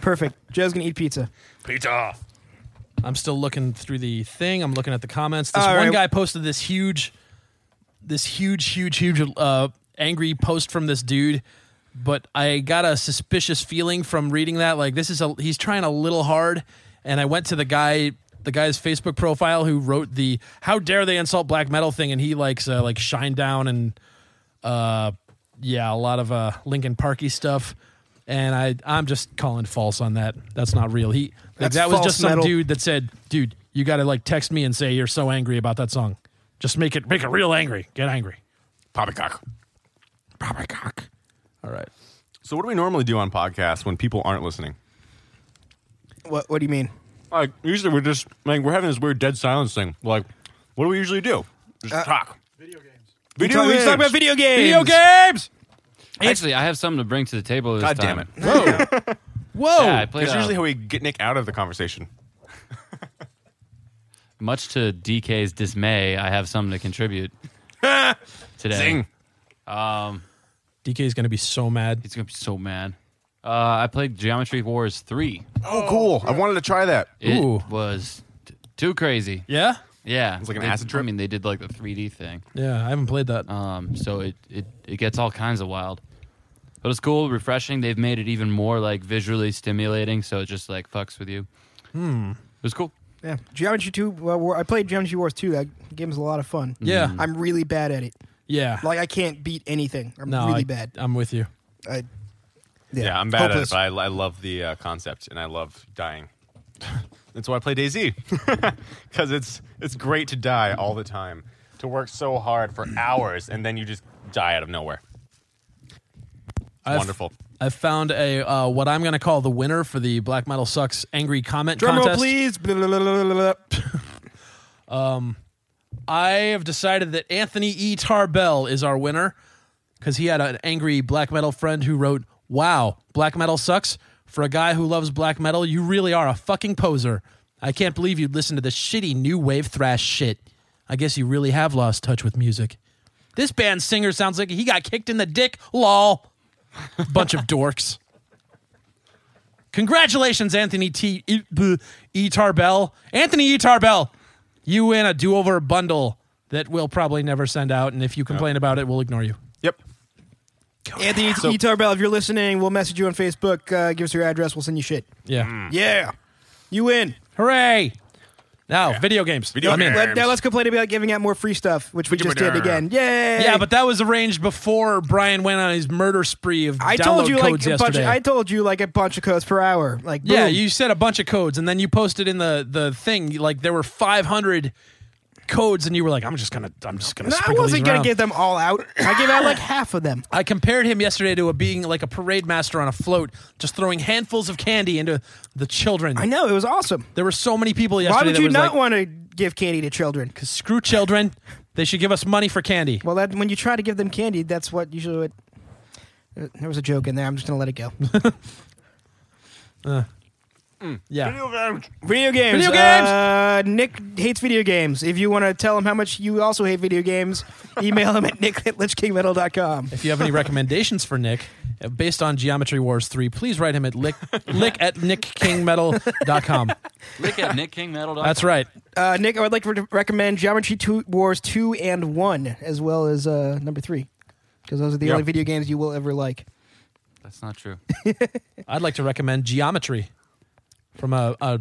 Speaker 5: Perfect. Joe's going to eat pizza.
Speaker 4: I'm still looking through the thing. I'm looking at the comments. This
Speaker 5: All
Speaker 4: one
Speaker 5: right.
Speaker 4: guy posted this huge, this huge, huge, huge uh, angry post from this dude. But I got a suspicious feeling from reading that. Like this is a he's trying a little hard. And I went to the guy, the guy's Facebook profile who wrote the "How dare they insult black metal" thing, and he likes uh, like Shine Down and uh, yeah, a lot of uh, Lincoln Parky stuff. And I, I'm just calling false on that. That's not real. He, like,
Speaker 5: That's
Speaker 4: that was
Speaker 5: false
Speaker 4: just some
Speaker 5: metal.
Speaker 4: dude that said, "Dude, you got to like text me and say you're so angry about that song. Just make it, make it real angry. Get angry."
Speaker 6: Poppycock.
Speaker 4: Probably cock. All right.
Speaker 6: So, what do we normally do on podcasts when people aren't listening?
Speaker 5: What, what do you mean?
Speaker 6: Like, usually we're just, like, we're having this weird dead silence thing. Like, what do we usually do? Just talk.
Speaker 7: Video games.
Speaker 5: We talk, we talk about video games.
Speaker 6: Video games.
Speaker 2: Actually, I have something to bring to the table this
Speaker 6: God
Speaker 2: time.
Speaker 6: damn it.
Speaker 2: Whoa! Yeah, I played,
Speaker 6: That's
Speaker 2: uh,
Speaker 6: usually how we get Nick out of the conversation.
Speaker 2: much to DK's dismay, I have something to contribute today.
Speaker 6: Zing.
Speaker 4: DK is going to be so mad.
Speaker 2: He's gonna be so mad. Uh, I played Geometry Wars three.
Speaker 6: Oh, cool. I wanted to try that.
Speaker 2: It
Speaker 4: Ooh.
Speaker 2: was t- too crazy.
Speaker 4: Yeah,
Speaker 2: Yeah,
Speaker 6: It's like an
Speaker 2: They-
Speaker 6: acid
Speaker 2: I
Speaker 6: trip?
Speaker 2: mean, they did like the 3D thing,
Speaker 4: yeah. I haven't played that.
Speaker 2: um, so it, it it gets all kinds of wild. But it's cool, refreshing. They've made it even more like visually stimulating, so it just like fucks with you. Hmm. It was cool.
Speaker 5: Yeah, Geometry Two. Well, War- I played Geometry Wars Two. That game's a lot of fun.
Speaker 4: yeah,
Speaker 6: Mm-hmm.
Speaker 5: I'm really bad at it.
Speaker 4: yeah.
Speaker 5: Like I can't beat anything. I'm
Speaker 4: no,
Speaker 5: really
Speaker 4: I,
Speaker 5: bad.
Speaker 4: I'm with you.
Speaker 5: I,
Speaker 6: Yeah, I'm bad
Speaker 5: hopeless.
Speaker 6: at it, but I, I love the uh, concept and I love dying. That's why I play DayZ because it's it's great to die all the time, to work so hard for hours and then you just die out of nowhere.
Speaker 4: I've-
Speaker 6: Wonderful.
Speaker 4: I found a uh, what I'm going to call the winner for the Black Metal Sucks Angry Comment
Speaker 5: Drum roll,
Speaker 4: contest.
Speaker 5: please. Blah, blah, blah, blah, blah, blah.
Speaker 4: I have decided that Anthony E. Tarbell is our winner because he had an angry black metal friend who wrote, Wow, black metal sucks. For a guy who loves black metal, you really are a fucking poser. I can't believe you'd listen to this shitty new wave thrash shit. I guess you really have lost touch with music. This band singer sounds like he got kicked in the dick. Lol. Bunch of dorks. Congratulations, Anthony T. E. B- e Tarbell. Anthony E. Tarbell, you win a do over bundle that we'll probably never send out. And if you complain about it, we'll ignore you.
Speaker 6: Yep.
Speaker 5: Anthony E. Tarbell, if you're listening, we'll message you on Facebook. Uh, give us your address. We'll send you shit.
Speaker 4: Yeah.
Speaker 6: Mm.
Speaker 5: Yeah, you win.
Speaker 4: Hooray. Now, video games.
Speaker 6: Video
Speaker 4: I'm in.
Speaker 6: games.
Speaker 5: Let, now let's complain about giving out more free stuff, which we just did again. Yay!
Speaker 4: Yeah, but that was arranged before Brian went on his murder spree of
Speaker 5: I
Speaker 4: download
Speaker 5: told you like
Speaker 4: codes
Speaker 5: a bunch.
Speaker 4: yesterday.
Speaker 5: Of, I told you like a bunch of codes per hour. Like boom.
Speaker 4: yeah, you said a bunch of codes, and then you posted in the the thing like there were 500 codes, and you were like, "I'm just gonna, I'm just gonna."
Speaker 5: No, I
Speaker 4: sprinkle these
Speaker 5: wasn't gonna
Speaker 4: around.
Speaker 5: get them all out. I gave out like half of them.
Speaker 4: I compared him yesterday to a being like a parade master on a float, just throwing handfuls of candy into the children.
Speaker 5: I know it was awesome.
Speaker 4: There were so many people yesterday.
Speaker 5: Why would
Speaker 4: that
Speaker 5: you
Speaker 4: was
Speaker 5: not
Speaker 4: like,
Speaker 5: want to give candy to children?
Speaker 4: screw children? They should give us money for candy.
Speaker 5: Well, that, when you try to give them candy, that's what usually. What, uh, there was a joke in there. I'm just gonna let it go.
Speaker 4: Yeah,
Speaker 6: Video games.
Speaker 5: video games.
Speaker 4: Video games!
Speaker 5: Uh, Nick hates video games. If you want to tell him how much you also hate video games, email him at nick at lichkingmetal.com.
Speaker 4: If you have any recommendations for Nick uh, based on Geometry Wars 3, please write him at lick, lick at nickkingmetal.com.
Speaker 2: Look at nickking.metal.
Speaker 4: That's right.
Speaker 5: Uh, Nick, I would like to recommend Geometry two, Wars 2 and 1, as well as uh, number 3, because those are the
Speaker 6: Yeah.
Speaker 5: only video games you will ever like.
Speaker 2: That's not true.
Speaker 4: I'd like to recommend Geometry from a, a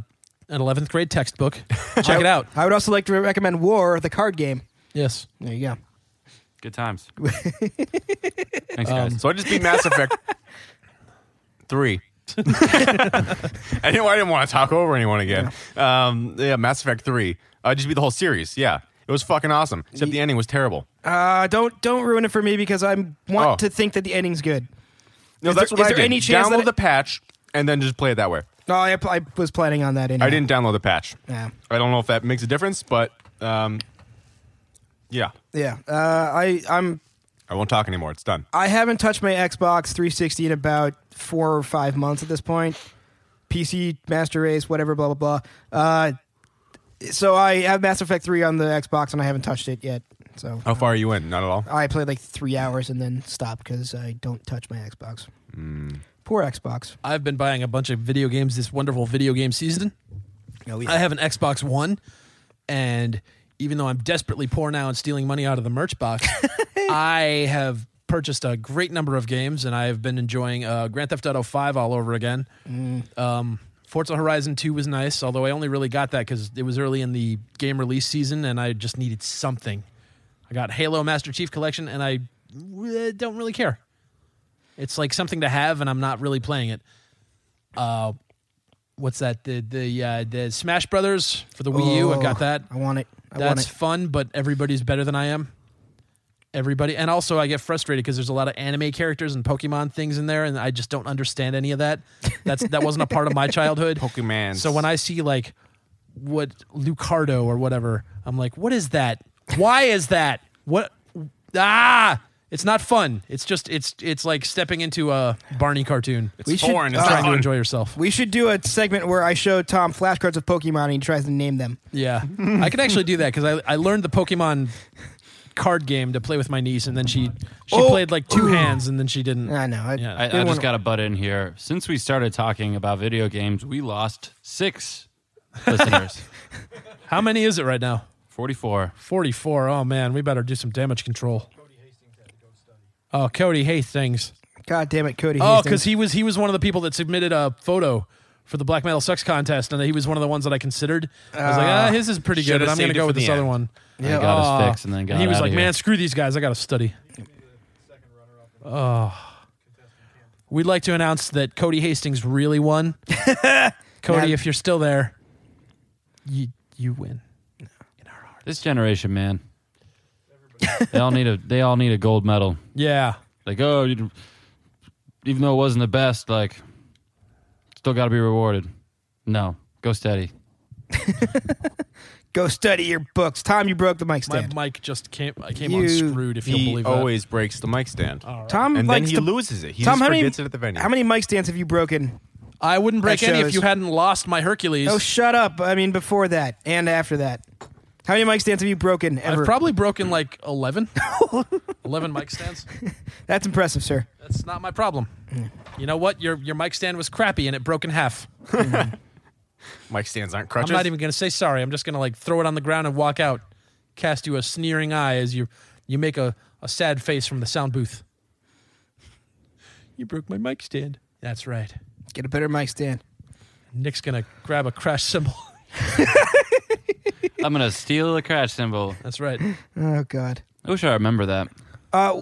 Speaker 4: an 11th grade textbook. Check it out.
Speaker 5: I would also like to recommend War, the card game.
Speaker 4: Yes.
Speaker 5: There you go.
Speaker 2: Good times. Thanks, guys.
Speaker 6: So I just beat Mass Effect three. I didn't. I didn't want to talk over anyone again. Yeah, um, yeah Mass Effect three. I just beat the whole series. Yeah, it was fucking awesome. Except the ending was terrible.
Speaker 5: Uh, don't don't ruin it for me because I want
Speaker 6: Oh.
Speaker 5: to think that the ending's good.
Speaker 6: No,
Speaker 5: Is
Speaker 6: that's
Speaker 5: there-
Speaker 6: what
Speaker 5: is
Speaker 6: I
Speaker 5: there
Speaker 6: did.
Speaker 5: any chance that
Speaker 6: download
Speaker 5: it-
Speaker 6: the patch and then just play it that way.
Speaker 5: No, I, I was planning on that. Anyway.
Speaker 6: I didn't download the patch.
Speaker 5: Yeah.
Speaker 6: I don't know if that makes a difference, but um, yeah,
Speaker 5: Yeah, uh, I I'm
Speaker 6: I won't talk anymore. It's done.
Speaker 5: I haven't touched my Xbox 360 in about four or five months at this point. PC Master Race, whatever, blah blah blah. Uh, so I have Mass Effect 3 on the Xbox and I haven't touched it yet. So
Speaker 6: How far are you in? Not at all.
Speaker 5: I played like three hours and then stopped because I don't touch my Xbox.
Speaker 6: Hmm.
Speaker 5: Poor Xbox.
Speaker 4: I've been buying a bunch of video games this wonderful video game season. I have an Xbox One, and even though I'm desperately poor now and stealing money out of the merch box, I have purchased a great number of games, and I have been enjoying uh, Grand Theft Auto Five all over again. Um, Forza Horizon Two was nice, although I only really got that because it was early in the game release season, and I just needed something. I got Halo Master Chief Collection, and I uh, don't really care. It's like something to have, and I'm not really playing it. Uh, what's that? The the uh, the Smash Brothers for the Wii U. I've got
Speaker 5: Oh,
Speaker 4: that.
Speaker 5: I want it. I want
Speaker 4: That's
Speaker 5: it.
Speaker 4: fun, but everybody's better than I am. Everybody, and also I get frustrated because there's a lot of anime characters and Pokemon things in there, and I just don't understand any of that. That's that wasn't a part of my childhood.
Speaker 6: Pokemans.
Speaker 4: So when I see like what Lucardo or whatever, I'm like, what is that? Why is that? What? Ah, it's not fun. It's just it's it's like stepping into a Barney cartoon. It's
Speaker 5: We should-
Speaker 6: foreign. It's
Speaker 5: uh,
Speaker 6: not
Speaker 4: trying to
Speaker 6: fun.
Speaker 4: enjoy yourself.
Speaker 5: We should do a segment where I show Tom flashcards of Pokemon and he tries to name them.
Speaker 4: Yeah, I can actually do that because I, I learned the Pokemon card game to play with my niece, and then she she
Speaker 5: Oh.
Speaker 4: played like two hands, and then she didn't.
Speaker 5: I know. I,
Speaker 4: Yeah.
Speaker 2: I,
Speaker 5: didn't
Speaker 2: I
Speaker 5: wanna-
Speaker 2: just got to butt in here. Since we started talking about video games, we lost six listeners.
Speaker 4: How many is it right now?
Speaker 2: 44.
Speaker 4: Forty four. Oh man, we better do some damage control. Oh, Cody Hastings.
Speaker 5: God damn it, Cody.
Speaker 4: Oh,
Speaker 5: Hastings.
Speaker 4: because Oh, he was he was one of the people that submitted a photo for the black metal sex contest, and he was one of the ones that I considered. I was like, ah, his is pretty good,
Speaker 6: should've
Speaker 4: but I'm going to
Speaker 6: saved it
Speaker 4: go
Speaker 6: for
Speaker 4: with
Speaker 6: the
Speaker 4: this other
Speaker 6: end.
Speaker 4: one.
Speaker 2: I got
Speaker 4: Ah.
Speaker 2: his fix and then got
Speaker 4: he was
Speaker 2: outta
Speaker 4: like,
Speaker 2: here.
Speaker 4: man, screw these guys. I got to study. Oh. We'd like to announce that Cody Hastings really won. Cody,
Speaker 5: Now-
Speaker 4: if you're still there, you you win.
Speaker 2: this generation, man. they all need a they all need a gold medal.
Speaker 4: Yeah.
Speaker 2: Like, oh, you, even though it wasn't the best, like still got to be rewarded. No, go steady.
Speaker 5: go study your books. Tom, you broke the mic
Speaker 4: My
Speaker 5: stand.
Speaker 4: mic just came I came
Speaker 5: You-
Speaker 4: unscrewed if you'll
Speaker 6: He
Speaker 4: believe
Speaker 6: always breaks the mic stand, and
Speaker 5: Tom
Speaker 6: then
Speaker 5: likes
Speaker 6: he
Speaker 5: to-
Speaker 6: loses it. He
Speaker 5: Tom,
Speaker 6: just
Speaker 5: how many-
Speaker 6: forgets it at the venue.
Speaker 5: How many mic stands have you broken?
Speaker 4: that. I wouldn't break
Speaker 5: That
Speaker 4: any if
Speaker 5: shows-
Speaker 4: you hadn't lost my Hercules.
Speaker 5: Oh, shut up. I mean, before that and after that. How many mic stands have you broken ever?
Speaker 4: I've probably broken like 11. 11 mic stands.
Speaker 5: That's impressive, sir.
Speaker 4: That's not my problem. You know what? Your your mic stand was crappy and it broke in half.
Speaker 6: mic stands aren't
Speaker 4: I'm
Speaker 6: crutches?
Speaker 4: not even going to say sorry. I'm just going to like throw it on the ground and walk out, cast you a sneering eye as you you make a, a sad face from the sound booth. You broke my mic stand. That's right.
Speaker 5: Get a better mic stand.
Speaker 4: Nick's going to grab a crash cymbal.
Speaker 2: I'm gonna steal the crash symbol.
Speaker 4: That's right.
Speaker 5: Oh, God.
Speaker 2: I wish I remember that.
Speaker 5: Uh,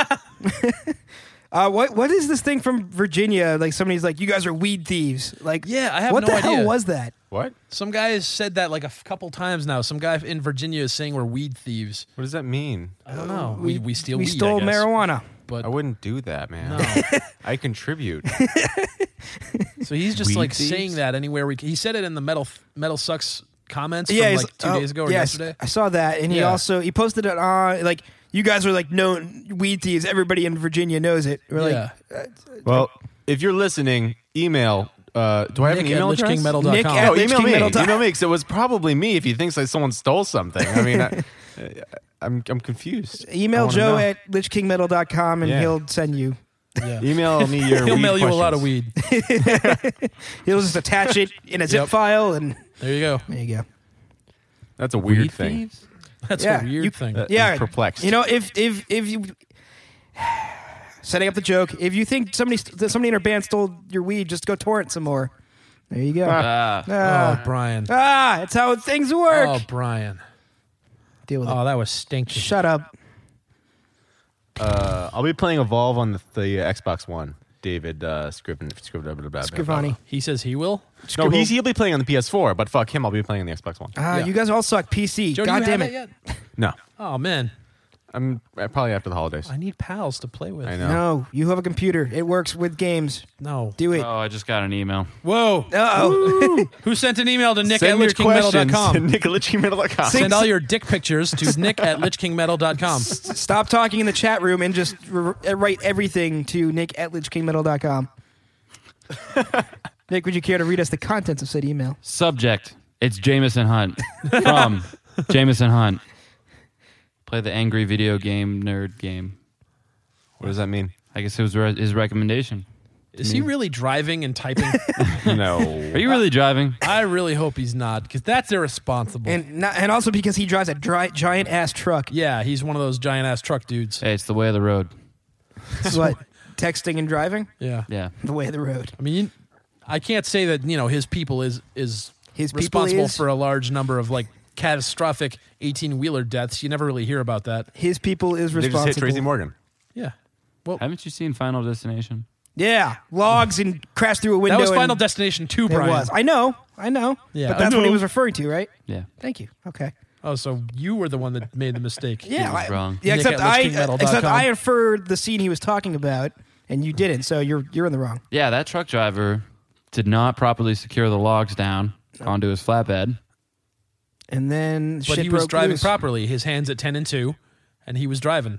Speaker 5: uh, what what is this thing from Virginia? Like somebody's like, you guys are weed thieves. Like,
Speaker 4: Yeah, I have
Speaker 5: what
Speaker 4: no
Speaker 5: the hell
Speaker 4: idea.
Speaker 5: was that?
Speaker 6: What?
Speaker 4: Some guy has said that like a f- couple times now. Some guy in Virginia is saying we're weed thieves.
Speaker 6: What does that mean?
Speaker 4: I don't know. We, we steal
Speaker 5: we
Speaker 4: weed, I
Speaker 5: stole
Speaker 4: guess.
Speaker 5: marijuana.
Speaker 4: But
Speaker 6: I wouldn't do that, man. I contribute.
Speaker 4: So he's just
Speaker 6: Weed
Speaker 4: like
Speaker 6: thieves?
Speaker 4: saying that anywhere we. He said it in the metal metal sucks comments
Speaker 5: yeah,
Speaker 4: from
Speaker 5: he's-
Speaker 4: like two
Speaker 5: oh,
Speaker 4: days ago or
Speaker 5: yes,
Speaker 4: yesterday.
Speaker 5: I saw that, and he
Speaker 4: Yeah.
Speaker 5: also he posted it on like you guys are like known weed thieves. Everybody in Virginia knows it. We're like,
Speaker 4: yeah,
Speaker 6: well, if you're listening, email. Uh, do I have an
Speaker 4: Nick at
Speaker 6: email address?
Speaker 4: lichkingmetal.com.
Speaker 5: Nick at
Speaker 6: Oh, email me.
Speaker 5: lichkingmetal.com.
Speaker 6: Email me because it was probably me. If he thinks like someone stole something, I mean, I, I'm I'm confused. I
Speaker 5: email
Speaker 6: wanna
Speaker 5: Joe
Speaker 6: know.
Speaker 5: at lichkingmetal.com and
Speaker 6: Yeah.
Speaker 5: he'll send you.
Speaker 4: yeah.
Speaker 6: Email me your.
Speaker 4: He'll
Speaker 6: weed
Speaker 4: mail you a lot of
Speaker 6: questions.
Speaker 4: weed.
Speaker 5: He'll just attach it in a zip
Speaker 4: Yep.
Speaker 5: file, and
Speaker 4: There you go.
Speaker 5: there you go.
Speaker 6: That's a weird
Speaker 2: Weed
Speaker 6: thing.
Speaker 2: thieves?
Speaker 4: That's
Speaker 5: Yeah,
Speaker 4: a weird
Speaker 5: Ah, you-
Speaker 4: thing.
Speaker 6: That-
Speaker 5: yeah,
Speaker 6: I'm perplexed.
Speaker 5: You know, if if if you setting up the joke, if you think somebody st- somebody in our band stole your weed, just go torrent some more. There you go.
Speaker 2: Ah,
Speaker 4: oh,
Speaker 5: Ah,
Speaker 4: Brian.
Speaker 5: ah it's how things work.
Speaker 4: Oh, Brian.
Speaker 5: Deal with
Speaker 4: Oh,
Speaker 5: it.
Speaker 4: that was stinky.
Speaker 5: Uh, Shut up.
Speaker 6: Uh, I'll be playing Evolve on the, the uh, Xbox One. David uh, Scriven, Scriven, blah, blah, blah,
Speaker 5: Scrivani.
Speaker 4: He says he will.
Speaker 6: blah. No, he's, he'll be playing on the PS4, but fuck him. I'll be playing on the Xbox One.
Speaker 5: Ah,
Speaker 4: Yeah.
Speaker 5: you guys all suck. PC.
Speaker 4: Joe, do
Speaker 5: God
Speaker 4: you
Speaker 5: damn
Speaker 4: have
Speaker 5: it.
Speaker 4: that yet?
Speaker 6: No,
Speaker 4: Oh man,
Speaker 6: I'm uh, probably after the holidays.
Speaker 4: I need pals to play with.
Speaker 6: I know.
Speaker 5: No, you have a computer. It works with games.
Speaker 4: No.
Speaker 5: Do it.
Speaker 2: oh, I just got an email.
Speaker 4: Whoa.
Speaker 5: oh.
Speaker 4: Who sent an email to Nick
Speaker 6: Send
Speaker 4: at
Speaker 6: your questions to
Speaker 4: lichkingmetal.com?
Speaker 6: Nick at lichkingmetal.com.
Speaker 4: Send all your dick pictures to Nick at lichkingmetal.com.
Speaker 5: Stop talking in the chat room and just r- r- write everything to nick at lichkingmetal.com. Nick, would you care to read us the contents of said email?
Speaker 2: Subject: It's Jameson Hunt from Jameson Hunt. Play the angry video game nerd game.
Speaker 6: What does that mean?
Speaker 2: I guess it was re- his recommendation.
Speaker 4: Is he really driving and typing?
Speaker 6: no.
Speaker 2: Are you really driving?
Speaker 4: I really hope he's not, because that's irresponsible.
Speaker 5: And not, and also because he drives a dry, giant ass truck.
Speaker 4: yeah, he's one of those giant ass truck dudes.
Speaker 2: Hey, it's the way of the road.
Speaker 5: That's what texting and driving
Speaker 4: Yeah,
Speaker 2: Yeah.
Speaker 5: the way of the road.
Speaker 4: I mean, you- I can't say that you know his people is is
Speaker 5: His people
Speaker 4: responsible
Speaker 5: is-
Speaker 4: for a large number of like catastrophic eighteen wheeler deaths. You never really hear about that.
Speaker 5: His people is
Speaker 6: They
Speaker 5: responsible.
Speaker 6: just hit Tracy Morgan.
Speaker 4: Yeah, well,
Speaker 2: Haven't you seen Final Destination?
Speaker 5: Yeah, logs and crashed through a window.
Speaker 4: that was
Speaker 5: and-
Speaker 4: Final Destination two,
Speaker 5: It
Speaker 4: Brian.
Speaker 5: was. I know. I know.
Speaker 4: Yeah.
Speaker 5: but that's what
Speaker 4: I
Speaker 5: he
Speaker 4: know.
Speaker 5: was referring to, right?
Speaker 2: Yeah.
Speaker 5: Thank you. Okay.
Speaker 4: Oh, so you were the one that made the mistake.
Speaker 5: Yeah,
Speaker 2: was
Speaker 5: I-
Speaker 2: wrong.
Speaker 5: Yeah,
Speaker 4: Nick
Speaker 5: except
Speaker 4: at
Speaker 5: I
Speaker 4: lichkingmetal.com.
Speaker 5: except I inferred the scene he was talking about, and you didn't. So you're you're in the wrong.
Speaker 2: Yeah, that truck driver did not properly secure the logs down onto his flatbed.
Speaker 5: And then
Speaker 4: but
Speaker 5: shit
Speaker 4: he was
Speaker 5: broke
Speaker 4: driving
Speaker 5: loose.
Speaker 4: properly. His hands at ten and two, and he was driving,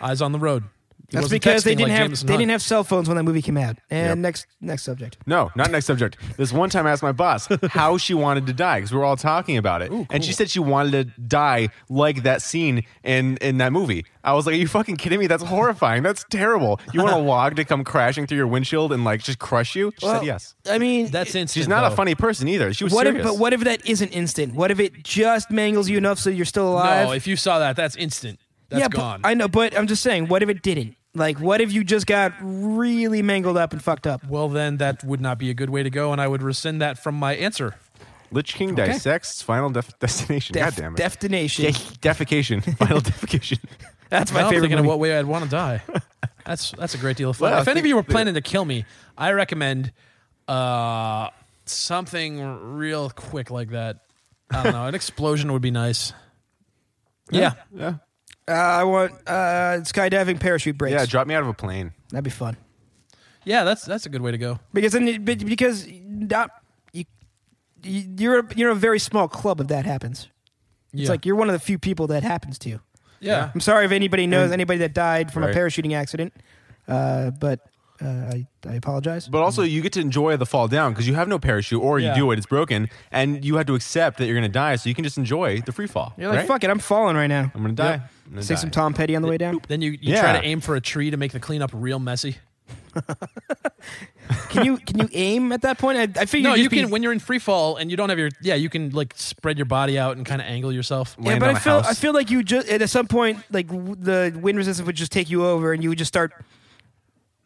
Speaker 4: eyes on the road. He
Speaker 5: That's
Speaker 4: wasn't
Speaker 5: because they
Speaker 4: texting
Speaker 5: didn't
Speaker 4: like
Speaker 5: have
Speaker 4: Jameson
Speaker 5: they
Speaker 4: Hunt.
Speaker 5: didn't have cell phones when that movie came out. And
Speaker 6: Yep.
Speaker 5: next next subject.
Speaker 6: No, not next subject. This one time I asked my boss how she wanted to die because we were all talking about it. And she said she wanted to die like that scene in, in that movie. I was like, Are you fucking kidding me? That's horrifying. That's terrible. You want a log to come crashing through your windshield and like just crush you? She said yes.
Speaker 5: I mean,
Speaker 4: That's instant.
Speaker 6: She's not a
Speaker 4: though.
Speaker 6: funny person either. She was
Speaker 5: what if,
Speaker 6: serious.
Speaker 5: but what if that isn't instant? What if it just mangles you enough so you're still alive?
Speaker 4: No, if you saw that, that's instant. That's
Speaker 5: yeah, but-
Speaker 4: gone.
Speaker 5: I know, but I'm just saying, what if it didn't? Like, what if you just got really mangled up and fucked up?
Speaker 4: well, then that would not be a good way to go, and I would rescind that from my answer.
Speaker 6: Lich King dissects Final def- Destination.
Speaker 5: Def-
Speaker 6: God damn it.
Speaker 5: Deftination.
Speaker 6: De- defecation. Final defecation.
Speaker 5: That's my
Speaker 4: Now I'm
Speaker 5: favorite.
Speaker 4: thinking of
Speaker 5: movie.
Speaker 4: what way I'd want to die. That's that's a great deal of fun.
Speaker 6: Well, I
Speaker 4: if any of
Speaker 6: think
Speaker 4: you were
Speaker 6: the-
Speaker 4: planning to kill me, I recommend uh, something real quick like that. I don't know. An explosion would be nice. Yeah.
Speaker 6: Yeah.
Speaker 5: Uh, I want uh, skydiving parachute breaks.
Speaker 6: Yeah, drop me out of a plane.
Speaker 5: That'd be fun.
Speaker 4: Yeah, that's that's a good way to go.
Speaker 5: Because then, it- be- because not you, you- you're a, you're a very small club if that happens.
Speaker 4: Yeah.
Speaker 5: It's like you're one of the few people that happens to.
Speaker 4: yeah.
Speaker 5: I'm sorry if anybody knows anybody that died from
Speaker 6: Right.
Speaker 5: a parachuting accident, uh, but uh, I, I apologize.
Speaker 6: But also, you get to enjoy the fall down because you have no parachute, or you
Speaker 4: Yeah.
Speaker 6: do it, it's broken, and you have to accept that you're going to die, so you can just enjoy the free fall.
Speaker 5: You're like,
Speaker 6: right?
Speaker 5: fuck it, I'm falling right now.
Speaker 6: I'm going to die.
Speaker 4: Yep.
Speaker 6: I'm gonna
Speaker 5: Say
Speaker 6: die.
Speaker 5: some Tom Petty on the way down.
Speaker 4: Then you, you
Speaker 6: Yeah.
Speaker 4: try to aim for a tree to make the cleanup real messy.
Speaker 5: Can you can you aim at that point? I, I figure
Speaker 4: No,
Speaker 5: you'd
Speaker 4: you
Speaker 5: be-
Speaker 4: can when you're in free fall and you don't have your yeah, you can like spread your body out and kind of angle yourself.
Speaker 5: Yeah,
Speaker 6: land
Speaker 5: but
Speaker 6: on
Speaker 5: I
Speaker 6: a
Speaker 5: feel I
Speaker 6: house.
Speaker 5: feel like you just at some point like w- the wind resistance would just take you over and you would just start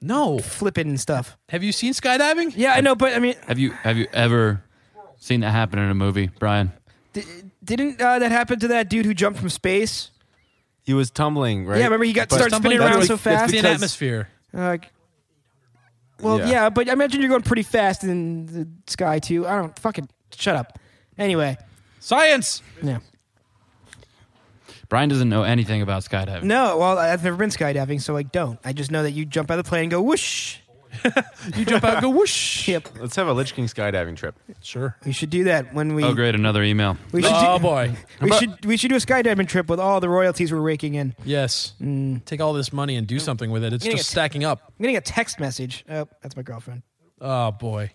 Speaker 4: No,
Speaker 5: flipping and stuff.
Speaker 4: have you seen skydiving?
Speaker 5: Yeah, I know, but I mean,
Speaker 2: Have you have you ever seen that happen in a movie, Brian?
Speaker 5: d- didn't uh, that happen to that dude who jumped from space?
Speaker 6: He was tumbling, right?
Speaker 5: Yeah, remember he got
Speaker 6: But-
Speaker 5: started
Speaker 4: Stumbling
Speaker 5: spinning around
Speaker 4: through the-
Speaker 5: so
Speaker 4: the
Speaker 5: fast.
Speaker 4: thin
Speaker 6: because-
Speaker 4: atmosphere.
Speaker 5: Like, well,
Speaker 6: Yeah.
Speaker 5: yeah. but I imagine you're going pretty fast in the sky too. I don't fucking shut up. Anyway,
Speaker 4: Science.
Speaker 5: yeah,
Speaker 2: Brian doesn't know anything about skydiving.
Speaker 5: no. Well, I've never been skydiving, so I don't. I just know that you jump out of the plane and go whoosh.
Speaker 4: You jump out, go whoosh.
Speaker 5: Yep,
Speaker 6: Let's have a Lich King skydiving trip.
Speaker 4: Sure.
Speaker 5: we should do that when we.
Speaker 2: Oh, great! Another email.
Speaker 5: We should.
Speaker 4: Oh
Speaker 5: do,
Speaker 4: boy.
Speaker 5: we should. We should do a skydiving trip with all the royalties we're raking in.
Speaker 4: Yes.
Speaker 5: Mm.
Speaker 4: Take all this money and do something with it. It's
Speaker 5: Getting
Speaker 4: just
Speaker 5: a-
Speaker 4: stacking up.
Speaker 5: I'm getting a text message. Oh, that's my girlfriend.
Speaker 4: Oh boy.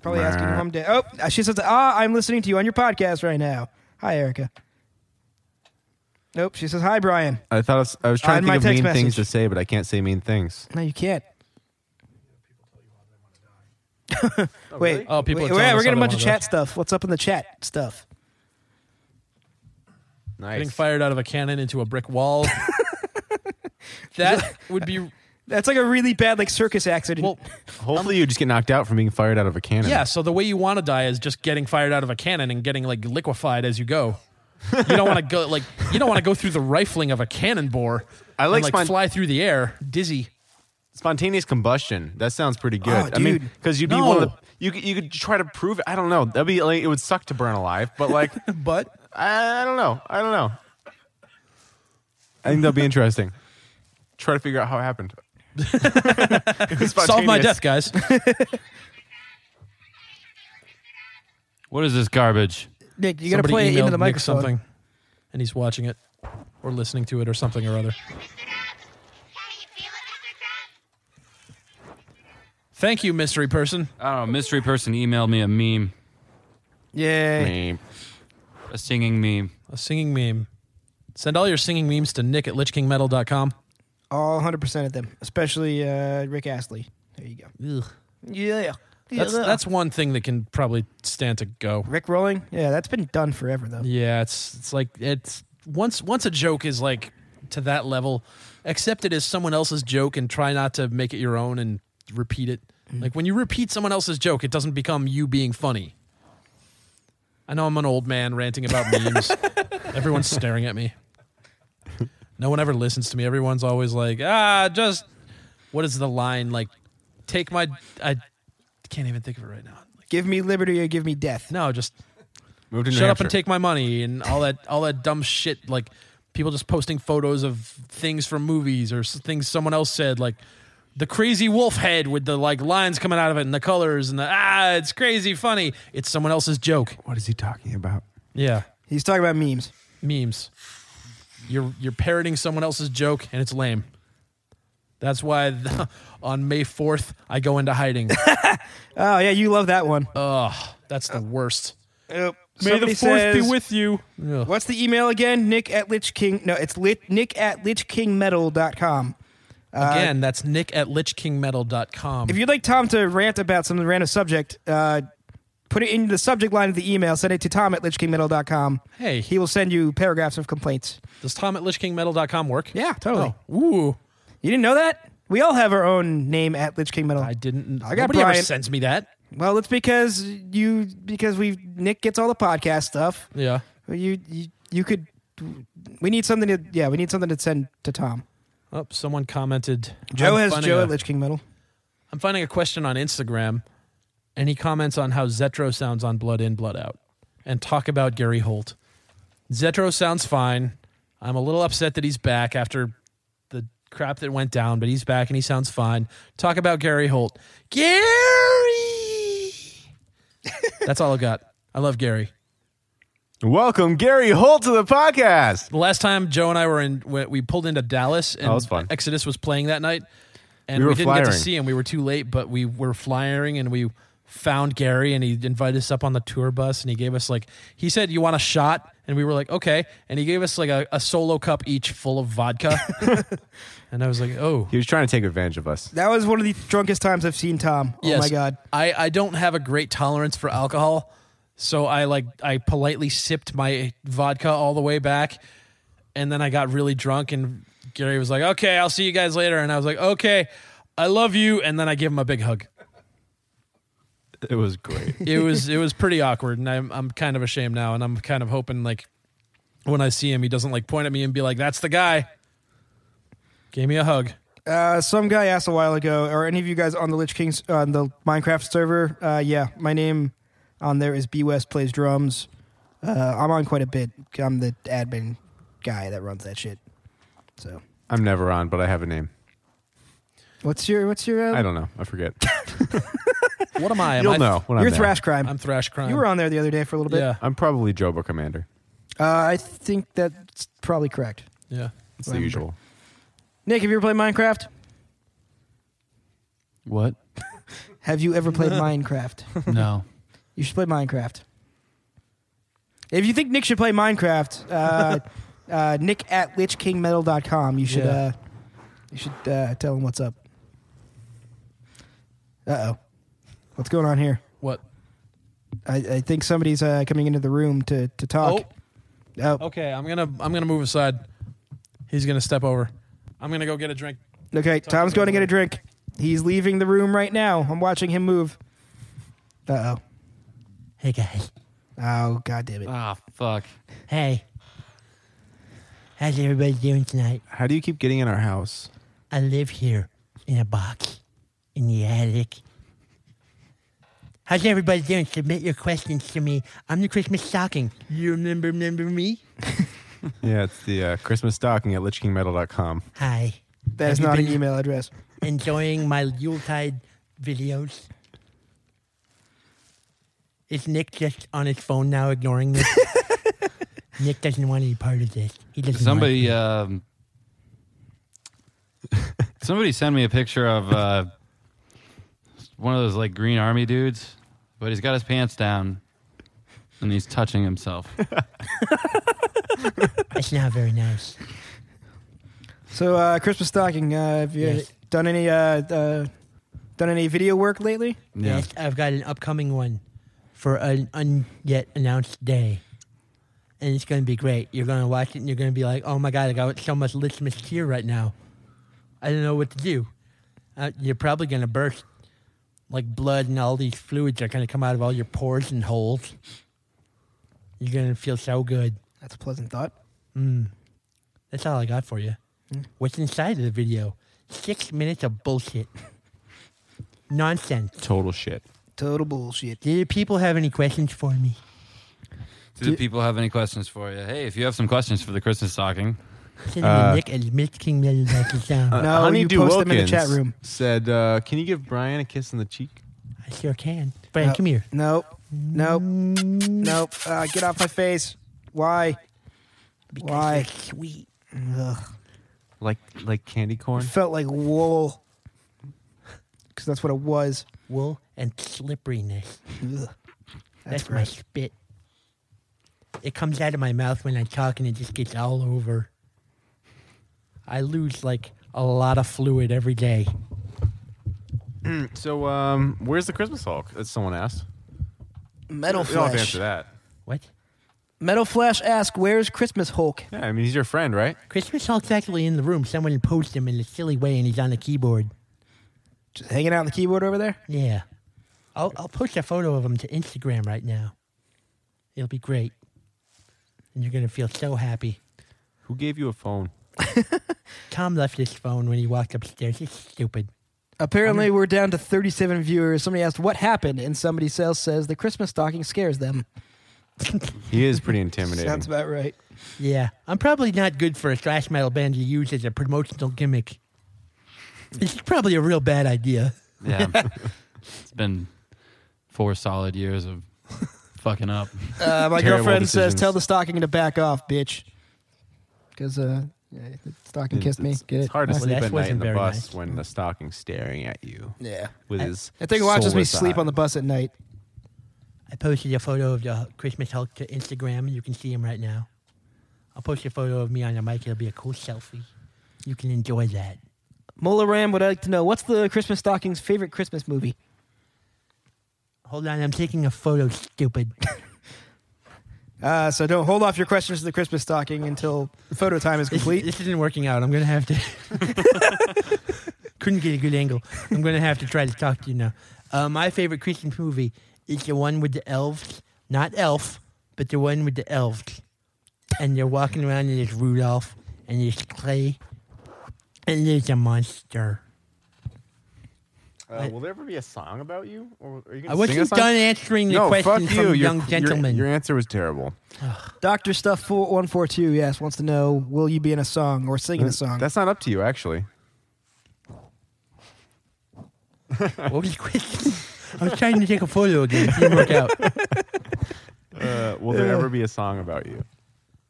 Speaker 5: Probably asking if I'm dead. Oh, she says, "Ah, I'm listening to you on your podcast right now." Hi, Erica. Nope. She says, "Hi, Brian."
Speaker 6: I thought I was, I was trying
Speaker 5: On
Speaker 6: to
Speaker 5: Uh, my
Speaker 6: think of
Speaker 5: text
Speaker 6: mean things
Speaker 5: message.
Speaker 6: to say, but I can't say mean things.
Speaker 5: No, you can't. Wait.
Speaker 4: Oh, people are
Speaker 5: wait,
Speaker 4: telling
Speaker 5: yeah,
Speaker 4: us
Speaker 5: we're getting a
Speaker 4: how they
Speaker 5: bunch of
Speaker 4: wanna
Speaker 5: chat stuff. What's up in the chat stuff?
Speaker 6: Nice.
Speaker 4: Getting fired out of a cannon into a brick wall. that would be
Speaker 5: That's like a really bad like circus accident.
Speaker 4: well.
Speaker 6: Hopefully, you just get knocked out from being fired out of a cannon.
Speaker 4: Yeah. So the way you want to die is just getting fired out of a cannon and getting like liquefied as you go. You don't want to go like you don't want to go through the rifling of a cannon bore.
Speaker 6: I like
Speaker 4: and, like
Speaker 6: spon-
Speaker 4: fly through the air, dizzy.
Speaker 6: Spontaneous combustion. That sounds pretty good.
Speaker 5: Oh,
Speaker 6: I mean,
Speaker 5: dude.
Speaker 6: because you'd be
Speaker 4: No.
Speaker 6: one of the, you, could- you could try to prove it. I don't know. That'd be like, it would suck to burn alive, but like,
Speaker 4: But
Speaker 6: I, I don't know. I don't know. I think that'll be interesting. Try to figure out how it happened. It was
Speaker 4: solve my
Speaker 6: spontaneous.
Speaker 4: death, guys.
Speaker 2: What is this garbage?
Speaker 5: Nick, you got to
Speaker 4: Somebody
Speaker 5: play it into
Speaker 4: emailed
Speaker 5: the
Speaker 4: Nick
Speaker 5: microphone.
Speaker 4: something, and he's watching it or listening to it or something or other. Thank you, mystery person.
Speaker 2: I don't know. Mystery person emailed me a meme,
Speaker 5: Yay.
Speaker 6: Meep.
Speaker 2: a singing meme.
Speaker 4: A singing meme. Send all your singing memes to nick at lichkingmetal.com.
Speaker 5: All 100% of them, especially uh, Rick Astley. There you go.
Speaker 4: Ugh. uh,
Speaker 5: Yeah.
Speaker 4: That's, that's one thing that can probably stand to go.
Speaker 5: Rick rolling? Yeah, that's been done forever though.
Speaker 4: Yeah, it's it's like it's once once a joke is like to that level, accept it as someone else's joke and try not to make it your own and repeat it. Like when you repeat someone else's joke, it doesn't become you being funny. I know I'm an old man ranting about memes. Everyone's staring at me. No one ever listens to me. Everyone's always like, ah, just what is the line? Like, take my I can't even think of it right now. Like,
Speaker 5: Give me liberty or give me death.
Speaker 4: no, just
Speaker 6: Moved to New
Speaker 4: shut up
Speaker 6: Hampshire.
Speaker 4: and take my money and all that all that dumb shit like people just posting photos of things from movies or s- things someone else said like the crazy wolf head with the like lines coming out of it and the colors and the ah it's crazy funny it's someone else's joke
Speaker 6: What is he talking about?
Speaker 4: yeah
Speaker 5: He's talking about memes.
Speaker 4: memes
Speaker 1: You're you're parroting someone else's joke and it's lame. That's why the, on May 4th I go into hiding.
Speaker 5: Oh yeah, you love that one.
Speaker 1: That's the worst.
Speaker 5: Uh, May the fourth be with.
Speaker 1: you.
Speaker 5: What's the email again? Nick at Lich King. No, it's lit, Nick at LichKingMetal.com.
Speaker 1: Again, that's nick at lichkingmetal.com.
Speaker 5: If you'd like Tom to rant about some random subject, uh, put it in the subject line of the email. Send it to Tom at LichKingMetal.com.
Speaker 1: Hey.
Speaker 5: he will send you paragraphs of complaints.
Speaker 1: Does Tom at lichkingmetal.com work?
Speaker 5: Yeah, totally.
Speaker 1: Oh, ooh.
Speaker 5: You didn't know that? We all have our own name at Lich King Metal.
Speaker 1: I didn't.
Speaker 5: I got
Speaker 1: nobody ever
Speaker 5: Brian.
Speaker 1: sends me that.
Speaker 5: Well, it's because you because we Nick gets all the podcast stuff.
Speaker 1: Yeah.
Speaker 5: You you, you could. We need something to yeah. We need something to send to Tom.
Speaker 1: Oh, someone commented.
Speaker 5: Joe
Speaker 1: I'm
Speaker 5: has
Speaker 1: finding
Speaker 5: Joe
Speaker 1: a-
Speaker 5: at Lich King Metal.
Speaker 1: I'm finding a question on Instagram, and he comments on how Zetro sounds on Blood In, Blood Out, and talk about Gary Holt. Zetro sounds fine. I'm a little upset that he's back after the crap that went down, but he's back and he sounds fine. Talk about Gary Holt. Gary! That's all I've got. I love Gary.
Speaker 6: Welcome, Gary Holt, to the podcast.
Speaker 1: The last time Joe and I were in, we we pulled into Dallas, and
Speaker 6: Oh, that's fun.
Speaker 1: Exodus was playing that night, and
Speaker 6: We
Speaker 1: we,
Speaker 6: were
Speaker 1: didn't get to
Speaker 6: flyering.
Speaker 1: see him. We were too late, but we were flying, and we found Gary, and he invited us up on the tour bus, and he gave us like he said, "You want a shot?" And we were like, "Okay," and he gave us like a, a solo cup each full of vodka, and I was like, "Oh."
Speaker 6: He was trying to take advantage of us.
Speaker 5: That was one of the drunkest times I've seen Tom. Oh
Speaker 1: Yes.
Speaker 5: my god.
Speaker 1: I, I don't have a great tolerance for alcohol. So I like I politely sipped my vodka all the way back and then I got really drunk and Gary was like, "Okay, I'll see you guys later." And I was like, "Okay, I love you." And then I gave him a big hug.
Speaker 6: It was great.
Speaker 1: It was it was pretty awkward and I'm I'm kind of ashamed now and I'm kind of hoping like when I see him he doesn't like point at me and be like, "That's the guy." Gave me a hug.
Speaker 5: Uh, some guy asked a while ago, are any of you guys on the Lich King's uh, on the Minecraft server? Uh, yeah, my name on there is B West plays drums. Uh, I'm on quite a bit. I'm the admin guy that runs that shit. So
Speaker 6: I'm never on, but I have a name.
Speaker 5: what's your what's your uh,
Speaker 6: I don't know. I forget.
Speaker 1: What am I? Am
Speaker 6: You'll
Speaker 1: I-
Speaker 6: know when
Speaker 5: your
Speaker 6: I'm there.
Speaker 5: thrash crime?
Speaker 1: I'm Thrash Crime.
Speaker 5: you were on there the other day for a little bit.
Speaker 1: Yeah.
Speaker 6: I'm probably Jobo Commander.
Speaker 5: Uh, I think that's probably correct.
Speaker 1: Yeah.
Speaker 6: It's the
Speaker 5: Remember.
Speaker 6: usual.
Speaker 5: Nick, have you ever played Minecraft?
Speaker 2: What?
Speaker 5: Have you ever played Minecraft?
Speaker 2: No.
Speaker 5: You should play Minecraft. If you think Nick should play Minecraft, uh, uh, Nick at LichKingMetal.com. You should
Speaker 1: Yeah.
Speaker 5: uh, you should uh, tell him what's up. Uh oh, what's going on here?
Speaker 1: What?
Speaker 5: I, I think somebody's uh, coming into the room to to talk.
Speaker 1: Oh.
Speaker 5: Oh,
Speaker 1: Okay, I'm gonna I'm gonna move aside. He's gonna step over. I'm gonna go get a drink.
Speaker 5: okay. Tom's going to get a drink. He's leaving the room right now. I'm watching him move. Uh oh.
Speaker 1: Hey guys.
Speaker 5: Oh god damn it.
Speaker 2: Ah, fuck.
Speaker 4: Hey. How's everybody doing tonight?
Speaker 6: How do you keep getting in our house?
Speaker 4: I live here in a box in the attic. How's everybody doing? Submit your questions to me. I'm the Christmas stocking. You remember remember me?
Speaker 6: Yeah, it's the uh, Christmas stocking at lichkingmetal.com.
Speaker 4: Hi.
Speaker 5: That is
Speaker 4: Have you
Speaker 5: not an
Speaker 4: been-
Speaker 5: email address.
Speaker 4: Enjoying my Yuletide videos. Is Nick just on his phone now ignoring this? Nick doesn't want any part of this. He doesn't like
Speaker 2: Somebody
Speaker 4: me.
Speaker 2: um somebody sent me a picture of uh one of those like green army dudes, but he's got his pants down and he's touching himself.
Speaker 4: That's not very nice.
Speaker 5: So uh, Christmas stocking. Uh, have you
Speaker 4: Yes.
Speaker 5: done any uh, uh, done any video work lately?
Speaker 2: Yeah.
Speaker 4: Yes, I've got an upcoming one for an un yet announced day. And it's going to be great. You're going to watch it and you're going to be like, oh my God, I got so much Litmus tear right now. I don't know what to do. Uh, you're probably going to burst. Like blood and all these fluids are going to come out of all your pores and holes. You're going to feel so good.
Speaker 5: That's a pleasant thought.
Speaker 4: That's all I got for you. What's inside of the video? Six minutes of bullshit. Nonsense.
Speaker 6: Total shit.
Speaker 5: Total bullshit.
Speaker 4: Do the people have any questions for me?
Speaker 2: Do the people have any questions for you? Hey, if you have some questions for the Christmas stocking,
Speaker 4: Send me
Speaker 5: Uh,
Speaker 4: Nick and Mitch King Metal back to town.
Speaker 6: Uh,
Speaker 5: No, you post them in the chat room.
Speaker 6: said, uh, "Can you give Brian a kiss in the cheek?"
Speaker 4: I sure can. Brian,
Speaker 5: No.
Speaker 4: come here.
Speaker 5: Nope. Nope. Nope. Uh, get off my face. Why?
Speaker 4: Because
Speaker 5: Why?
Speaker 4: you're sweet.
Speaker 5: Ugh.
Speaker 8: Like like candy corn.
Speaker 5: Felt like wool. Because that's what it was.
Speaker 4: wool and slipperiness.
Speaker 5: Ugh.
Speaker 4: That's,
Speaker 5: That's
Speaker 4: my
Speaker 5: gross.
Speaker 4: spit. It comes out of my mouth when I talk and it just gets all over. I lose like a lot of fluid every day.
Speaker 6: So, um, where's the Christmas Hulk? That someone asked.
Speaker 5: Metal
Speaker 6: We all have to
Speaker 5: Flash.
Speaker 6: answer that.
Speaker 4: What?
Speaker 5: Metal Flash asks, "Where's Christmas Hulk?"
Speaker 6: Yeah, I mean, he's your friend, right?
Speaker 4: Christmas Hulk's actually in the room. Someone imposed him in a silly way and he's on the keyboard.
Speaker 5: Just hanging out on the keyboard over there.
Speaker 4: Yeah. I'll, I'll post a photo of him to Instagram right now. It'll be great. And you're going to feel so happy.
Speaker 6: Who gave you a phone?
Speaker 4: Tom left his phone when he walked upstairs. It's stupid.
Speaker 5: Apparently, we're down to 37 viewers. Somebody asked, "What happened?" and somebody else says, "The Christmas stocking scares them."
Speaker 6: He is pretty intimidating.
Speaker 5: Sounds about right.
Speaker 4: Yeah, I'm probably not good for a thrash metal band to use as a promotional gimmick. It's probably a real bad idea.
Speaker 2: Yeah. it's been four solid years of fucking up.
Speaker 5: Uh, my
Speaker 6: Terrible
Speaker 5: girlfriend says,
Speaker 6: decisions.
Speaker 5: "Tell the stocking to back off, bitch," because uh, yeah, the stocking
Speaker 6: It's-
Speaker 5: kissed me.
Speaker 6: it's-
Speaker 5: Get
Speaker 6: it's
Speaker 5: it?
Speaker 6: hard to
Speaker 4: Well,
Speaker 6: sleep at
Speaker 4: that
Speaker 6: night in
Speaker 4: wasn't
Speaker 6: the
Speaker 4: very
Speaker 6: bus
Speaker 4: nice.
Speaker 6: when the stocking's staring at you
Speaker 5: Yeah,
Speaker 6: with
Speaker 4: I-
Speaker 6: his.
Speaker 5: that thing watches me
Speaker 6: soulless
Speaker 5: sleep
Speaker 6: eye.
Speaker 5: on the bus at night.
Speaker 4: I posted a photo of the Christmas Hulk to Instagram, and you can see him right now. I'll post a photo of me on the mic. It'll be a cool selfie. You can enjoy that.
Speaker 5: Mola Ram would like to know what's the Christmas stocking's favorite Christmas movie.
Speaker 4: Hold on, I'm taking a photo, stupid.
Speaker 5: Uh, so don't hold off your questions to the Christmas stocking until photo time is
Speaker 4: This,
Speaker 5: complete.
Speaker 4: this isn't working out. I'm going to have to. Couldn't get a good angle. I'm going to have to try to talk to you now. Uh, my favorite Christmas movie is the one with the elves. Not elf, but the one with the elves. And they're walking around and there's Rudolph and there's Clay and there's a monster.
Speaker 6: Uh, will there ever be a song about you? Or are you gonna
Speaker 4: I
Speaker 6: sing a
Speaker 4: wasn't
Speaker 6: song?
Speaker 4: done answering the
Speaker 6: no,
Speaker 4: question
Speaker 6: fuck you.
Speaker 4: from
Speaker 6: your,
Speaker 4: young
Speaker 6: your-
Speaker 4: gentleman.
Speaker 6: Your, answer was terrible.
Speaker 5: Doctor Stuff four one four two yes wants to know will you be in a song or singing a song?
Speaker 6: Uh, That's not up to you, actually.
Speaker 4: what was the question? I was trying to take a photo again. It didn't work out.
Speaker 6: Uh, will there ever be a song about you?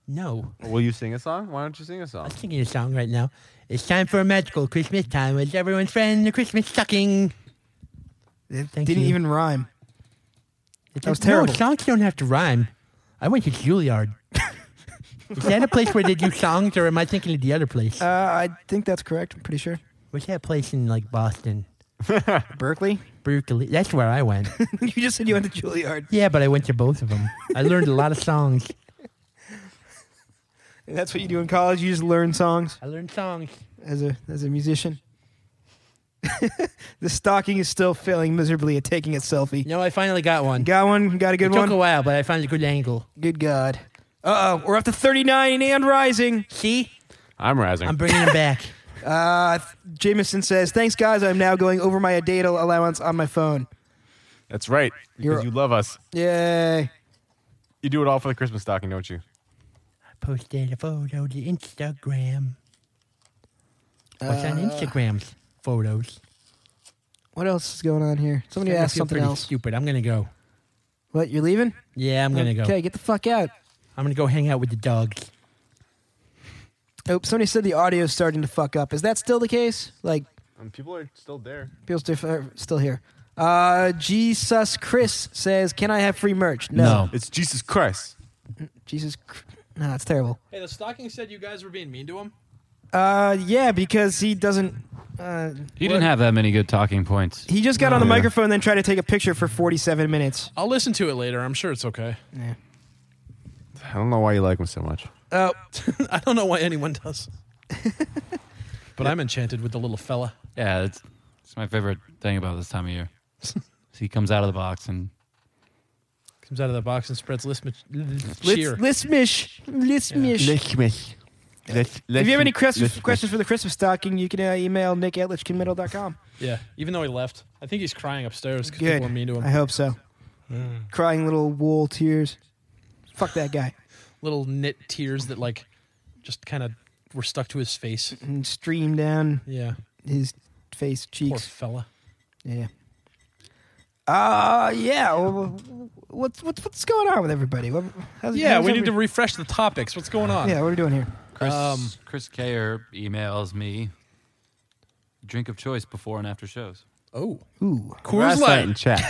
Speaker 4: No.
Speaker 6: Will you sing a song? Why don't you sing a
Speaker 4: I'm
Speaker 6: song?
Speaker 4: singing a song right now. It's time for a magical Christmas time with everyone's friend, the Christmas stocking.
Speaker 5: it
Speaker 4: thank
Speaker 5: didn't
Speaker 4: you.
Speaker 5: even rhyme.
Speaker 4: It
Speaker 5: That was
Speaker 4: does- no,
Speaker 5: terrible.
Speaker 4: songs don't have to rhyme. I went to Juilliard. Is that a place where they do songs, or am I thinking of the other place?
Speaker 5: Uh, I think that's correct. I'm pretty sure.
Speaker 4: What's that place in like Boston,
Speaker 5: Berkeley.
Speaker 4: Berkeley? That's where I went.
Speaker 5: you just said you went to Juilliard.
Speaker 4: yeah, but I went to both of them. I learned a lot of songs.
Speaker 5: And that's what you do in college. You just learn songs
Speaker 4: I learned songs.
Speaker 5: as a as a musician. the stocking is still failing miserably at taking a selfie.
Speaker 4: No, I finally got one.
Speaker 5: Got one. Got a
Speaker 4: it
Speaker 5: good
Speaker 4: took
Speaker 5: one.
Speaker 4: a while, but I found a good angle.
Speaker 5: Good God. Uh oh, we're up to 39 and rising.
Speaker 4: See,
Speaker 6: I'm rising.
Speaker 4: I'm bringing them back.
Speaker 5: Uh, Jameson says, Thanks, guys. I'm now going over my data allowance on my phone.
Speaker 6: That's right. Because
Speaker 5: You're-
Speaker 6: you love us.
Speaker 5: Yay.
Speaker 6: You do it all for the Christmas stocking, don't you?
Speaker 4: I posted a photo to Instagram. What's
Speaker 5: Uh,
Speaker 4: on Instagram's photos?
Speaker 5: What else is going on here?
Speaker 4: Starting
Speaker 5: Somebody
Speaker 4: to
Speaker 5: asked
Speaker 4: feel
Speaker 5: something
Speaker 4: pretty
Speaker 5: else.
Speaker 4: Stupid. I'm gonna go.
Speaker 5: What, you're leaving?
Speaker 4: Yeah, I'm gonna go.
Speaker 5: Okay, get the fuck out.
Speaker 4: I'm gonna go hang out with the dogs.
Speaker 5: Oh, somebody said the audio's starting to fuck up. Is that still the case? Like,
Speaker 6: And people are still there.
Speaker 5: people still, are still here. Uh, Jesus Chris says, Can I have free merch? No.
Speaker 6: It's Jesus Christ.
Speaker 5: Jesus. Chr- No, it's terrible.
Speaker 1: Hey, the stocking said you guys were being mean to him.
Speaker 5: Uh, yeah, because he doesn't. Uh,
Speaker 2: He didn't have that many good talking points.
Speaker 5: He just got on the
Speaker 6: Yeah.
Speaker 5: microphone, then tried to take a picture for 47 minutes.
Speaker 1: I'll listen to it later. I'm sure it's okay.
Speaker 6: I don't know why you like him so much.
Speaker 5: Oh,
Speaker 1: I don't know why anyone does. but I'm enchanted with the little fella.
Speaker 2: Yeah, it's, it's my favorite thing about this time of year. So he comes out of the box and
Speaker 1: Comes out of the box and spreads list
Speaker 5: let's,
Speaker 1: cheer.
Speaker 5: let's mish. Let's mish.
Speaker 8: Christmas. Let's, let's,
Speaker 5: if you have any Christmas
Speaker 8: let's-
Speaker 5: questions for the Christmas stocking, you can uh, email nick at com.
Speaker 1: Yeah, even though he left, I think he's crying upstairs because
Speaker 5: Good.
Speaker 1: people were mean to him.
Speaker 5: I hope so. Crying little wool tears. Fuck that guy.
Speaker 1: little knit tears that like just kind of were stuck to his face.
Speaker 5: And stream down
Speaker 1: Yeah,
Speaker 5: his face,
Speaker 1: poor
Speaker 5: cheeks.
Speaker 1: fella.
Speaker 5: Yeah. Uh, yeah. well, What's, what's, what's going on with everybody? What- how's-
Speaker 1: Yeah,
Speaker 5: how's
Speaker 1: we need to
Speaker 5: every-
Speaker 1: refresh the topics. What's going on?
Speaker 5: Yeah, what are we doing here?
Speaker 2: Chris
Speaker 1: Um,
Speaker 2: Chris Kayer emails me drink of choice before and after shows.
Speaker 1: Oh,
Speaker 5: Ooh.
Speaker 1: Coors Light.
Speaker 6: in chat.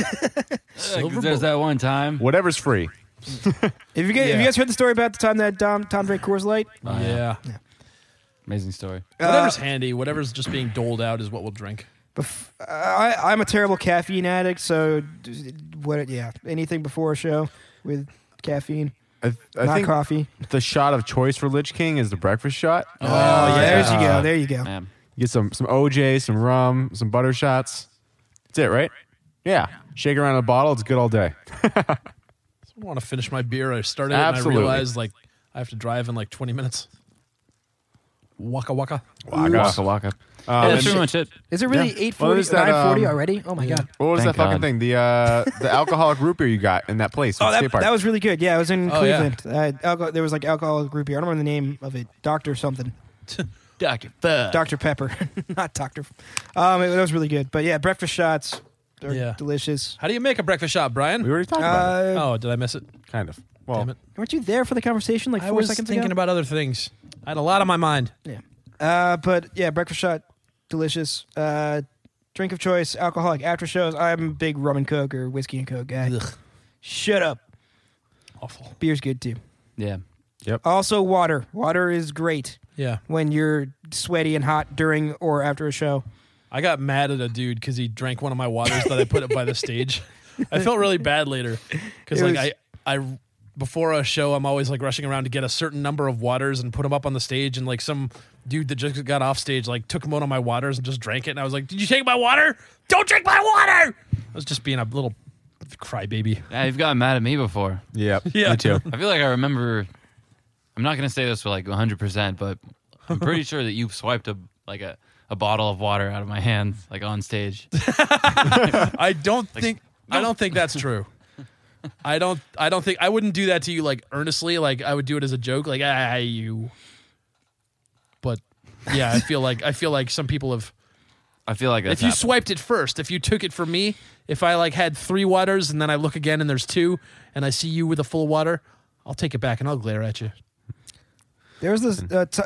Speaker 2: Yeah, 'cause there's that one time.
Speaker 6: Whatever's free.
Speaker 5: Have you, guys, have
Speaker 1: Yeah.
Speaker 5: you guys heard the story about the time that Dom, Tom drank Coors Light?
Speaker 2: Oh,
Speaker 1: yeah.
Speaker 2: Amazing story.
Speaker 1: Whatever's handy, whatever's just being doled out is what we'll drink.
Speaker 5: Bef- uh, I, I'm a terrible caffeine addict, so d- what? Yeah, anything before a show with caffeine,
Speaker 6: I, I
Speaker 5: not
Speaker 6: think
Speaker 5: coffee.
Speaker 6: the shot of choice for Lich King is the breakfast shot.
Speaker 5: Oh, there's you go, there you go.
Speaker 2: Man.
Speaker 6: Get some some OJ, some rum, some butter shots. That's it, right? Yeah. Shake around a bottle. It's good all day.
Speaker 1: I want to finish my beer. I started
Speaker 6: Absolutely.
Speaker 1: it and I realized like I have to drive in like 20 minutes. Waka waka.
Speaker 6: Waka waka. Um,
Speaker 2: yeah,
Speaker 6: and-
Speaker 2: that's pretty much it.
Speaker 5: Is it really
Speaker 6: Yeah.
Speaker 5: 8:40,
Speaker 6: Well, there's that,
Speaker 5: 9:40
Speaker 6: um,
Speaker 5: already? Oh my god!
Speaker 6: what was
Speaker 2: Thank
Speaker 6: that fucking
Speaker 2: God.
Speaker 6: thing? The uh, the alcoholic root beer you got in that place.
Speaker 5: Oh,
Speaker 6: with
Speaker 5: that,
Speaker 6: skate park.
Speaker 5: that was really good. Yeah, I was in
Speaker 1: Oh, yeah.
Speaker 5: Cleveland. Uh, alcohol, there was like alcoholic group here. I don't remember the name of it. Doctor something.
Speaker 2: Doctor Thug.
Speaker 5: Dr. Pepper, not Doctor. Um, it, that was really good. But yeah, breakfast shots are
Speaker 1: Yeah.
Speaker 5: delicious.
Speaker 1: How do you make a breakfast shot, Brian?
Speaker 6: we already talked about
Speaker 5: Uh,
Speaker 1: oh, did I miss it?
Speaker 6: it. Kind of. Well,
Speaker 1: Damn it.
Speaker 5: Weren't you there for the conversation like
Speaker 1: I
Speaker 5: four
Speaker 1: was
Speaker 5: seconds
Speaker 1: thinking
Speaker 5: ago?
Speaker 1: about other things. I had a lot on my mind.
Speaker 5: uh, but yeah, breakfast shot, delicious. Uh, drink of choice, alcoholic after shows. I'm a big rum and coke or whiskey and coke guy.
Speaker 1: Ugh.
Speaker 5: Shut up.
Speaker 1: Awful.
Speaker 5: Beer's good too.
Speaker 2: Yeah.
Speaker 5: Also, water. Water is great
Speaker 1: Yeah.
Speaker 5: when you're sweaty and hot during or after a show.
Speaker 1: I got mad at a dude because he drank one of my waters that I put up by the stage. I felt really bad later because
Speaker 5: It
Speaker 1: like
Speaker 5: was-
Speaker 1: I, I before a show I'm always like rushing around to get a certain number of waters and put them up on the stage and like some dude that just got off stage like took one of my waters and just drank it and I was like, did you take my water? Don't drink my water! I was just being a little crybaby.
Speaker 2: Yeah, you've gotten mad at me before.
Speaker 6: yeah.
Speaker 1: Yeah.
Speaker 6: Me too.
Speaker 2: I feel like I remember. I'm not gonna say this for like 100, percent but I'm pretty sure that you swiped a like a, a bottle of water out of my hand like on stage.
Speaker 1: I don't think I don't think that's true. I don't I don't think I wouldn't do that to you like earnestly like I would do it as a joke like ah you but yeah I feel like I feel like some people have
Speaker 2: I feel like that's
Speaker 1: if you
Speaker 2: happened.
Speaker 1: swiped it first if you took it from me if I like had 3 waters and then I look again and there's 2 and I see you with a full water I'll take it back and I'll glare at you.
Speaker 5: There's this. Uh, t-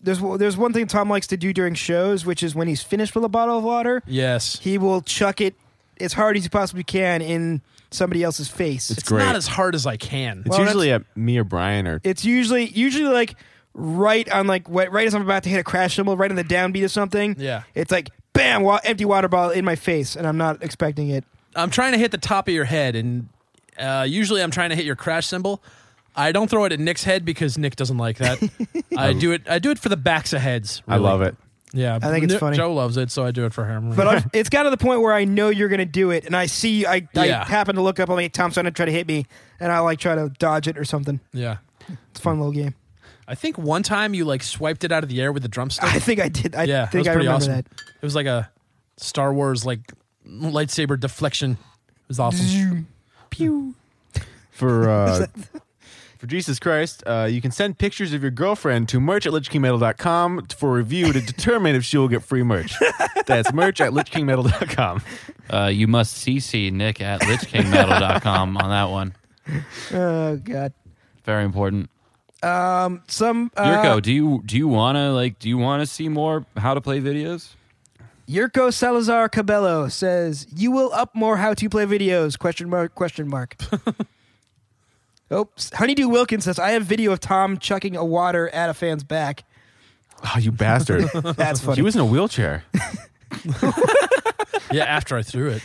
Speaker 5: there's there's one thing Tom likes to do during shows, which is when he's finished with a bottle of water,
Speaker 1: Yes.
Speaker 5: he will chuck it as hard as he possibly can in somebody else's
Speaker 6: It's
Speaker 5: face. It's,
Speaker 1: It's
Speaker 6: great.
Speaker 1: not as hard as I can.
Speaker 6: it's
Speaker 5: Well,
Speaker 6: usually at me or Brian or
Speaker 5: usually usually like right on like what right as I'm about to hit a crash cymbal, right on the downbeat of something.
Speaker 1: Yeah.
Speaker 5: it's like bam, wa- empty water bottle in my face, and I'm not expecting it.
Speaker 1: I'm trying to hit the top of your head, and uh, usually I'm trying to hit your crash cymbal. I don't throw it at Nick's head because Nick doesn't like that. I do it. I do it for the backs of heads.
Speaker 6: I love it.
Speaker 1: Yeah,
Speaker 5: I think it's
Speaker 1: Nick-
Speaker 5: funny.
Speaker 1: Joe loves it, so I do it for him.
Speaker 5: But I've, it's got to the point where I know you're gonna do it, and I see I,
Speaker 1: Yeah.
Speaker 5: I happen to look up, I'm like Tom's trying to try to hit me, and I like try to dodge it or something.
Speaker 1: yeah,
Speaker 5: It's a fun little game.
Speaker 1: I think one time you like swiped it out of the air with the drumstick.
Speaker 5: I think I did. I
Speaker 1: yeah, that
Speaker 5: think
Speaker 1: was
Speaker 5: I
Speaker 1: pretty
Speaker 5: remember
Speaker 1: awesome.
Speaker 5: that.
Speaker 1: It was like a Star Wars like lightsaber deflection. It was awesome.
Speaker 5: Zoom. Pew.
Speaker 6: for uh, for Jesus Christ, uh, you can send pictures of your girlfriend to merch at lichkingmetal.com for review to determine if she will get free merch. That's merch at lichkingmetal.com.
Speaker 2: Uh, you must CC Nick at lichkingmetal.com on that one.
Speaker 5: Oh god.
Speaker 2: Very important.
Speaker 5: Um, some uh,
Speaker 2: Yurko, do you do you wanna like do you wanna see more how to play videos?
Speaker 5: Yurko Salazar Cabello says you will up more how to play videos? Question mark? Question mark. Oops. Honeydew Wilkins says I have video of Tom chucking a water at a fan's back.
Speaker 6: Oh, you bastard.
Speaker 5: That's funny.
Speaker 6: he was in a wheelchair.
Speaker 1: yeah, after I threw it.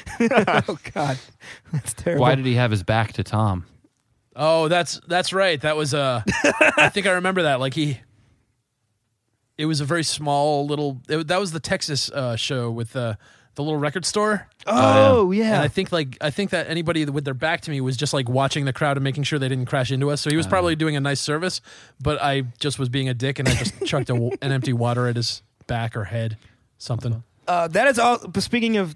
Speaker 5: oh god, that's terrible.
Speaker 2: Why did he have his back to Tom?
Speaker 1: Oh, that's that's right. That was uh I think I remember that. Like he it was a very small little it, that was the Texas uh show with uh the little record store.
Speaker 5: oh yeah.
Speaker 1: And I think like I think that anybody with their back to me was just like watching the crowd and making sure they didn't crash into us. So he
Speaker 5: Uh.
Speaker 1: was probably doing a nice service, but I just was being a dick and I just chucked a, w- an empty water at his back or head, something.
Speaker 5: Uh, that is all. But speaking of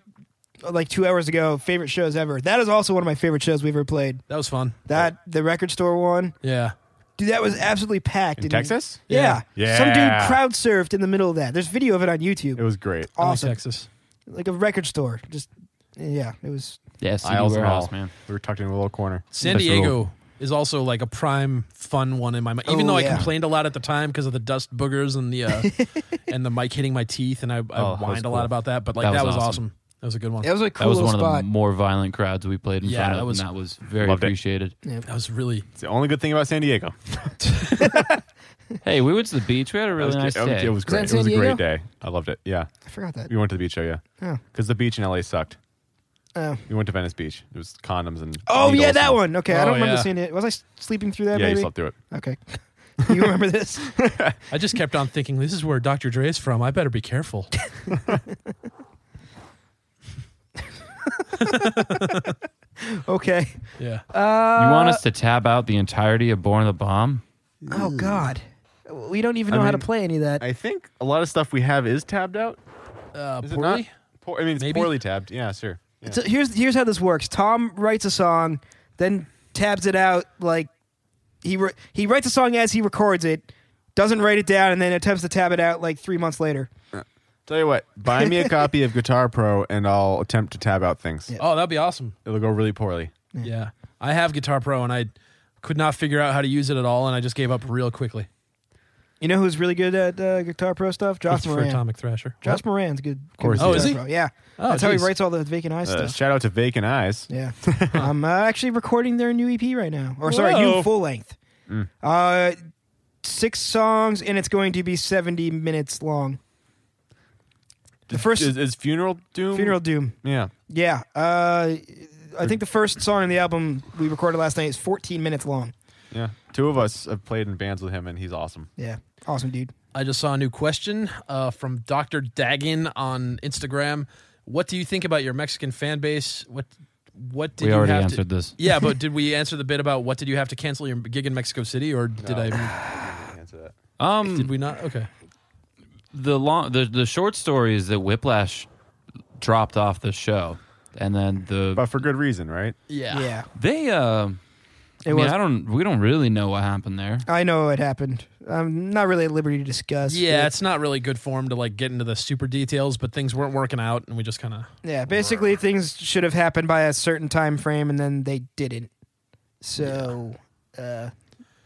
Speaker 5: like two hours ago, favorite shows ever. That is also one of my favorite shows we've ever played.
Speaker 1: That was fun.
Speaker 5: That the record store one.
Speaker 1: Yeah.
Speaker 5: Dude, that was absolutely packed
Speaker 6: In Texas?
Speaker 5: Yeah.
Speaker 6: Yeah.
Speaker 5: Some
Speaker 6: Yeah.
Speaker 5: dude crowd surfed in the middle of that. There's video of it on YouTube.
Speaker 6: It was great.
Speaker 1: I like
Speaker 5: awesome.
Speaker 1: Texas.
Speaker 5: Like a record store. Just yeah, it was
Speaker 2: Yes,
Speaker 6: Aisles and
Speaker 2: warehouse,
Speaker 6: all.
Speaker 2: man.
Speaker 6: We were tucked in a little corner.
Speaker 1: San
Speaker 2: That's a little-
Speaker 1: Diego is also like a prime fun one in my mind. Even
Speaker 5: Oh,
Speaker 1: though I
Speaker 5: yeah.
Speaker 1: complained a lot at the time because of the dust boogers and the uh, and the mic hitting my teeth, and I, I
Speaker 2: Oh, that was
Speaker 1: whined a
Speaker 2: cool.
Speaker 1: lot about that. But like
Speaker 2: That
Speaker 1: that,
Speaker 2: was
Speaker 1: was,
Speaker 2: awesome.
Speaker 1: awesome. That was a good one.
Speaker 5: That was a
Speaker 2: That
Speaker 5: cool
Speaker 2: was
Speaker 5: little
Speaker 2: one
Speaker 5: spot.
Speaker 2: of the more violent crowds we played in
Speaker 1: Yeah,
Speaker 2: front
Speaker 1: that
Speaker 2: of,
Speaker 1: was-
Speaker 2: and that was very
Speaker 6: Loved it.
Speaker 2: appreciated.
Speaker 1: That was really
Speaker 6: It's the only good thing about San Diego.
Speaker 2: Hey, we went to the beach. We had a
Speaker 6: It
Speaker 2: really
Speaker 6: was,
Speaker 2: nice day.
Speaker 6: it was
Speaker 5: that
Speaker 6: great. It
Speaker 5: San
Speaker 6: was a
Speaker 5: Diego?
Speaker 6: great day. I loved it. Yeah.
Speaker 5: I forgot that.
Speaker 6: We went to the beach, oh, yeah.
Speaker 5: Oh.
Speaker 6: Because the beach in LA sucked.
Speaker 5: Oh.
Speaker 6: We went to Venice Beach. It was condoms and.
Speaker 5: Oh
Speaker 6: needles
Speaker 5: yeah, that
Speaker 6: and-
Speaker 5: one. Okay, I don't
Speaker 1: Oh,
Speaker 5: remember
Speaker 1: yeah.
Speaker 5: seeing it. Was I s- sleeping through that?
Speaker 6: Yeah, you
Speaker 5: maybe.
Speaker 6: slept through it.
Speaker 5: Okay. you remember this?
Speaker 1: I just kept on thinking, this is where Dr. Dre's from. I better be careful.
Speaker 5: Okay.
Speaker 1: Yeah.
Speaker 5: Uh,
Speaker 2: you want us to tab out the entirety of Born the Bomb?
Speaker 5: Oh God, we don't even
Speaker 6: I
Speaker 5: know how to
Speaker 6: mean-
Speaker 5: play any of that.
Speaker 6: I think a lot of stuff we have is tabbed out.
Speaker 1: Uh,
Speaker 6: Is it not?
Speaker 1: poorly?
Speaker 6: Poor, I mean, it's
Speaker 1: Maybe.
Speaker 6: poorly tabbed. Yeah, sure. Yeah.
Speaker 5: So here's here's how this works. Tom writes a song, then tabs it out like he re- he writes a song as he records it, doesn't write it down, and then attempts to tab it out like three months later.
Speaker 6: Tell you what, buy me a copy of Guitar Pro and I'll attempt to tab out things.
Speaker 1: Oh, that'd be awesome.
Speaker 6: It'll go really poorly.
Speaker 1: Yeah. I have Guitar Pro and I could not figure out how to use it at all and I just gave up real quickly.
Speaker 5: You know who's really good at uh, guitar pro stuff? Josh
Speaker 1: It's for
Speaker 5: Moran.
Speaker 1: Atomic Thrasher.
Speaker 5: Josh Moran's good. Of
Speaker 6: course he
Speaker 1: is. Oh, is he?
Speaker 5: Yeah,
Speaker 1: Oh,
Speaker 5: that's how he
Speaker 1: geez.
Speaker 5: writes all the vacant eyes
Speaker 6: Uh,
Speaker 5: stuff.
Speaker 6: shout out to Vacant Eyes.
Speaker 5: Yeah, I'm uh, actually recording their new EP right now, or sorry, new
Speaker 1: Whoa. Mm.
Speaker 5: full length. Uh, six songs, and it's going to be 70 minutes long. The first
Speaker 6: is, is Funeral Doom.
Speaker 5: Funeral Doom.
Speaker 6: Yeah.
Speaker 5: Yeah, uh, I think the first song on the album we recorded last night is 14 minutes long.
Speaker 6: Yeah. Two of us have played in bands with him and he's awesome.
Speaker 5: Yeah, awesome, dude.
Speaker 1: I just saw a new question uh, from Dr. Daggin on Instagram. What do you think about your Mexican fan base? What what did
Speaker 2: we
Speaker 1: you
Speaker 2: already
Speaker 1: have
Speaker 2: answered
Speaker 1: to
Speaker 2: this.
Speaker 1: Yeah, but did we answer the bit about what did you have to cancel your gig in Mexico City or did I
Speaker 6: Answer that.
Speaker 2: Um,
Speaker 1: did we not? Okay.
Speaker 2: the long the, the short story is that Whiplash dropped off the show, and then the
Speaker 6: But for good reason, right?
Speaker 1: Yeah.
Speaker 5: Yeah,
Speaker 2: they. Uh,
Speaker 5: it
Speaker 2: I mean,
Speaker 5: was.
Speaker 2: I
Speaker 5: I,
Speaker 2: don't. We don't really know what happened there.
Speaker 5: know it happened. I'm not really at liberty to discuss.
Speaker 1: Yeah,
Speaker 5: but-
Speaker 1: it's not really good form to like get into the super details, but things weren't working out, and we just kind of
Speaker 5: Yeah, basically things should have happened by a certain time frame and then they didn't. So uh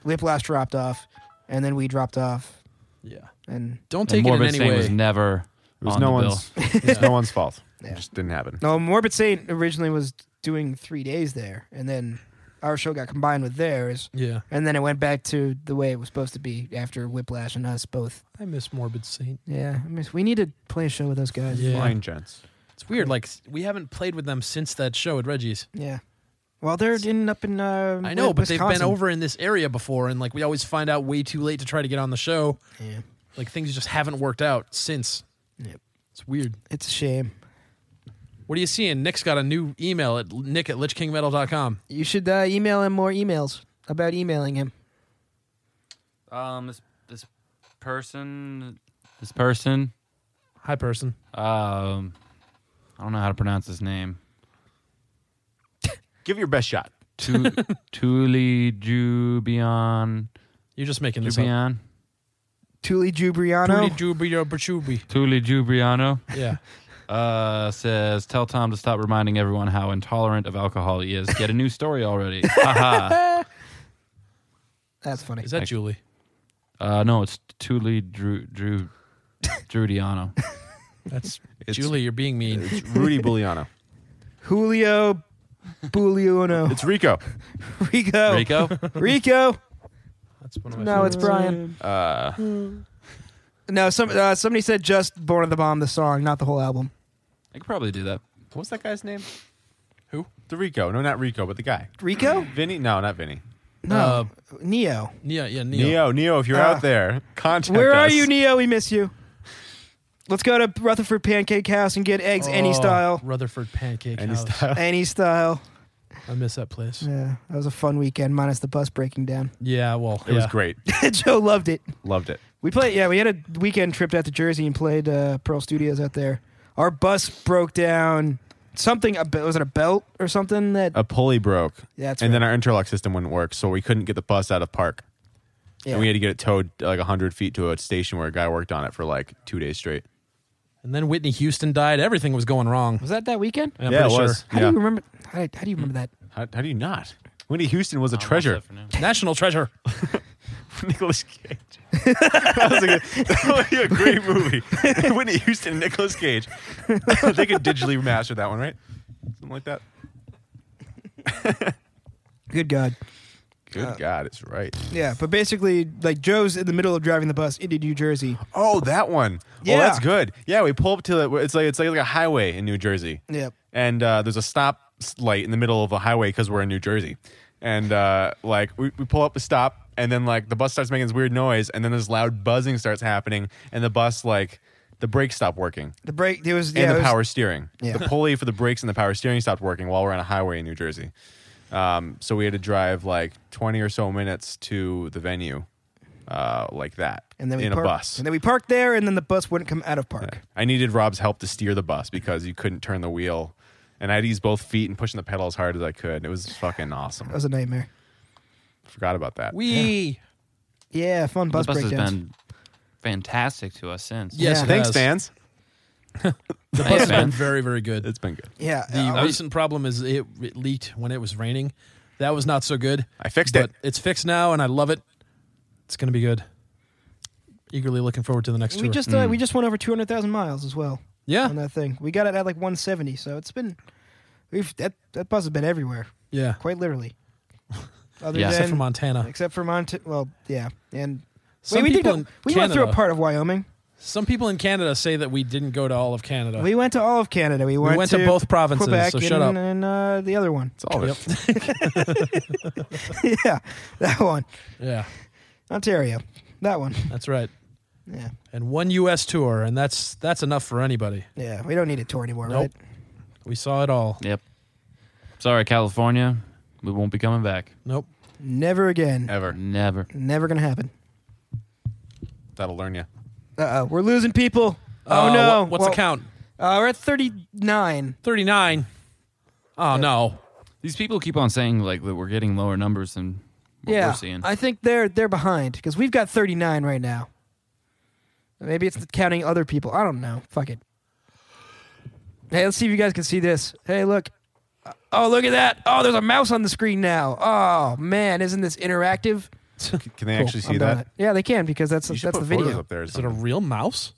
Speaker 5: Whiplash dropped off and then we dropped off
Speaker 1: yeah.
Speaker 5: and
Speaker 1: Don't
Speaker 2: And
Speaker 1: take it in
Speaker 2: Morbid
Speaker 1: any
Speaker 2: Saint was
Speaker 1: way.
Speaker 2: never
Speaker 6: It was
Speaker 2: on
Speaker 6: no
Speaker 2: the bill.
Speaker 6: one's it was no one's fault.
Speaker 5: Yeah.
Speaker 6: It just didn't happen.
Speaker 5: no Morbid Saint originally was doing 3 days there and then our show got combined with theirs
Speaker 1: yeah,
Speaker 5: and then it went back to the way it was supposed to be after Whiplash and us both.
Speaker 1: I miss Morbid Saint.
Speaker 5: Yeah, I mean we need to play a show with those guys.
Speaker 1: Yeah.
Speaker 6: Fine gents.
Speaker 1: It's weird. Like we haven't played with them since that show at Reggie's.
Speaker 5: Yeah. Well, they're in up in uh,
Speaker 1: I know, but they've been
Speaker 5: Wisconsin.
Speaker 1: over in this area before, and like we always find out way too late to try to get on the show.
Speaker 5: Yeah.
Speaker 1: Like things just haven't worked out since.
Speaker 5: Yep.
Speaker 1: It's weird.
Speaker 5: It's a shame.
Speaker 1: What are you seeing? Nick's got a new email at nick at lichkingmetal.com.
Speaker 5: You should uh, email him more emails about emailing him.
Speaker 2: Um, this this person, this person.
Speaker 1: Hi, person.
Speaker 2: Um, I don't know how to pronounce his name.
Speaker 6: Give it your best shot.
Speaker 2: Tu- Tuli Jubian.
Speaker 1: You're just making this up.
Speaker 2: Jubian.
Speaker 5: Tuli Jubriano.
Speaker 1: Tootie jooby yo bachoobie.
Speaker 2: Tuli Jubriano.
Speaker 1: uh, Yeah.
Speaker 2: Uh, says, tell Tom to stop reminding everyone how intolerant of alcohol he is. Get a new story already. Haha.
Speaker 5: That's funny.
Speaker 1: Is that Julie?
Speaker 2: Uh, no, it's Tuli Drew Drew Drudiano.
Speaker 1: That's Julie. You're being mean.
Speaker 6: It's Rudy Buliano.
Speaker 5: Julio Bugliono.
Speaker 6: It's Rico.
Speaker 5: Rico.
Speaker 2: Rico.
Speaker 5: Rico.
Speaker 1: That's one of my
Speaker 5: No, it's Brian.
Speaker 6: Uh,
Speaker 5: No, some uh, somebody said just "Born of the Bomb" the song, not the whole album.
Speaker 2: I could probably do that.
Speaker 6: what's that guy's name?
Speaker 1: Who?
Speaker 6: The Rico. No, not Rico, but the guy.
Speaker 5: Rico?
Speaker 6: Vinny? No, not Vinny.
Speaker 5: No,
Speaker 1: Uh,
Speaker 5: Neo.
Speaker 1: Neo, yeah, Neo.
Speaker 6: Neo, Neo, if you're
Speaker 5: Ah.
Speaker 6: out there, contact
Speaker 5: Where are
Speaker 6: us.
Speaker 5: you, Neo? We miss you. Let's go to Rutherford Pancake House and get eggs any
Speaker 1: Oh,
Speaker 5: style.
Speaker 1: Rutherford Pancake
Speaker 6: Any
Speaker 1: House.
Speaker 6: style.
Speaker 5: Any style.
Speaker 1: I miss that place. Yeah,
Speaker 5: Yeah, that was a fun weekend, minus the bus breaking down.
Speaker 1: well,
Speaker 6: It was
Speaker 1: yeah.
Speaker 6: great.
Speaker 5: Joe loved it.
Speaker 6: Loved it.
Speaker 5: We played. Yeah, we had a weekend trip out to Jersey and played uh, Pearl Studios out there. Our bus broke down. Something a be- was it a belt or something that?
Speaker 6: A pulley broke,
Speaker 5: yeah, that's
Speaker 6: and
Speaker 5: right.
Speaker 6: then our interlock system wouldn't work, so we couldn't get the bus out of park.
Speaker 5: yeah.
Speaker 6: And we had to get it towed like 100 feet to a station where a guy worked on it for like two days straight.
Speaker 1: And then Whitney Houston died. Everything was going wrong.
Speaker 5: was that that weekend?
Speaker 1: I'm
Speaker 6: yeah, it
Speaker 1: pretty
Speaker 6: was.
Speaker 1: sure.
Speaker 5: How
Speaker 6: yeah.
Speaker 5: do you remember? How, how do you remember that?
Speaker 6: how, how do you not? Whitney Houston was a
Speaker 2: Almost
Speaker 6: treasure.
Speaker 2: afternoon.
Speaker 1: National treasure.
Speaker 6: Nicholas Cage. that, was a good, that would be a great movie. Whitney Houston and Nicolas Cage. they could digitally master that one, right? Something like that.
Speaker 5: Good God.
Speaker 6: Good God, it's right.
Speaker 5: Yeah, but basically, like Joe's in the middle of driving the bus into New Jersey.
Speaker 6: Oh, that one.
Speaker 5: Yeah.
Speaker 6: Oh, that's good. Yeah, we pull up to it. It's like it's like, a highway in New Jersey.
Speaker 5: Yep.
Speaker 6: And uh, there's a stop s- light in the middle of a highway because we're in New Jersey. And uh, like we, we pull up the stop, and then like the bus starts making this weird noise, and then this loud buzzing starts happening, and the bus like the brakes stop working.
Speaker 5: The brake there was
Speaker 6: and
Speaker 5: yeah,
Speaker 6: the
Speaker 5: it was-
Speaker 6: power steering.
Speaker 5: Yeah.
Speaker 6: The pulley for the brakes and the power steering stopped working while we're on a highway in New Jersey. Um, so we had to drive like 20 or so minutes to the venue, uh, like that,
Speaker 5: and then we
Speaker 6: in
Speaker 5: parked,
Speaker 6: a bus.
Speaker 5: And then we parked there, and then the bus wouldn't come out of park.
Speaker 6: I needed Rob's help to steer the bus because you couldn't turn the wheel, and I had to use both feet and pushing the pedal as hard as I could. It was fucking awesome.
Speaker 5: That was a nightmare.
Speaker 6: Forgot about that.
Speaker 1: We.
Speaker 5: Yeah, fun
Speaker 2: The
Speaker 5: bus,
Speaker 2: bus has
Speaker 5: breakdowns.
Speaker 2: been fantastic to us since.
Speaker 1: Yes,
Speaker 5: Yeah.
Speaker 1: it
Speaker 6: Thanks,
Speaker 1: has.
Speaker 6: fans.
Speaker 1: The
Speaker 2: Thanks,
Speaker 1: bus has been
Speaker 2: man.
Speaker 1: very, very good.
Speaker 6: It's been good.
Speaker 5: yeah,
Speaker 1: The
Speaker 5: uh,
Speaker 1: recent problem is it, it leaked when it was raining. That was not so good.
Speaker 6: I fixed
Speaker 1: but
Speaker 6: it.
Speaker 1: It's fixed now, and I love it. It's going to be good. Eagerly looking forward to the next
Speaker 5: we
Speaker 1: tour.
Speaker 5: just uh, we just went over two hundred thousand miles as well
Speaker 1: yeah,
Speaker 5: on that thing. We got it at like one seventy, so it's been we've that that bus has been everywhere,
Speaker 1: yeah.
Speaker 5: quite literally. Other
Speaker 2: Yeah.
Speaker 5: than
Speaker 1: Except for Montana.
Speaker 5: except for Mont- Well, yeah, and
Speaker 1: Some
Speaker 5: wait, we did
Speaker 1: people
Speaker 5: go-
Speaker 1: in
Speaker 5: we went through a
Speaker 1: Canada-
Speaker 5: part of Wyoming.
Speaker 1: Some people in Canada say that we didn't go to all of Canada.
Speaker 5: We went to all of Canada. We went,
Speaker 1: went to both provinces,
Speaker 5: Quebec
Speaker 1: so shut
Speaker 5: and,
Speaker 1: up.
Speaker 5: and uh, the other one.
Speaker 6: It's all of it.
Speaker 5: yeah, that one,
Speaker 1: yeah,
Speaker 5: Ontario, that one.
Speaker 1: that's right.
Speaker 5: Yeah,
Speaker 1: And one U.S. tour, and that's that's enough for anybody.
Speaker 5: yeah. We don't need a tour anymore,
Speaker 1: Nope.
Speaker 5: right?
Speaker 1: We saw it all.
Speaker 2: Yep. Sorry, California. We won't be coming back.
Speaker 1: Nope.
Speaker 5: Never again.
Speaker 6: Ever.
Speaker 2: Never.
Speaker 5: Never gonna happen.
Speaker 6: That'll learn you.
Speaker 5: Uh oh, we're losing people. Oh
Speaker 1: Uh,
Speaker 5: no!
Speaker 1: wha- what's
Speaker 5: Well,
Speaker 1: the count?
Speaker 5: Uh, we're at thirty-nine.
Speaker 1: Thirty-nine. Oh no.
Speaker 2: These people keep on saying like that we're getting lower numbers than what
Speaker 5: yeah,
Speaker 2: we're seeing.
Speaker 5: I think they're they're behind because we've got thirty-nine right now. Maybe it's counting other people. I don't know. Fuck it. Hey, let's see if you guys can see this. Hey, look. Uh, Oh, look at that. Oh, there's a mouse on the screen now. Oh man, isn't this interactive?
Speaker 6: Can they
Speaker 5: Cool,
Speaker 6: actually
Speaker 5: I'm
Speaker 6: see
Speaker 5: done
Speaker 6: that?
Speaker 5: with it. Yeah, they can because that's
Speaker 6: You should
Speaker 5: that's
Speaker 6: put
Speaker 5: the
Speaker 6: photos
Speaker 5: video.
Speaker 6: up there. or
Speaker 1: Is it a
Speaker 6: something.
Speaker 1: real mouse?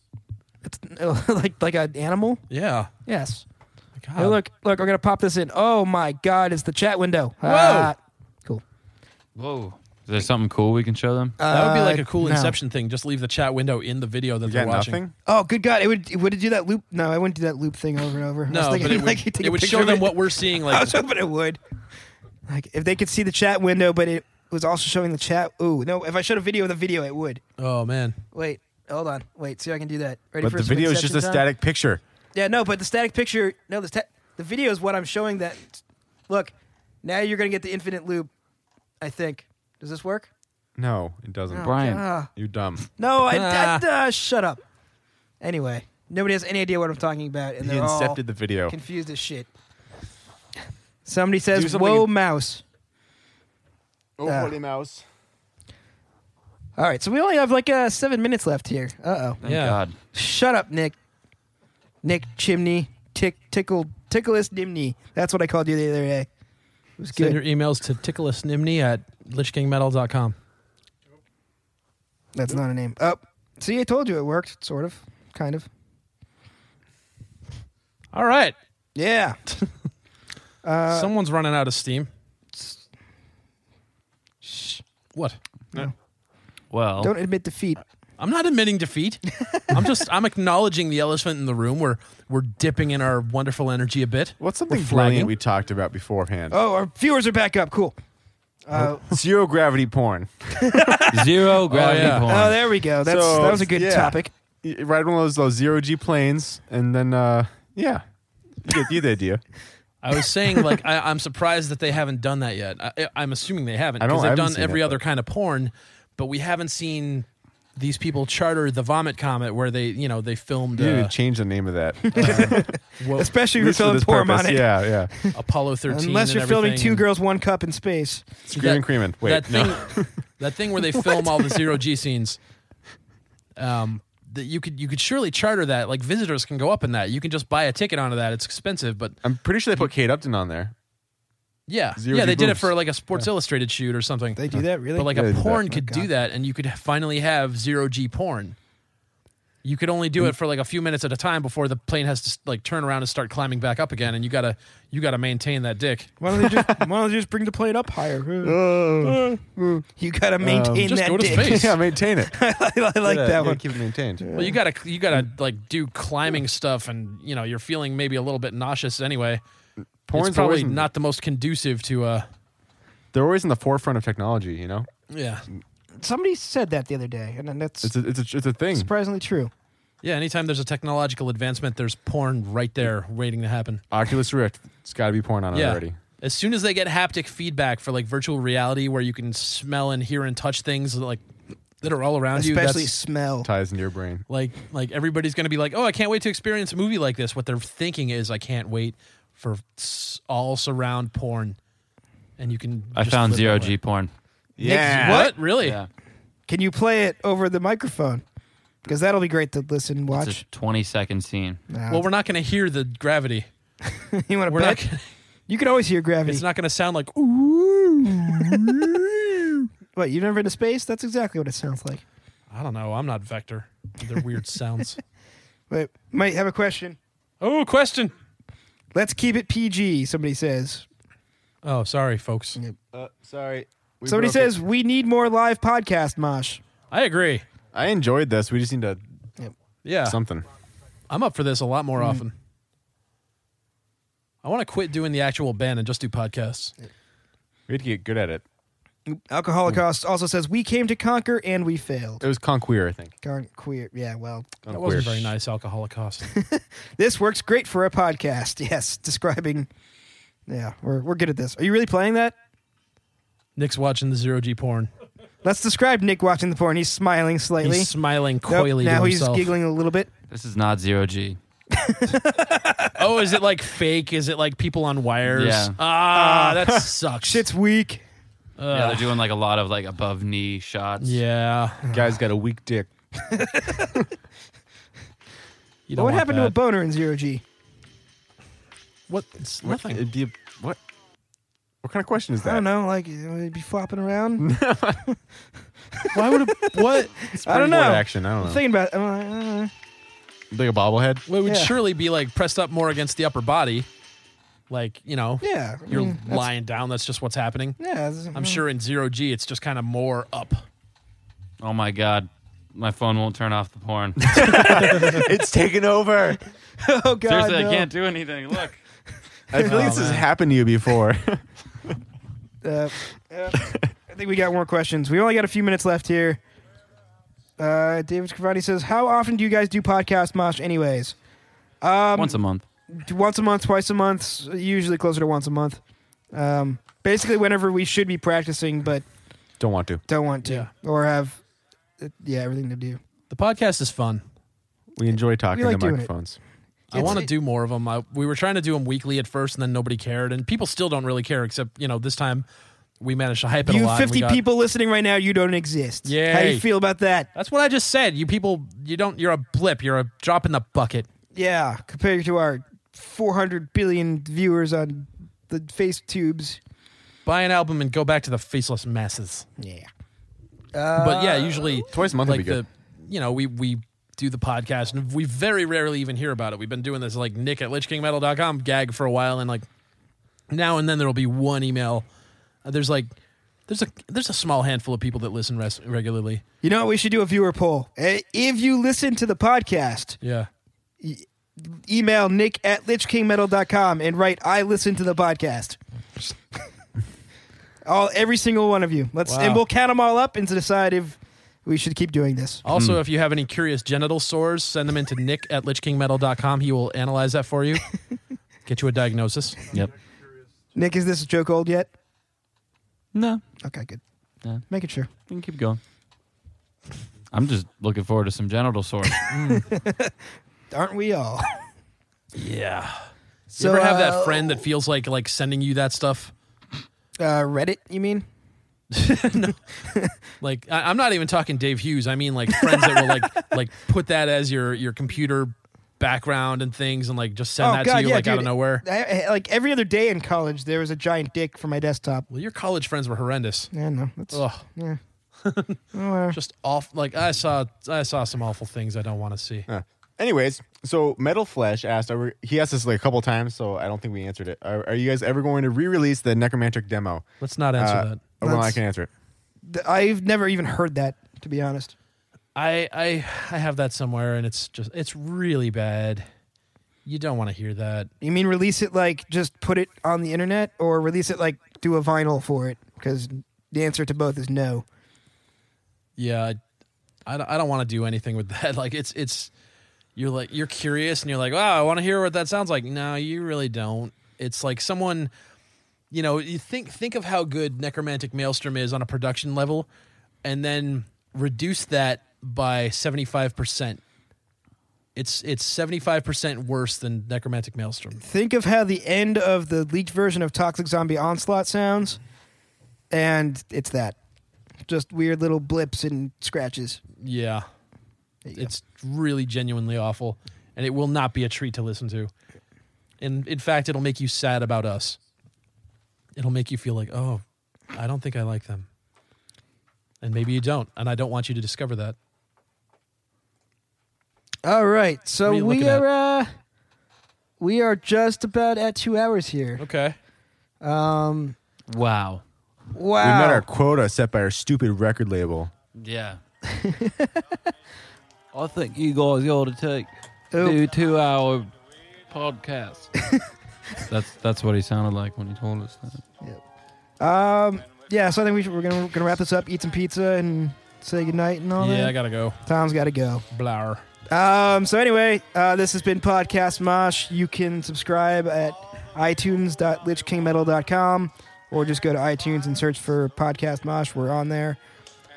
Speaker 5: It's like like an animal.
Speaker 1: Yeah.
Speaker 5: Yes.
Speaker 1: God.
Speaker 5: Hey, look, look, I'm gonna pop this in. Oh my god, it's the chat window. Ah. Whoa.
Speaker 2: Whoa. Is there something cool we can show them?
Speaker 1: That would be like
Speaker 5: Uh,
Speaker 1: a cool
Speaker 5: no.
Speaker 1: Inception thing. Just leave the chat window in the video that
Speaker 6: You
Speaker 1: they're
Speaker 6: got
Speaker 1: watching.
Speaker 6: nothing?
Speaker 5: Oh, good God! It would it would do that loop. No, I wouldn't do that loop thing over and over. I
Speaker 1: No,
Speaker 5: was thinking,
Speaker 1: but it would,
Speaker 5: like, you take
Speaker 1: it
Speaker 5: a
Speaker 1: would
Speaker 5: picture
Speaker 1: show
Speaker 5: of
Speaker 1: them
Speaker 5: it.
Speaker 1: what we're seeing.
Speaker 5: I
Speaker 1: Like
Speaker 5: was hoping it would. Like if they could see the chat window, but it was also showing the chat. Ooh, no! If I showed a video of the video, it would.
Speaker 1: Oh man,
Speaker 5: Wait, hold on. Wait, see if I can do that. Ready
Speaker 6: But
Speaker 5: for
Speaker 6: the
Speaker 5: some
Speaker 6: video is just a
Speaker 5: Inception time?
Speaker 6: static picture.
Speaker 5: Yeah, no, but the static picture. No, the sta- the video is what I'm showing. That look. Now you're gonna get the infinite loop. I think. Does this work?
Speaker 6: No, it doesn't.
Speaker 5: Oh,
Speaker 2: Brian.
Speaker 5: God.
Speaker 6: You're dumb.
Speaker 5: No, I, I
Speaker 1: Ah.
Speaker 5: uh, shut up. Anyway, nobody has any idea what I'm talking about, and
Speaker 6: He
Speaker 5: they're all
Speaker 6: incepted the video.
Speaker 5: confused as shit. Somebody
Speaker 6: Do
Speaker 5: says,
Speaker 6: something
Speaker 5: "Whoa,
Speaker 6: in-
Speaker 5: mouse!"
Speaker 6: Oh,
Speaker 5: Yeah.
Speaker 6: Woody Mouse.
Speaker 5: All right, so we only have like uh, seven minutes left here. Uh oh,
Speaker 2: Thank
Speaker 1: yeah.
Speaker 2: God.
Speaker 5: shut up, Nick. Nick Chimney, tick tickle ticklest dimney. That's what I called you the other day. It was
Speaker 1: send
Speaker 5: good.
Speaker 1: your emails to ticklishnimney at lichkingmetal.com.
Speaker 5: That's not a name. Oh, see, I told you it worked, sort of, kind of.
Speaker 1: All right,
Speaker 5: Yeah. uh,
Speaker 1: someone's running out of steam. What?
Speaker 6: Oh.
Speaker 2: Well,
Speaker 5: don't admit defeat.
Speaker 1: I'm not admitting defeat. I'm just I'm acknowledging the elephant in the room. We're we're dipping in our wonderful energy a bit.
Speaker 6: What's something
Speaker 1: We're flagging.
Speaker 6: brilliant we talked about beforehand?
Speaker 5: Oh, our viewers are back up. Cool. Uh,
Speaker 6: Zero gravity porn.
Speaker 2: zero gravity
Speaker 1: yeah.
Speaker 2: porn.
Speaker 5: Oh, there we go. That's
Speaker 6: So,
Speaker 5: that was a good
Speaker 6: yeah.
Speaker 5: topic.
Speaker 6: Y- Ride one of those, those zero G planes, and then, uh, yeah. You get you the idea.
Speaker 1: I was saying like I, I'm surprised that they haven't done that yet. I, I'm assuming they haven't
Speaker 6: I don't-
Speaker 1: because
Speaker 6: I
Speaker 1: they've
Speaker 6: haven't
Speaker 1: done
Speaker 6: seen
Speaker 1: every
Speaker 6: it,
Speaker 1: other kind of porn, but we haven't seen these people charter the Vomit Comet where they you know they filmed
Speaker 6: You need
Speaker 1: uh,
Speaker 6: to change the name of that.
Speaker 1: wo-
Speaker 5: Especially if you're
Speaker 6: Just for
Speaker 5: filming
Speaker 6: this
Speaker 5: porn on
Speaker 6: purpose.
Speaker 5: it.
Speaker 6: Yeah, yeah.
Speaker 1: Apollo 13.
Speaker 5: Unless you're
Speaker 1: and
Speaker 5: filming
Speaker 1: everything,
Speaker 5: two
Speaker 1: and-
Speaker 5: girls, one cup in space.
Speaker 6: Screaming and creaming. Wait,
Speaker 1: that
Speaker 6: no.
Speaker 1: thing, that thing where they film all the zero G scenes. Um, that you could you could surely charter that. Like visitors can go up in that. You can just buy a ticket onto that. It's expensive, but
Speaker 6: I'm pretty sure they put Kate Upton on there.
Speaker 1: Yeah,
Speaker 6: Zero
Speaker 1: yeah,
Speaker 6: G
Speaker 1: they did it
Speaker 6: boobs.
Speaker 1: for like a Sports Illustrated shoot or something.
Speaker 5: They do that really.
Speaker 1: but like
Speaker 9: Yeah, they
Speaker 1: a
Speaker 9: did that.
Speaker 1: porn
Speaker 9: My
Speaker 1: could do
Speaker 5: God.
Speaker 1: that, and you could ha- finally have zero G porn. You could only
Speaker 6: Mm.
Speaker 1: do it for like a few minutes at a time before the plane has to like turn around and start climbing back up again, and you gotta you gotta maintain that dick.
Speaker 5: why don't they just why don't they just bring the plane up higher? Uh, you gotta maintain
Speaker 1: Oh. Um, Just
Speaker 5: that
Speaker 1: go to
Speaker 5: dick.
Speaker 1: space.
Speaker 9: yeah, maintain it.
Speaker 5: I like
Speaker 9: Yeah,
Speaker 5: that
Speaker 9: yeah,
Speaker 5: one.
Speaker 9: Keep it maintained.
Speaker 1: Well, you gotta you gotta
Speaker 6: Mm.
Speaker 1: like do climbing stuff, and you know you're feeling maybe a little bit nauseous anyway.
Speaker 6: Porn's
Speaker 1: it's probably
Speaker 6: always in-
Speaker 1: not the most conducive to uh
Speaker 6: They're always in the forefront of technology. You know,
Speaker 1: yeah
Speaker 5: Somebody said that the other day, and then that's
Speaker 6: it's a, it's a, it's a thing.
Speaker 5: surprisingly true.
Speaker 1: yeah. Anytime there's a technological advancement, there's porn right there waiting to happen.
Speaker 6: Oculus Rift. It's got to be porn on it
Speaker 1: Yeah.
Speaker 6: already.
Speaker 1: As soon as they get haptic feedback for like virtual reality, where you can smell and hear and touch things like that are all around
Speaker 5: Especially
Speaker 1: you, that's
Speaker 5: smell.
Speaker 6: Ties into your brain.
Speaker 1: like like everybody's gonna be like, oh, I can't wait to experience a movie like this. What they're thinking is, I can't wait for s- all surround porn, and you can.
Speaker 2: I
Speaker 1: just
Speaker 2: found
Speaker 1: flip
Speaker 2: zero
Speaker 1: that way.
Speaker 2: G porn.
Speaker 6: Yeah.
Speaker 1: What really?
Speaker 2: Yeah,
Speaker 5: Can you play it over the microphone? Because that'll be great to listen,
Speaker 2: it's a
Speaker 5: watch.
Speaker 2: twenty second scene.
Speaker 5: Nah.
Speaker 1: Well, we're not gonna hear the gravity.
Speaker 5: you want to
Speaker 1: We're
Speaker 5: bet?
Speaker 1: not.
Speaker 5: you can always hear gravity.
Speaker 1: It's not gonna sound like. Ooh.
Speaker 5: What, you've never been to space? That's exactly what it sounds like.
Speaker 1: I don't know. I'm not Vector. They're weird sounds.
Speaker 5: Wait, might have a question.
Speaker 1: Oh, question.
Speaker 5: Let's keep it PG, somebody says.
Speaker 1: Oh, sorry, folks.
Speaker 6: Uh, sorry. We
Speaker 5: somebody
Speaker 6: broke
Speaker 5: says,
Speaker 6: it.
Speaker 5: we need more live podcast, Mosh.
Speaker 1: I agree.
Speaker 6: I enjoyed this. We just need to
Speaker 1: Yeah.
Speaker 6: something.
Speaker 1: I'm up for this a lot more often. I want to quit doing the actual band and just do podcasts.
Speaker 6: We had to get good at it.
Speaker 1: Hmm.
Speaker 5: Alcoholicost also says, we came to conquer and we failed.
Speaker 6: It was conqueer, I think.
Speaker 5: Con- queer. Yeah, well,
Speaker 1: That wasn't
Speaker 6: Conqueer.
Speaker 1: very nice, alcoholic cost.
Speaker 5: this works great for a podcast. Yes, describing. Yeah, we're, we're good at this. Are you really playing that?
Speaker 1: Nick's watching the zero G porn.
Speaker 5: Let's describe Nick watching the porn. He's smiling slightly.
Speaker 1: He's smiling
Speaker 5: Nope,
Speaker 1: coyly
Speaker 5: now
Speaker 1: to
Speaker 5: he's
Speaker 1: himself.
Speaker 5: giggling a little bit.
Speaker 2: This is not zero G.
Speaker 1: Oh, is it like fake? Is it like people on wires?
Speaker 2: Yeah.
Speaker 1: Ah, that sucks.
Speaker 5: Shit's weak.
Speaker 2: Yeah, they're doing like a lot of like above knee shots.
Speaker 1: Yeah.
Speaker 6: Guy's got a weak dick.
Speaker 1: You
Speaker 5: But
Speaker 1: don't
Speaker 5: what
Speaker 1: want
Speaker 5: happened to a
Speaker 1: that.
Speaker 5: boner in Zero G?
Speaker 1: What? It's
Speaker 6: What-
Speaker 1: nothing.
Speaker 6: uh, do you- what? What kind of question is that?
Speaker 5: I don't know. Like, it'd be flopping around.
Speaker 1: Why would a, what?
Speaker 5: I don't know.
Speaker 6: Springboard Action. I don't know.
Speaker 5: I'm thinking about. It. I'm like, uh,
Speaker 6: like a bobblehead.
Speaker 1: Well, it would
Speaker 5: Yeah.
Speaker 1: surely be like pressed up more against the upper body. Like, you know,
Speaker 5: yeah, I
Speaker 1: you're
Speaker 5: mean, that's-
Speaker 1: lying down. That's just what's happening.
Speaker 5: Yeah, that's-
Speaker 1: I'm sure in zero G, it's just kind of more up.
Speaker 2: Oh my god, my phone won't turn off the porn.
Speaker 6: it's taken over.
Speaker 5: Oh god,
Speaker 2: Seriously,
Speaker 5: no.
Speaker 2: I can't do anything. Look,
Speaker 6: I feel like this has happened to you before.
Speaker 5: Uh, uh, I think we got more questions. We only got a few minutes left here. Uh, David Cavani says, "How often do you guys do podcast mosh? Anyways,
Speaker 2: once a month.
Speaker 5: Do once a month, twice a month, s- usually closer to once a month. Um, basically, whenever we should be practicing, but
Speaker 6: don't want to.
Speaker 5: don't want to,
Speaker 1: Yeah.
Speaker 5: or have, uh, yeah, everything to do.
Speaker 1: The podcast is fun.
Speaker 6: We enjoy talking
Speaker 5: like
Speaker 6: to
Speaker 5: doing it.
Speaker 6: microphones.
Speaker 1: I
Speaker 5: It's-
Speaker 1: want to do more of them. I, we were trying to do them weekly at first, and then nobody cared, and people still don't really care. Except you know, this time we managed to hype it a
Speaker 5: You
Speaker 1: lot. and we
Speaker 5: 50
Speaker 1: got-
Speaker 5: people listening right now, you don't exist. How
Speaker 1: Yay.
Speaker 5: you feel about that?
Speaker 1: That's what I just said. You people, you don't. You're a blip. You're a drop in the bucket.
Speaker 5: Yeah, compared to our 400 billion viewers on the face tubes.
Speaker 1: Buy an album and go back to the faceless masses.
Speaker 5: Yeah.
Speaker 1: but
Speaker 5: Uh,
Speaker 1: yeah, usually
Speaker 6: Twice a month would
Speaker 1: like
Speaker 6: be good.
Speaker 1: the you know we we do the podcast and we very rarely even hear about it. We've been doing this like Nick at LichKingMetal.com gag for a while, and like now and then there'll be one email. Uh, there's like there's a there's a small handful of people that listen res- regularly.
Speaker 5: You know what? We should do a viewer poll. Eh, If you listen to the podcast,
Speaker 1: Yeah,
Speaker 5: email nick at lichkingmetal.com and write, I listen to the podcast. all Every single one of you. Let's
Speaker 1: Wow.
Speaker 5: And we'll count them all up and decide if we should keep doing this.
Speaker 1: Also, if you have any curious genital sores, send them into Nick at LichKingMetal.com. He will analyze that for you, get you a diagnosis.
Speaker 2: Yep.
Speaker 5: Nick, is this a joke old yet?
Speaker 2: No,
Speaker 5: Okay, good.
Speaker 2: Yeah.
Speaker 5: Making sure.
Speaker 2: you can keep going. I'm just looking forward to some genital sores.
Speaker 5: Aren't we all?
Speaker 1: Yeah.
Speaker 5: So,
Speaker 1: you ever have that
Speaker 5: uh,
Speaker 1: friend that feels like like sending you that stuff?
Speaker 5: Uh, Reddit, you mean?
Speaker 1: Like I, I'm not even talking Dave Hughes. I mean like friends that will like like put that as your your computer background and things and like just
Speaker 5: Oh,
Speaker 1: send that to you like out of nowhere.
Speaker 5: I- I- like every other day in college, there was a giant dick for my desktop.
Speaker 1: Well, your college friends were horrendous.
Speaker 5: Yeah, no, that's
Speaker 1: Ugh,
Speaker 5: oh, well.
Speaker 1: just off. Like I saw, I saw some awful things I don't want to see.
Speaker 6: Uh, anyways, so Metal Flesh asked, are we, he asked this like a couple times, so I don't think we answered it. Are, are you guys ever going to re-release the Necromantic demo?
Speaker 1: Let's not answer
Speaker 6: Uh,
Speaker 1: that.
Speaker 6: oh, well, I
Speaker 5: That's-
Speaker 6: can answer it.
Speaker 5: Th- I've never even heard that to be honest.
Speaker 1: I, I, I have that somewhere, and it's just, it's really bad. You don't want to hear that.
Speaker 5: You mean release it like just put it on the internet, or release it like do a vinyl for it? Because the answer to both is no.
Speaker 1: yeah I- i, don't- I don't want to do anything with that like it's it's you're like you're curious and you're like wow i want to hear what that sounds like no you really don't it's like someone you know you think think of how good necromantic maelstrom is on a production level and then reduce that by 75% it's it's 75% worse than necromantic maelstrom
Speaker 5: Think of how the end of the leaked version of Toxic Zombie Onslaught sounds, and it's that. Just weird little blips and scratches.
Speaker 1: yeah
Speaker 5: There you go.
Speaker 1: it's really genuinely awful and it will not be a treat to listen to and in fact it'll make you sad about us it'll make you feel like oh i don't think i like them and maybe you don't and i don't want you to discover that
Speaker 5: All right, so
Speaker 1: What are you
Speaker 5: we
Speaker 1: looking at?
Speaker 5: are uh, we are just about at two hours here.
Speaker 1: okay
Speaker 5: Um,
Speaker 2: Wow.
Speaker 5: wow,
Speaker 6: We met our quota set by our stupid record label.
Speaker 2: Yeah. I think you guys ought to take
Speaker 5: Oop.
Speaker 2: do two hour podcast. that's that's what he sounded like when he told us that.
Speaker 5: Um, yeah, so I think we should, we're gonna gonna wrap this up, eat some pizza, and say goodnight and all
Speaker 1: yeah i
Speaker 5: that.
Speaker 1: gotta go
Speaker 5: Tom's got to go.
Speaker 1: blower
Speaker 5: Um, so anyway, uh, this has been Podcast Mosh. You can subscribe at itunes.lichkingmetal.com or just go to iTunes and search for Podcast Mosh. We're on there.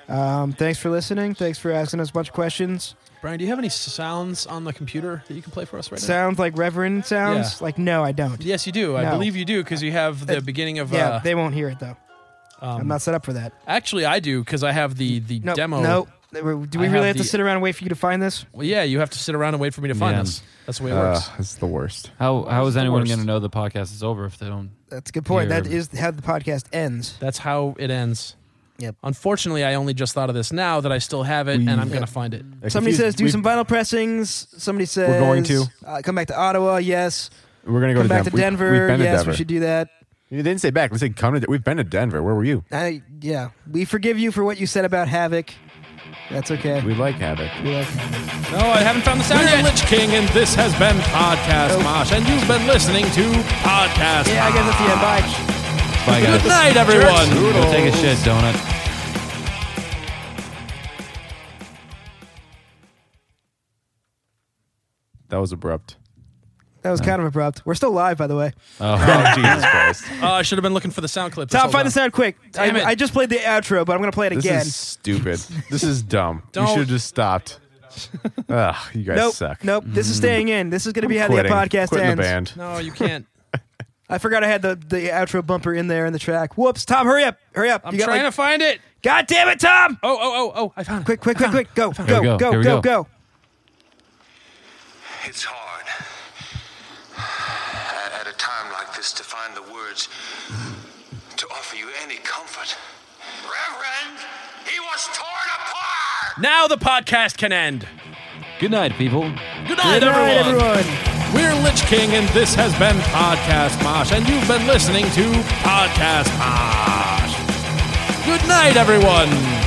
Speaker 5: Um, thanks for listening. Thanks for asking us a bunch of questions.
Speaker 1: brian do you have any sounds on the computer that you can play for us right now
Speaker 5: Sounds like Reverend sounds. Like, no, I don't.
Speaker 1: yes you do i
Speaker 5: No.
Speaker 1: believe you do because you have the
Speaker 5: Uh,
Speaker 1: beginning of
Speaker 5: Yeah,
Speaker 1: uh,
Speaker 5: they won't hear it, though.
Speaker 1: um,
Speaker 5: I'm not set up for that.
Speaker 1: actually i do because i have the the
Speaker 5: No,
Speaker 1: demo
Speaker 5: no. Do
Speaker 1: I
Speaker 5: we
Speaker 1: have
Speaker 5: really have to
Speaker 1: the-
Speaker 5: sit around and wait for you to find this?
Speaker 1: well, yeah you have to sit around and wait for me to find
Speaker 2: Yeah.
Speaker 1: this that's the way it
Speaker 6: Uh,
Speaker 1: works
Speaker 6: this is the worst.
Speaker 2: How how is
Speaker 1: the
Speaker 2: anyone
Speaker 1: worst?
Speaker 2: going to know the podcast is over if they don't?
Speaker 5: That's a good point.
Speaker 2: Here.
Speaker 5: That is how the podcast ends.
Speaker 1: That's how it ends.
Speaker 5: Yep.
Speaker 1: Unfortunately, I only just thought of this now that I still have it, and I'm
Speaker 5: Yeah.
Speaker 1: gonna find it.
Speaker 6: Like,
Speaker 5: Somebody
Speaker 6: if you-
Speaker 5: says do
Speaker 6: we-
Speaker 5: some vinyl pressings. Somebody says
Speaker 6: We're going to.
Speaker 5: uh, come back to Ottawa. Yes,
Speaker 6: We're gonna go to
Speaker 5: come back
Speaker 6: Den-
Speaker 5: to
Speaker 6: we-
Speaker 5: Denver.
Speaker 6: we've been to
Speaker 5: yes,
Speaker 6: Denver.
Speaker 5: we should do that.
Speaker 6: You didn't say back. Let's say come to. De- We've been to Denver. Where were you?
Speaker 5: I, yeah, we forgive you for what you said about Havoc. That's okay.
Speaker 6: We like Havoc.
Speaker 5: We like Havoc.
Speaker 1: No, I haven't found the sound
Speaker 10: I'm
Speaker 1: yet.
Speaker 10: Lich King, and this has been Podcast Mosh, and you've been listening to Podcast
Speaker 5: Yeah, I guess that's the end. Bye.
Speaker 2: Bye
Speaker 10: Good
Speaker 2: guys.
Speaker 10: night, everyone.
Speaker 2: Go take a shit, donut.
Speaker 6: That was abrupt.
Speaker 5: That was kind of abrupt. We're still live, by the way.
Speaker 6: Oh, Jesus Christ!
Speaker 1: Oh, I should have been looking for the sound clip. this whole
Speaker 5: Tom, find the
Speaker 1: time.
Speaker 5: sound quick. I,
Speaker 1: Damn it.
Speaker 5: I just played the outro, but I'm gonna play it
Speaker 6: This
Speaker 5: again.
Speaker 6: is stupid. This is dumb.
Speaker 1: Don't-
Speaker 6: You should have just stopped. Ugh, you guys
Speaker 5: nope,
Speaker 6: suck.
Speaker 5: nope. This is staying in. This is gonna be how
Speaker 6: Quitting.
Speaker 5: the podcast
Speaker 6: Quitting
Speaker 5: ends.
Speaker 6: the band.
Speaker 1: No, you can't.
Speaker 5: I forgot I had the, the outro bumper in there in the track. Whoops, Tom, hurry up, hurry up.
Speaker 1: I'm
Speaker 5: you got
Speaker 1: trying
Speaker 5: like,
Speaker 1: to find it.
Speaker 5: God damn it, Tom!
Speaker 1: Oh, oh, oh, oh! I found it.
Speaker 5: Quick, quick, quick, quick. Go, go,
Speaker 2: we
Speaker 5: go,
Speaker 2: go. Here
Speaker 5: go,
Speaker 2: we
Speaker 5: go,
Speaker 2: go.
Speaker 5: go.
Speaker 11: It's hard at- at a time like this to find the words to offer you any comfort. Reverend, he was torn apart!
Speaker 1: Now the podcast can end.
Speaker 2: Good night, people.
Speaker 10: Good night,
Speaker 5: Good night,
Speaker 10: everyone.
Speaker 5: everyone.
Speaker 10: We're Lich King, and this has been Podcast Mosh, and you've been listening to Podcast Mosh. Good night, everyone.